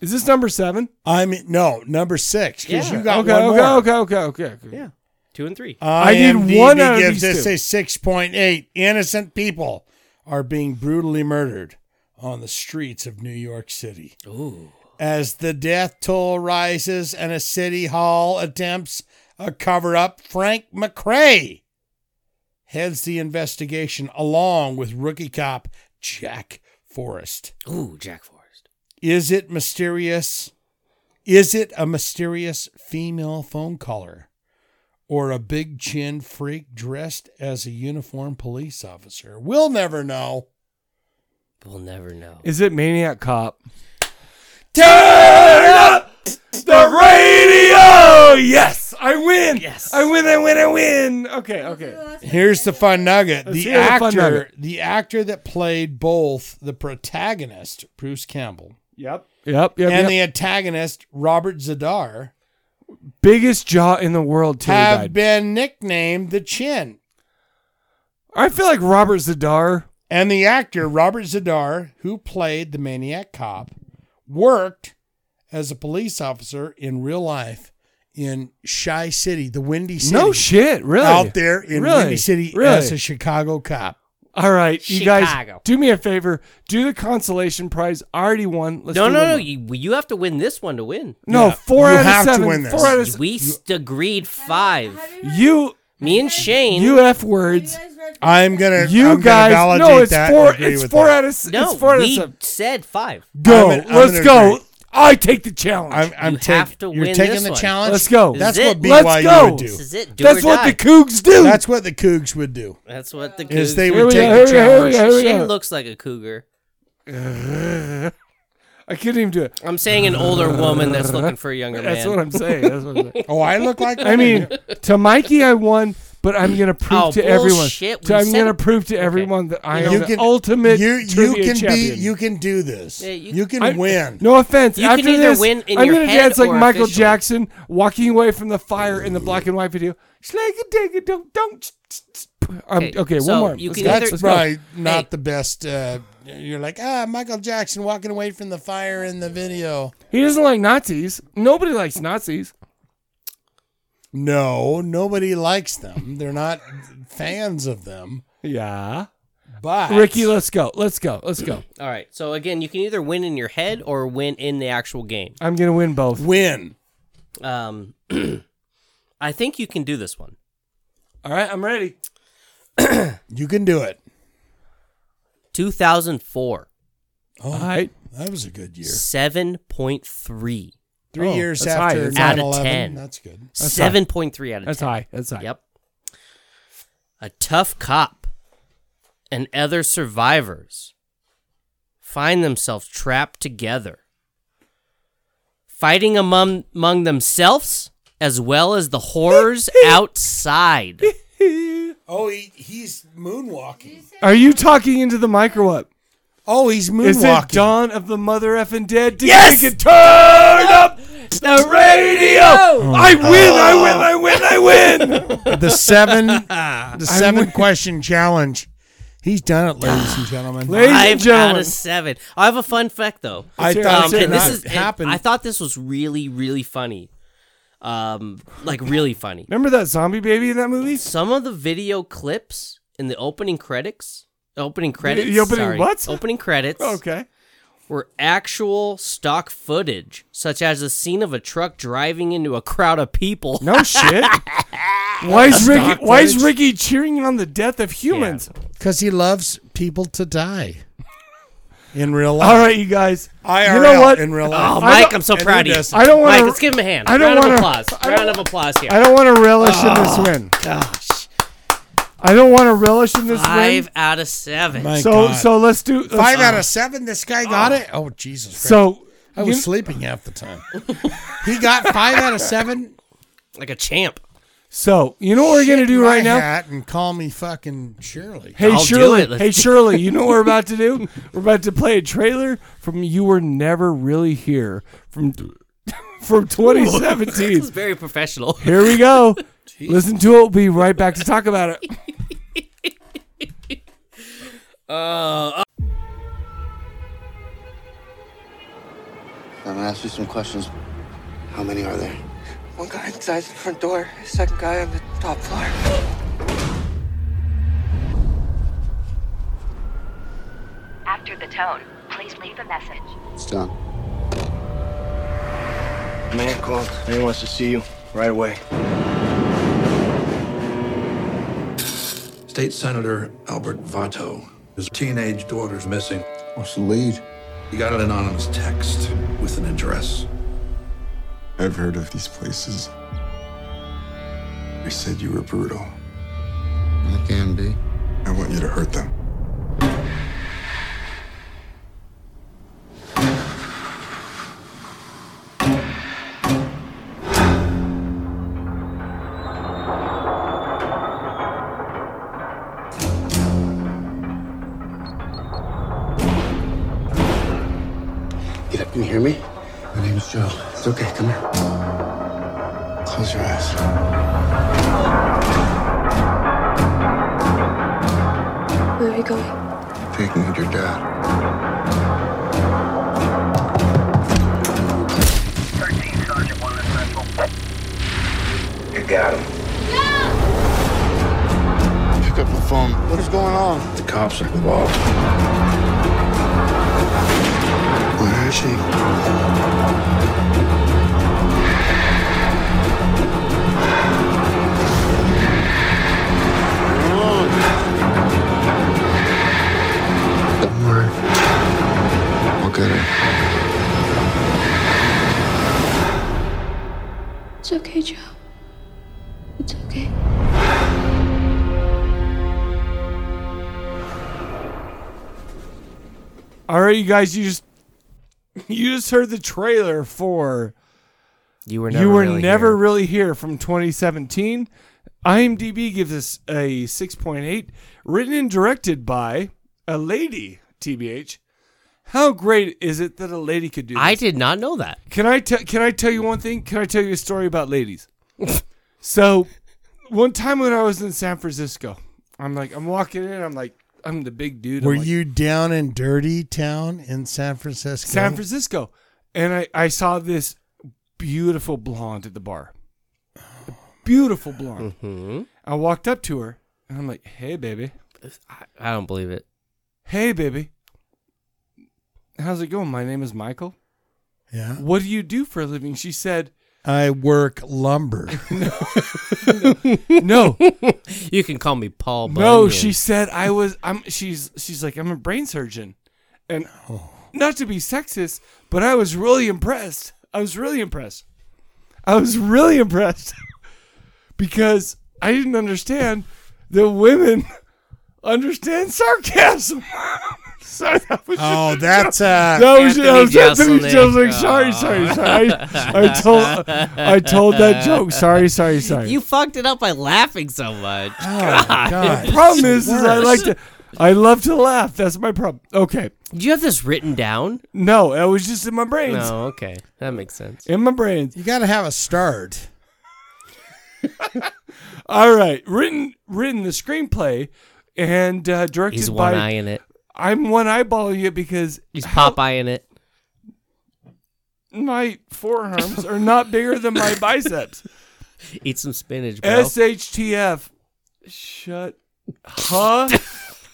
S1: Is this number seven?
S2: I mean, no, number six. Because
S1: Yeah.
S2: you got
S1: Okay,
S2: one
S1: okay,
S2: more.
S1: okay, okay, okay, okay.
S3: Yeah. Two and three.
S1: I need
S2: IMDb
S1: one out of
S2: gives
S1: these
S2: this
S1: two.
S2: a six point eight. Innocent people are being brutally murdered on the streets of New York City.
S3: Ooh.
S2: As the death toll rises and a city hall attempts a cover up, Frank McRae heads the investigation along with rookie cop Jack Forrest.
S3: Ooh, Jack Forrest.
S2: Is it mysterious? Is it a mysterious female phone caller or a big chin freak dressed as a uniformed police officer? We'll never know.
S3: We'll never know.
S1: Is it Maniac Cop?
S2: Turn
S1: up the radio. Yes, I win. Yes, I win. I win. I win. Okay, okay.
S2: Here's the fun nugget.
S1: Let's
S2: The
S1: hear the fun
S2: actor,
S1: nugget.
S2: the actor that played both the protagonist, Bruce Campbell,
S1: Yep. Yep. Yep.
S2: and
S1: yep.
S2: the antagonist, Robert Zadar,
S1: biggest jaw in the world. Till he
S2: have
S1: died.
S2: been nicknamed the Chin.
S1: I feel like Robert Zadar.
S2: And the actor Robert Zadar, who played the maniac cop, worked as a police officer in real life in Shy City, the Windy City.
S1: No shit, really?
S2: Out there in
S1: Really?
S2: Windy City
S1: Really?
S2: as a Chicago cop.
S1: All right, you guys,
S3: Chicago.
S1: do me a favor. Do the consolation prize. I already won. Let's
S3: no,
S1: do
S3: no,
S1: one
S3: no.
S1: more.
S3: You, you have to win this one to win.
S1: No, four out of seven. Four out of s-
S3: We s- agreed five.
S1: You,
S3: me and Shane.
S1: you f words.
S2: I'm gonna.
S1: You
S2: I'm gonna
S1: guys,
S2: validate
S1: no, it's
S2: that and
S1: four.
S2: agree
S1: It's
S2: with
S1: four
S2: that.
S1: out of. s-
S3: No,
S1: it's four out of
S3: we
S1: seven.
S3: said five.
S1: Go.
S2: I'm gonna
S1: Let's go.
S2: agree.
S1: I take the challenge.
S2: I'm, I'm
S3: You
S2: taking.
S3: have to
S2: you're
S3: win
S2: taking
S3: this
S2: the
S3: one.
S2: challenge.
S1: Let's go.
S3: This
S2: That's
S3: is
S2: what
S3: it.
S1: Let's
S2: BYU
S1: go.
S2: would do.
S3: This is it. Do
S1: That's
S3: or
S1: what
S3: die.
S1: the Cougs do.
S2: That's what the Cougs would do.
S3: That's what the
S2: Is
S3: Cougs
S2: they
S3: do.
S2: would
S1: we go,
S2: take the
S1: here we go, here we
S2: challenge.
S1: go.
S3: Shane looks like a cougar.
S1: I couldn't even do it.
S3: I'm saying an older woman that's looking for a younger man.
S1: That's what I'm saying. That's what I'm saying.
S2: Oh, I look like.
S1: I mean, to Mikey, I won, but I'm gonna prove
S3: Oh,
S1: to everyone.
S3: bullshit. We
S1: To, I'm
S3: said
S1: gonna
S3: it.
S1: prove to everyone that I am
S2: You
S1: the
S2: can-
S1: ultimate
S2: you you
S1: trivia
S2: can
S1: champion.
S2: be you can do this.
S3: Yeah,
S2: you,
S3: you-
S2: can
S1: I-
S2: win.
S1: No offense.
S3: You can
S1: After
S3: either
S1: this,
S3: win in
S1: I'm
S3: your
S1: gonna
S3: head
S1: dance like
S3: or
S1: Michael
S3: officially.
S1: Jackson walking away from the fire in the black and white video. Schlag a dig a don't don't. I'm,
S3: Okay,
S1: um, okay,
S3: so
S1: one more.
S3: you
S1: Let's
S3: can
S1: go.
S3: either-
S2: That's
S1: Let's go.
S2: probably not
S3: Hey.
S2: the best. Uh, you're like ah, Michael Jackson walking away from the fire in the video.
S1: He doesn't like Nazis. Nobody likes Nazis.
S2: No, nobody likes them. They're not fans of them.
S1: Yeah.
S2: But
S1: Ricky, let's go. Let's go. Let's go.
S3: All right. So again, you can either win in your head or win in the actual game.
S1: I'm gonna win both.
S2: win.
S3: Um, I think you can do this one.
S1: All right, I'm ready.
S2: You can do it.
S3: 2004,
S2: Oh,
S1: All right.
S2: that was a good year.
S3: 7.3.
S2: Three
S1: Oh,
S2: years
S1: that's high,
S2: after
S1: isn't it? Out
S3: of
S2: 9/11.
S3: 10.
S2: That's good.
S1: That's high.
S3: 7.3 out of
S1: That's
S3: 10.
S1: high. That's high.
S3: Yep. A tough cop and other survivors find themselves trapped together, fighting among, among themselves as well as the horrors outside.
S2: Oh, he, he's moonwalking.
S1: Are you talking into the mic or what?
S2: Oh, he's
S1: Is
S2: moonwalking.
S1: it Dawn of the Mother Effing Dead? Did
S3: Yes!
S1: You turn up the radio. I win. I win. I win. I win.
S2: the seven, the seven question challenge. He's done it, ladies and gentlemen.
S1: Ladies and
S3: Five out
S1: gentlemen,
S3: of seven. I have a fun fact though. Um,
S2: I
S1: Let's hear it,
S2: thought
S1: let's
S2: it
S1: hear
S3: and
S1: it.
S3: this
S2: not
S3: is, and
S2: happened.
S3: I thought this was really, really funny. Um, like really funny.
S1: remember that zombie baby in that movie?
S3: Some of the video clips in the opening credits, opening credits,
S1: the opening
S3: sorry,
S1: what?
S3: Opening credits
S1: Okay.
S3: were actual stock footage, such as the scene of a truck driving into a crowd of people.
S1: No shit. why is Ricky?
S2: Stock
S1: Why is
S2: footage.
S1: Ricky cheering on the death of humans?
S2: because he loves people to die in real life.
S1: All right, you guys.
S2: IRL
S1: you know what?
S2: in real life.
S3: Oh,
S1: I
S3: Mike,
S1: don't-
S3: I'm so
S2: and who
S3: proud of you.
S2: doesn't?
S1: I don't want
S3: Mike,
S1: to.
S3: let's give him a hand.
S1: I don't
S3: Round
S1: wanna-
S3: of applause.
S1: I
S3: Round
S1: don't-
S3: of applause here.
S1: I don't want to relish
S2: Ah.
S1: in this win.
S3: Gosh,
S1: I don't want to relish in this
S3: five
S1: win.
S3: out of seven.
S2: My
S1: So
S2: God.
S1: so let's do let's-
S2: five out of seven. This guy got it. Oh Jesus! Christ.
S1: So
S2: I
S1: you-
S2: was sleeping half the time. he got five out of seven.
S3: Like a champ.
S1: so you know what we're gonna do
S2: My
S1: right now?
S2: hat and call me fucking Shirley.
S1: Hey
S3: I'll do
S1: Shirley,
S3: it. Let's
S1: hey
S3: do-
S1: Shirley, you know what we're about to do? We're about to play a trailer from "You Were Never Really Here" from from 2017.
S3: This is very professional.
S1: Here we go. Listen to it. We'll be right back to talk about it.
S12: I'm gonna ask you some questions. How many are there?
S11: One guy inside the front door, second guy on the top floor.
S13: After the tone, please leave a message.
S12: It's done. Man called. He wants to see you right away.
S14: State Senator Albert Vato. His teenage daughter's missing.
S12: What's the lead?
S14: He got an anonymous text with an address.
S6: I've heard of these places. They said you were brutal.
S12: I can be.
S6: I want you to hurt them.
S12: Get up. Can you hear me? My name's Joe. It's okay. Come here. Close your eyes.
S13: Where are you going?
S12: Taking you to your dad. got him.
S14: Pick up the phone. What is going on?
S12: The cops are involved. Where is she? Don't worry. We'll get her.
S13: It's okay, Joe. It's okay.
S1: All right, you guys, you just you just heard the trailer for
S3: You were never
S1: You Were
S3: really
S1: Never
S3: here.
S1: Really Here from 2017. IMDb gives us a 6.8, written and directed by a lady, TBH. How great is it that a lady could do this?
S3: I did not know that.
S1: Can I te- can I tell you one thing? Can I tell you a story about ladies? so, one time when I was in San Francisco, I'm like I'm walking in, I'm like I'm the big dude. I'm
S2: Were
S1: like,
S2: you down in Dirty Town in San Francisco?
S1: San Francisco. And I, I saw this beautiful blonde at the bar. A beautiful blonde.
S2: Mm-hmm.
S1: I walked up to her and I'm like, hey, baby.
S3: I don't believe it.
S1: Hey, baby. How's it going? My name is Michael.
S2: Yeah.
S1: What do you do for a living? She said,
S2: I work lumber.
S1: no.
S3: you can call me Paul.
S1: No,
S3: Bunyan.
S1: she said I was. I'm. She's. She's like I'm a brain surgeon, and not to be sexist, but I was really impressed. I was really impressed. I was really impressed because I didn't understand that women understand sarcasm. so that was
S2: Oh,
S1: just
S2: that's, uh,
S1: that was just, that was
S2: Anthony
S1: Anthony Jeselnik.
S2: Jeselnik.
S1: Sorry, sorry, sorry. I, I told I told that joke. Sorry, sorry, sorry.
S3: You fucked it up by laughing so much.
S2: Oh,
S3: God.
S1: The problem is, is I like to, I love to laugh. That's my problem. Okay.
S3: Do you have this written down?
S1: No, it was just in my brains.
S3: No, okay, that makes sense.
S1: In my brains.
S2: You got to have a start.
S1: All right. Written, written the screenplay, and uh, directed
S3: He's
S1: by.
S3: one eye in it.
S1: I'm one eyeballing it because
S3: He's Popeye in it.
S1: my forearms are not bigger than my biceps.
S3: Eat some spinach, bro.
S1: SHTF. Shut. Huh.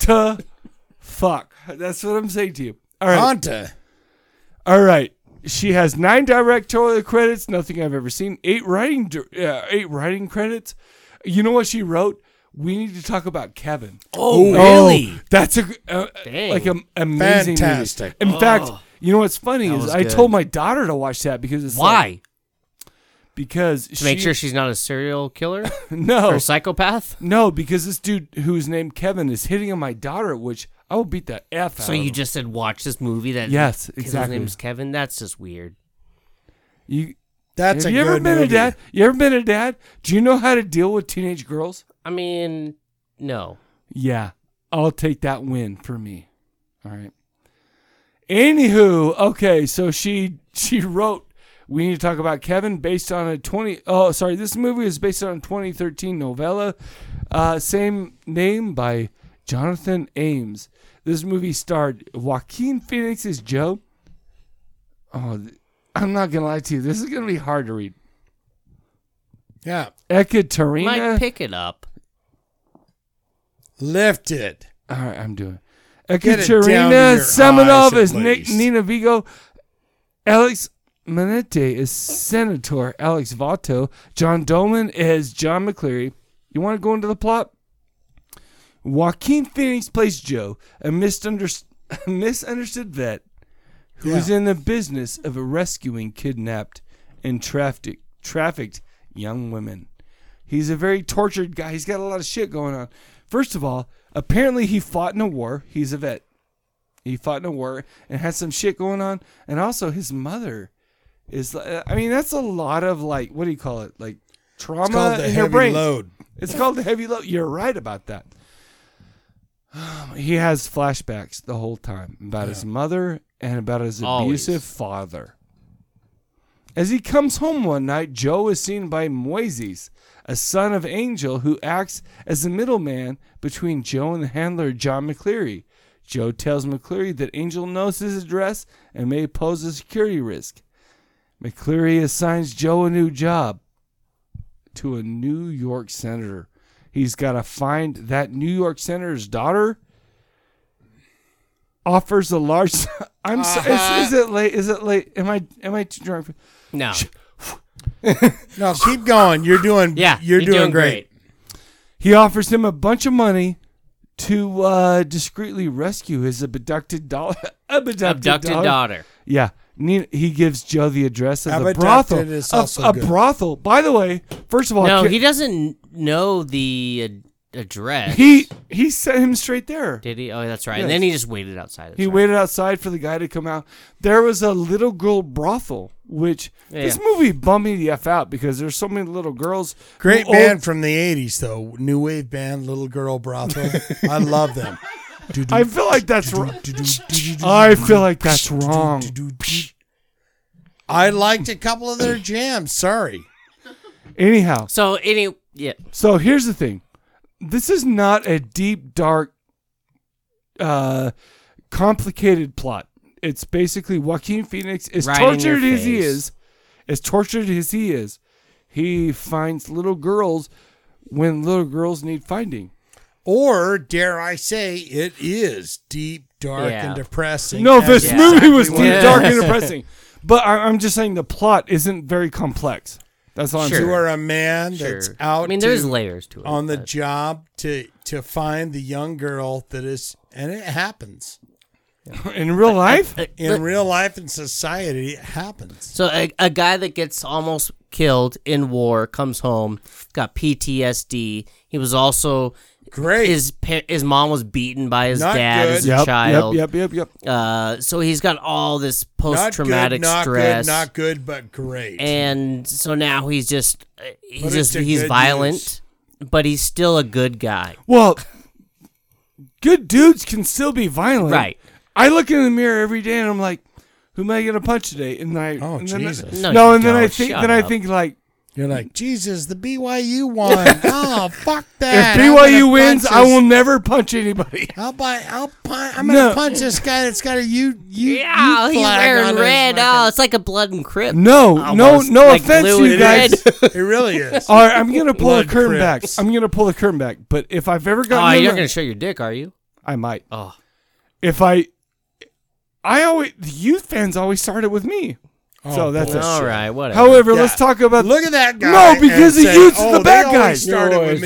S1: to. Fuck. That's what I'm saying to you. All right.
S2: Honda.
S1: All right. She has nine directorial credits. Nothing I've ever seen. Eight writing. dir- Uh, eight writing credits. You know what she wrote? We need to talk about Kevin.
S3: Oh, really?
S1: that's a uh,
S3: Dang.
S1: like an amazing, movie.
S3: Fantastic.
S1: In fact,
S3: Oh.
S1: you know what's funny
S3: That
S1: is
S3: was
S1: I
S3: good.
S1: told my daughter to watch that because it's
S3: Why?
S1: like- because
S3: to make
S1: she- Oh.
S3: sure she's not a serial killer.
S1: no
S3: or a psychopath.
S1: No, because this dude who's named Kevin is hitting on my daughter, which I will beat the f out.
S3: So
S1: of
S3: you
S1: him.
S3: just said watch this movie that
S1: Oh. Yes,
S3: kid's
S1: exactly.
S3: name's Kevin. That's just weird.
S1: You.
S2: That's
S1: have
S2: a
S1: you ever
S2: good
S1: been a
S2: movie.
S1: dad? You ever been a dad? Do you know how to deal with teenage girls?
S3: I mean, no.
S1: Yeah, I'll take that win for me. All right. Anywho, okay, so she she wrote we need to talk about Kevin based on a 20 oh sorry, this movie is based on a 2013 novella uh same name by Jonathan Ames. This movie starred Joaquin Phoenix as Joe. Oh, th- I'm not going to lie to you. This is going to be hard to read.
S2: Yeah.
S1: Ekaterina
S3: Mike, pick it up.
S2: Lift it.
S1: All right, I'm doing it.
S2: Get it down to your
S1: Ekaterina
S2: eyes
S1: Semenov
S2: at
S1: is Nick,
S2: least.
S1: Nina Vigo. Alex Manette is Senator Alex Vato. John Dolan is John McCleary. You want to go into the plot? Joaquin Phoenix plays Joe, a misunderstood, misunderstood vet who is in the business of rescuing kidnapped and trafficked, trafficked young women. He's a very tortured guy. He's got a lot of shit going on. First of all, apparently he fought in a war. He's a vet. He fought in a war and had some shit going on. And also his mother is. uh, I mean, that's a lot of like what do you call it? Like trauma
S2: called the
S1: in your
S2: heavy
S1: brain.
S2: load.
S1: It's called the heavy load. You're right about that. He has flashbacks the whole time about his mother and about his
S3: Always.
S1: abusive father. As he comes home one night, Joe is seen by Moises, a son of Angel who acts as the middleman between Joe and the handler John McCleary. Joe tells McCleary that Angel knows his address and may pose a security risk. McCleary assigns Joe a new job. to a New York senator. He's got to find that New York senator's daughter. Offers a large. I'm. so-
S2: Uh-huh.
S1: is, is it late? Is it late? Am I? Am I too drunk?
S3: No.
S2: no, keep going. You're doing. Yeah, you're, doing, great.
S1: He offers him a bunch of money to uh, discreetly rescue his abducted, doll- abducted,
S3: Abducted
S1: daughter.
S3: daughter.
S1: Yeah. Ne- He gives Joe the address of the
S3: Abducted
S1: brothel.
S3: is
S1: A-
S3: also
S1: a,
S3: good.
S1: brothel. By the way, first of all,
S3: no,
S1: ca-
S3: he doesn't know the uh, address.
S1: he he sent him straight there.
S3: did he? Oh, that's right.
S1: Yes.
S3: And then he just waited outside.
S1: He waited outside for the guy to come out. There was a little girl brothel, which
S2: Yeah.
S1: this movie bummed me the f out because there's so many little girls.
S2: Great
S1: who
S2: band from the '80s, though. New wave band, Little Girl Brothel. I love them.
S1: I feel like that's wrong. I feel like that's wrong.
S2: I liked a couple of their jams. Sorry.
S1: Anyhow,
S3: So any yeah.
S1: so here's the thing: this is not a deep, dark, uh, complicated plot. It's basically Joaquin Phoenix is
S3: Right in your
S1: tortured as he
S3: face.
S1: is, as tortured as he is, he finds little girls when little girls need finding.
S2: Or dare I say, it is deep, dark,
S1: Yeah.
S2: and depressing.
S1: No,
S2: as
S1: this
S2: exactly
S1: movie was
S2: what
S1: deep,
S2: it
S1: dark, and
S2: is.
S1: depressing. But I, I'm just saying the plot isn't very complex. That's all I'm saying.
S2: You are a man that's
S3: Sure.
S2: out.
S3: I mean,
S2: to-
S3: there's layers to it,
S2: On the job to to find the young girl that is, and it happens
S1: in real life.
S2: In real life, in society, it happens.
S3: So a, a guy that gets almost killed in war comes home, got PTSD. He was also
S2: great.
S3: His pa- his mom was beaten by his
S1: Not
S3: dad
S1: good.
S3: as a
S1: Yep, yep,
S3: child.
S1: yep, yep, yep.
S3: Uh, so he's got all this post traumatic
S2: not good,
S3: stress.
S2: Not good, not good, but great.
S3: and so now he's just uh,
S2: But
S3: he's
S2: it's
S3: just
S2: a
S3: he's
S2: good
S3: violent,
S2: news.
S3: but he's still a good guy.
S1: Well, good dudes can still be violent.
S3: Right.
S1: I look in the mirror every day and I'm like, who am I going to punch today? And I oh and then I-
S2: Jesus.
S1: no,
S2: No,
S1: no
S2: you
S1: and then I
S2: don't.
S1: think
S2: Shut
S1: then I
S2: up.
S1: think like
S2: You're like Jesus, the BYU won. oh fuck that!
S1: if
S2: I'm gonna
S1: BYU wins,
S2: punch
S1: I
S2: this-
S1: will never punch anybody.
S2: I'll buy. I'll punch. I'm
S1: No.
S2: gonna punch this guy that's got a U. U
S3: Yeah,
S2: U
S3: Oh, he's
S2: flag on
S3: wearing
S2: his
S3: red.
S2: fucking-
S3: Oh, it's like a blood and crip.
S1: No, no,
S3: Almost.
S1: no
S3: Like
S1: offense,
S3: blue
S1: you
S3: and
S1: guys.
S3: red.
S1: oh, All right, I'm gonna pull
S3: Blood
S1: the curtain back.
S3: Crips.
S1: I'm gonna pull the curtain back. But if I've ever
S3: Oh,
S1: gotten, in
S3: you're
S1: a-
S3: not gonna show your dick, are you?
S1: I might.
S3: Oh,
S1: if I, I always the youth fans always started with me. so that's
S3: bullshit.
S1: a-
S3: All right, whatever.
S1: However,
S3: Yeah.
S1: let's talk about.
S2: Oh, Look at that guy.
S1: No, because the
S2: and say,
S1: youth's
S2: oh,
S1: the bad
S2: they always
S1: guys.
S2: Started with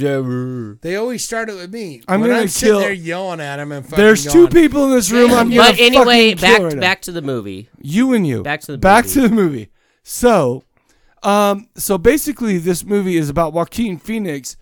S2: me.
S3: ever.
S2: They always started with me.
S1: I'm
S2: when
S1: gonna
S2: I'm sitting
S1: kill-
S2: there yelling at him and fucking
S1: There's two
S2: going,
S1: people in this room. I'm gonna
S3: but anyway,
S1: fucking
S3: back
S1: kill right now.
S3: back to the movie.
S1: You and you.
S3: Back to the
S1: back
S3: movie.
S1: to the movie. So, um, so basically, this movie is about Joaquin Phoenix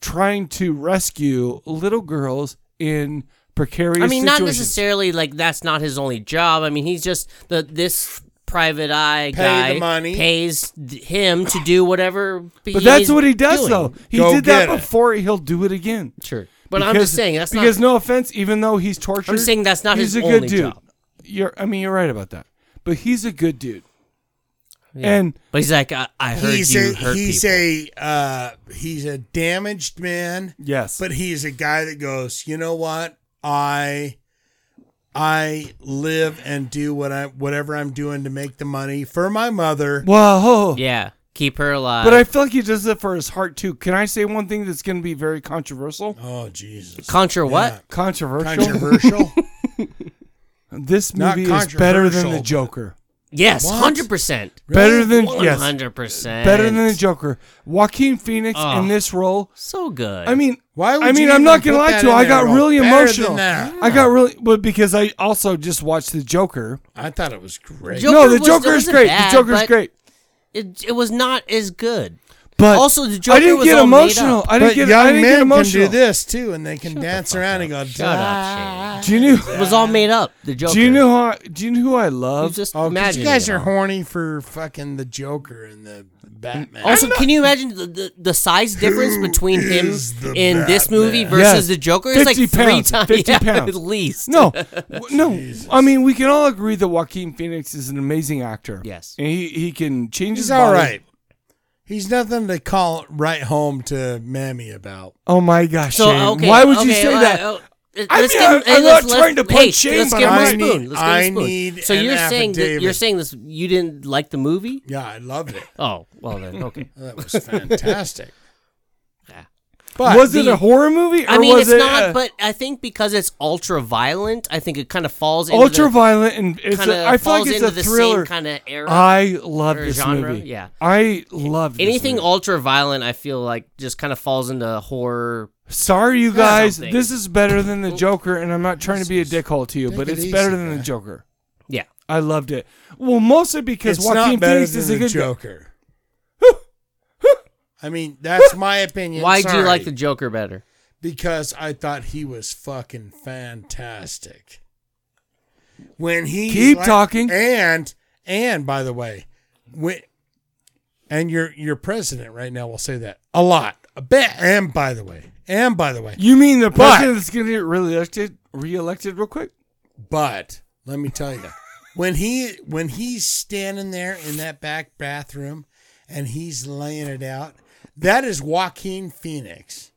S1: trying to rescue little girls in precarious.
S3: I mean, not
S1: situations.
S3: necessarily like that's not his only job. I mean, he's just the this private eye
S1: Pay
S3: guy
S1: the money.
S3: pays d- him to do whatever.
S1: But that's what he does, though. He did that
S3: before.
S1: before. He'll do it again.
S3: Sure, But I'm just saying, that's not-
S1: because no offense, even though he's tortured,
S3: I'm saying that's not
S1: he's
S3: his
S1: a good
S3: only
S1: dude.
S3: job.
S1: You're, I mean, you're right about that. But he's a good dude.
S3: Yeah.
S1: And
S3: But he's like, I, I heard
S2: he's
S3: you
S2: a
S3: hurt
S2: he's
S3: people.
S2: a uh, he's a damaged man.
S1: Yes,
S2: but he's a guy that goes, you know what, I I live and do what I whatever I'm doing to make the money for my mother.
S1: Whoa.
S3: Yeah, keep her alive.
S1: But I feel like he does it for his heart too. Can I say one thing that's going to be very controversial?
S2: Oh Jesus!
S3: Contra what? Yeah.
S1: Controversial.
S3: Controversial?
S1: this
S3: Not
S1: movie is better than
S3: controversial,
S1: the
S3: but-
S1: Joker.
S3: Yes, hundred percent.
S1: Better than yes,
S3: 100%.
S1: Better than the Joker. Joaquin Phoenix
S3: Oh,
S1: in this role,
S3: so good.
S1: I mean, why?
S3: Why would
S1: I mean,
S3: you
S1: I'm
S3: even
S1: not gonna
S3: put
S1: lie
S3: that
S1: to you.
S3: in
S1: I
S3: there
S1: got
S3: at all?
S1: really
S3: Better than
S1: emotional.
S3: that.
S1: I got really, but because I also just watched the Joker.
S2: I thought it was great.
S1: no, the
S3: was- it
S1: Joker is
S3: wasn't
S1: great.
S3: bad,
S1: the Joker is
S3: but
S1: great.
S3: It, it was not as good.
S1: But
S3: also, the Joker
S1: I didn't
S3: was
S1: get
S3: all made
S1: emotional.
S3: up.
S1: I didn't
S2: But
S1: get.
S2: young
S1: I didn't
S2: men
S1: get
S2: can
S1: emotional.
S2: do this too, and they can dance around and go.
S3: Shut
S2: "Ah."
S3: up,
S1: Do you know
S3: It was all made up. The Joker.
S1: Do you know how? Do you know who I love?
S3: just
S2: Oh, 'cause you
S3: imagining
S2: guys
S3: it
S2: are
S3: all.
S2: horny for fucking the Joker and the Batman.
S3: Also, can you imagine the, the, the size difference between him in this movie
S1: Batman?
S3: versus
S1: Yes.
S3: the Joker? It's like
S1: 50
S3: three
S1: pounds,
S3: times
S1: 50
S3: yeah,
S1: pounds.
S3: at least.
S1: No, w- no. I mean, we can all agree that Joaquin Phoenix is an amazing actor. Yes, and he he can change
S2: He's
S1: his body.
S2: all right. He's nothing to call right home to Mammy about.
S1: Oh my gosh,
S2: So,
S1: Shane.
S2: okay,
S1: why would you
S2: okay,
S1: say
S2: well,
S3: uh,
S1: that?
S2: oh.
S1: I
S3: let's
S1: mean,
S3: give
S1: I-
S3: him, hey,
S1: I'm
S3: let's,
S1: not
S3: let's,
S1: trying to
S3: hey,
S1: punch shame,
S3: let's
S1: but
S3: give him a
S1: I
S3: spoon.
S1: need-
S3: let's give him a
S1: I
S3: spoon.
S1: need
S3: so
S1: an
S3: you're saying that you're
S1: affidavit.
S3: saying this you didn't like the movie?
S2: Yeah, I loved it.
S3: Oh, well then, okay.
S2: that was fantastic.
S3: Yeah.
S1: But Was it a horror movie,
S3: I
S1: or
S3: mean,
S1: was
S3: it's
S1: it,
S3: not.
S1: uh,
S3: but I think because it's ultra violent, I think it kind of falls into
S1: ultra violent and it's
S3: kinda
S1: a, I feel
S3: falls
S1: like it's
S3: into
S1: a
S3: the
S1: thriller Ah,
S3: Same kind of era.
S1: I love
S3: or
S1: this
S3: genre.
S1: movie.
S3: Yeah,
S1: I love this
S3: anything ultra violent. I feel like just kind of falls into horror.
S1: Sorry, you guys.
S3: Something.
S1: This is better than
S2: Oh.
S1: the Joker, and I'm not trying to be a dickhole to you,
S3: Take
S1: but
S3: it
S1: it's
S3: easy,
S1: better than
S3: man.
S1: the Joker.
S3: Yeah.
S1: I loved it. Well, mostly because
S2: It's
S1: Joaquin
S2: not better
S1: Phoenix is
S2: than
S1: a
S2: the
S1: good guy.
S2: Joker. I mean, that's my opinion.
S3: Why do you like
S2: sorry.
S3: the Joker better?
S2: Because I thought he was fucking fantastic. When he
S1: Keep talking.
S2: and and by the way, when, and your your president right now will say that a lot. A bit. And by the way, and by the way,
S1: You mean the
S2: But-
S1: president that's going to get reelected, reelected real quick?
S2: But let me tell you, when he when he's standing there in that back bathroom and he's laying it out, that is Joaquin Phoenix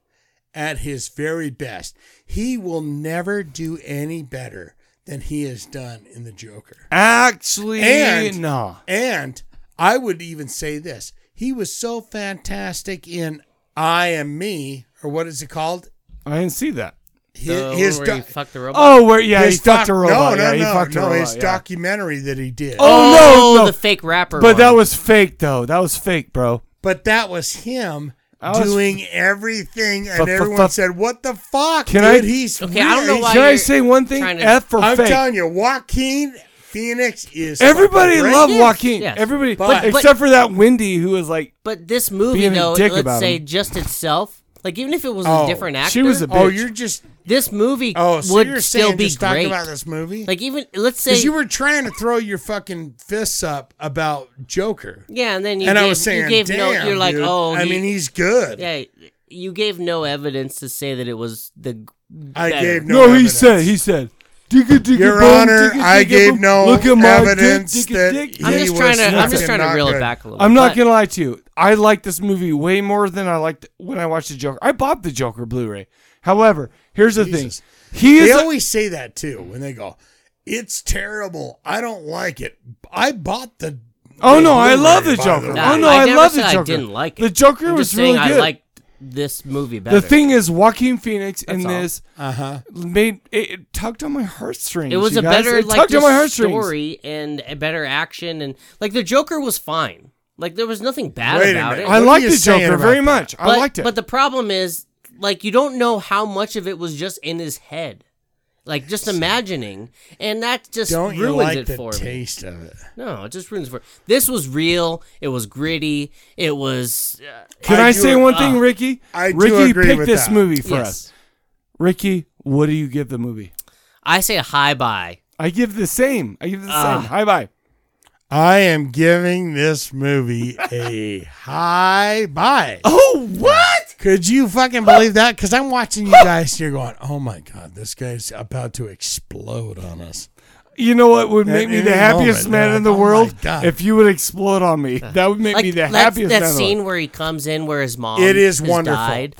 S2: at his very best. He will never do any better than he has done in the Joker.
S1: Actually,
S3: Eh,
S2: And
S1: no.
S2: And I would even say this: he was so fantastic in "I Am Me" or what is it called?
S1: I didn't see that.
S2: his,
S3: The
S2: his
S3: one where
S2: do-
S3: he fucked the robot?
S1: Oh, where yeah,
S2: his
S1: he fucked
S2: doc-
S1: a robot.
S2: No, no,
S1: yeah, he
S2: no,
S1: fucked a
S2: no,
S1: robot,
S2: his
S1: yeah.
S2: documentary that he did.
S1: Oh,
S3: Oh,
S1: no, no,
S3: the fake rapper
S1: But that
S3: one.
S1: was fake though. That was fake, bro.
S2: But that was him
S1: was-
S2: doing everything, and
S1: Fu- fu-
S2: everyone
S1: fu-
S2: said, "What the fuck,
S1: Can
S2: dude?
S1: I-
S2: He's
S1: Okay, I don't know
S2: he's-
S1: why Can I you're say one thing? trying to- F for
S2: I'm
S1: fake.
S2: telling you, Joaquin Phoenix is
S1: Everybody
S2: fucking great.
S1: loved Joaquin. Everybody,
S3: But- but-
S1: except for that Wendy who was like,
S3: But this movie,
S1: Being a
S3: though,
S1: dick
S3: let's
S1: about
S3: say
S1: him.
S3: just itself, like even if it was a
S1: Oh,
S3: different actor,
S1: she was a
S2: Oh, bitch. you're just
S3: this movie
S2: Oh, so
S3: would
S2: you're
S3: still
S2: saying
S3: be
S2: just talking
S3: great.
S2: about this movie?
S3: Like even let's say
S2: Because you were trying to throw your fucking fists up about Joker.
S3: yeah, and then you
S2: and
S3: gave,
S2: I was saying,
S3: you gave no,
S2: "Damn,
S3: you're like,
S2: dude.
S3: oh,
S2: I
S3: he-
S2: mean, he's good.
S3: Yeah, you gave no evidence to say that it was the.
S2: I
S3: better.
S2: gave
S1: no, he said, he said, digga, digga,
S2: Your
S1: boom,
S2: Honor,
S1: digga,
S2: I
S1: digga,
S2: gave
S1: boom.
S2: no
S1: Look at my dick,
S2: evidence
S1: digga,
S2: that
S1: dick.
S2: I'm he just trying was to- I'm just fucking trying to not reel it good. back a little
S1: I'm not
S2: bit.
S1: gonna lie to you. I like this movie way more than I liked when I watched the Joker. I bought the Joker Blu-ray. However, here's the thing. He is
S2: they
S1: a-
S2: always say that too when they go, "It's terrible. I don't like it. I bought the."
S1: Oh
S2: the
S1: no, I
S2: Blu-ray,
S1: love the
S2: by
S1: Joker.
S2: way."
S1: oh no, I,
S3: never
S1: love
S3: said
S1: the
S3: I
S1: Joker.
S3: didn't like it.
S1: The Joker
S3: I'm
S1: was
S3: just saying
S1: really good.
S3: I liked this movie better.
S1: The thing is, Joaquin Phoenix in
S3: That's all.
S1: this
S2: uh-huh.
S1: made it, it tugged on my heartstrings.
S3: It was
S1: you
S3: a
S1: guys.
S3: better
S1: it
S3: like
S1: tugged on
S3: just
S1: my heartstrings.
S3: story and a better action and like the Joker was fine. Like there was nothing bad
S1: Wait a
S3: about
S1: minute.
S3: it.
S1: I What are liked you the saying Joker about very that? much. I
S3: But-
S1: liked it.
S3: But the problem is like you don't know how much of it was just in his head. Like just imagining and that just
S2: Don't
S3: ruins
S2: you like
S3: it
S2: the
S3: for me.
S2: taste of it?
S3: No, it just ruins it for This was real, it was gritty, it was uh,
S1: Can I, say one thing, Ricky?
S3: I do
S1: Ricky
S3: agree
S1: picked
S3: with
S1: this
S3: that.
S1: movie for
S3: Yes.
S1: us. Ricky, what do you give the movie?
S3: I say a high buy.
S1: I give the same. I give the
S3: Ah.
S1: same. High bye.
S2: I am giving this movie a high buy.
S1: Oh, what?
S2: Could you fucking believe that? Because I'm watching you guys, and you're going, "Oh my god, this guy's about to explode on us."
S1: You know what would
S2: At
S1: make me
S2: any
S1: the happiest
S2: moment,
S1: man
S2: man.
S1: in the
S2: Oh my
S1: world?
S2: God.
S1: If you would explode on me, that would make
S3: like
S1: me the
S3: that's-
S1: happiest
S3: that
S1: man. in the world.
S3: scene where he comes in where his mom
S1: It is
S3: has
S1: wonderful.
S3: died,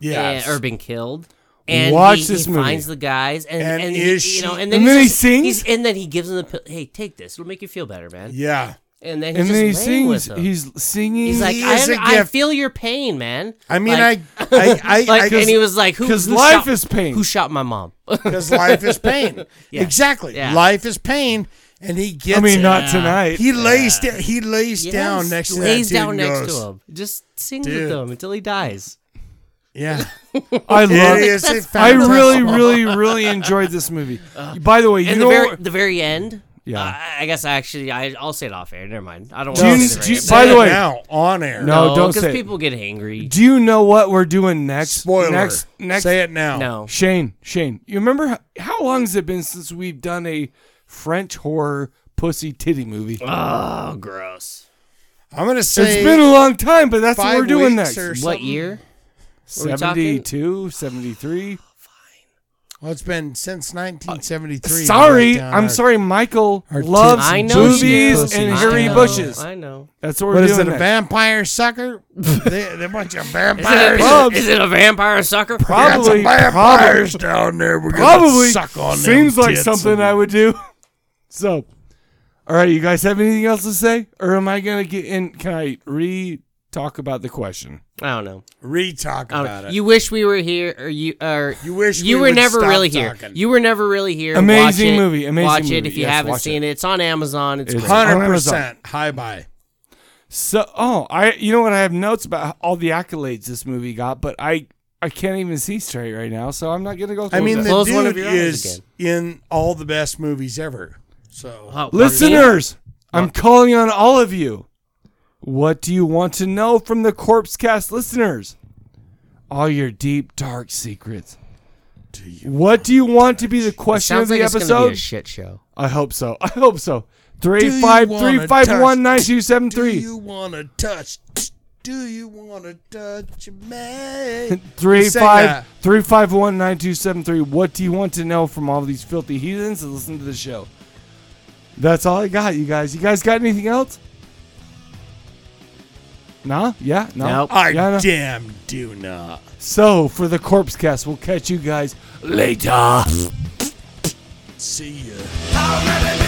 S1: Yes.
S3: eh, or been killed and
S1: Watch
S3: he,
S1: this
S3: he
S1: movie.
S3: finds the guys and,
S1: And
S3: and,
S1: is
S3: he, you know
S1: she-
S3: and then,
S1: And
S3: he's
S1: then he
S3: just-
S1: sings?
S3: he's- and then he gives him the pill hey take this it'll make you feel better man
S2: Yeah.
S3: and then he's
S1: And
S3: just
S1: then he
S3: laying with
S1: sings.
S3: him.
S1: He's singing.
S3: He's like,
S1: He
S3: I,
S1: is a
S3: I
S1: gift."
S3: feel your pain, man.
S2: I mean,
S3: Like-
S2: I- I- I-
S3: like,
S2: I-
S3: and he was like, who?
S1: 'cause
S3: who
S1: life
S3: shot-
S1: is pain.
S3: Who shot my mom?
S2: Because life is pain.
S3: Yeah.
S2: Exactly.
S3: Yeah.
S2: Life is pain. And he gets.
S1: mean,
S2: it.
S1: not tonight.
S2: He lays.
S1: Yeah.
S2: da- he lays
S3: Yes,
S2: down next. to that
S3: lays
S2: dude
S3: down
S2: and
S3: next
S2: goes,
S3: to him. Just sings with
S2: "Dude."
S3: him until he dies.
S2: Yeah.
S1: I
S3: It
S1: love
S3: is a
S1: it. I really,
S3: fantastic-
S1: really, really enjoyed this movie. By the way, you
S3: and
S1: know
S3: the very,
S1: what-
S3: the very end.
S1: Yeah.
S3: uh, I- I guess I actually I, I'll say it off air. Never mind. I don't.
S1: Do
S3: want
S1: you-
S3: to say the
S1: do you-
S3: very end.
S1: by the way-
S2: now on air.
S1: No, don't
S3: because
S1: say it.
S3: people get angry.
S1: Do you know what we're doing next?
S2: Spoiler.
S1: Next, next.
S2: Say it now.
S3: No.
S1: Shane, Shane, you remember how, how long has it been since we've done a French horror pussy titty movie?
S3: Oh, gross.
S2: I'm gonna Uh, say
S1: it's been a long time, but that's what
S2: five
S1: we're doing
S2: weeks
S1: next.
S2: or
S3: What year? Are we talking?
S1: 72, 73.
S2: Well, it's been since 1973.
S1: Uh, Sorry, I'm sorry. Michael loves
S2: I know she
S1: movies
S2: is.
S1: and
S2: I
S1: hairy
S2: know,
S1: bushes.
S2: I
S3: know.
S1: That's what we're
S2: What
S1: doing.
S2: is it, a
S1: next.
S2: vampire sucker? they, they bunch of
S3: Is it,
S2: vampires.
S3: a, is it a vampire sucker?
S1: Probably.
S2: vampires
S1: probably,
S2: down there. We're gonna
S1: probably
S2: suck on them
S1: seems like
S2: tits
S1: something I would do. So, all right, you guys have anything else to say, or am I gonna get in? Can I re-talk about the question?
S3: I don't know.
S2: Re-talk
S3: I don't- You wish we were here, or you, or you
S2: wish
S3: you
S1: we
S3: were
S1: would
S3: never
S1: stop
S3: really here.
S1: talking.
S3: You were never really here.
S1: Amazing
S3: watch it,
S1: movie, amazing
S3: Watch it
S1: movie.
S3: if you
S1: Yes,
S3: haven't
S1: watch
S3: seen it. It's on Amazon. It's,
S1: It's
S3: great.
S1: on Amazon.
S2: High buy.
S1: So, oh, I you know what? I have notes about all the accolades this movie got, but I I can't even see straight right now, so I'm not gonna go.
S2: I
S1: through
S2: mean,
S1: that.
S2: the dude is in all the best movies ever. So
S1: Listeners, I'm calling on all of you. What do you want to know from the Corpse Cast listeners? All your deep, dark secrets. what do you want to be the question
S3: sounds
S1: of the
S3: like it's
S1: episode?
S3: gonna be a shit show.
S1: I hope so. I hope so.
S2: Do
S1: Three
S2: you
S1: five
S2: wanna
S1: three five
S2: touch-
S1: one nine two seven
S2: Do
S1: three.
S2: you want to touch? Do you want to touch me?
S1: Three
S2: He sang
S1: five
S2: that.
S1: three five one nine two seven three. What do you want to know from all these filthy heathens? And listen to the show. That's all I got, you guys. You guys got anything else? Nah? Yeah? No?
S2: I
S1: Yeah, no?
S2: damn do not.
S1: So, for the Corpse Cast, we'll catch you guys later.
S2: See ya.
S11: How many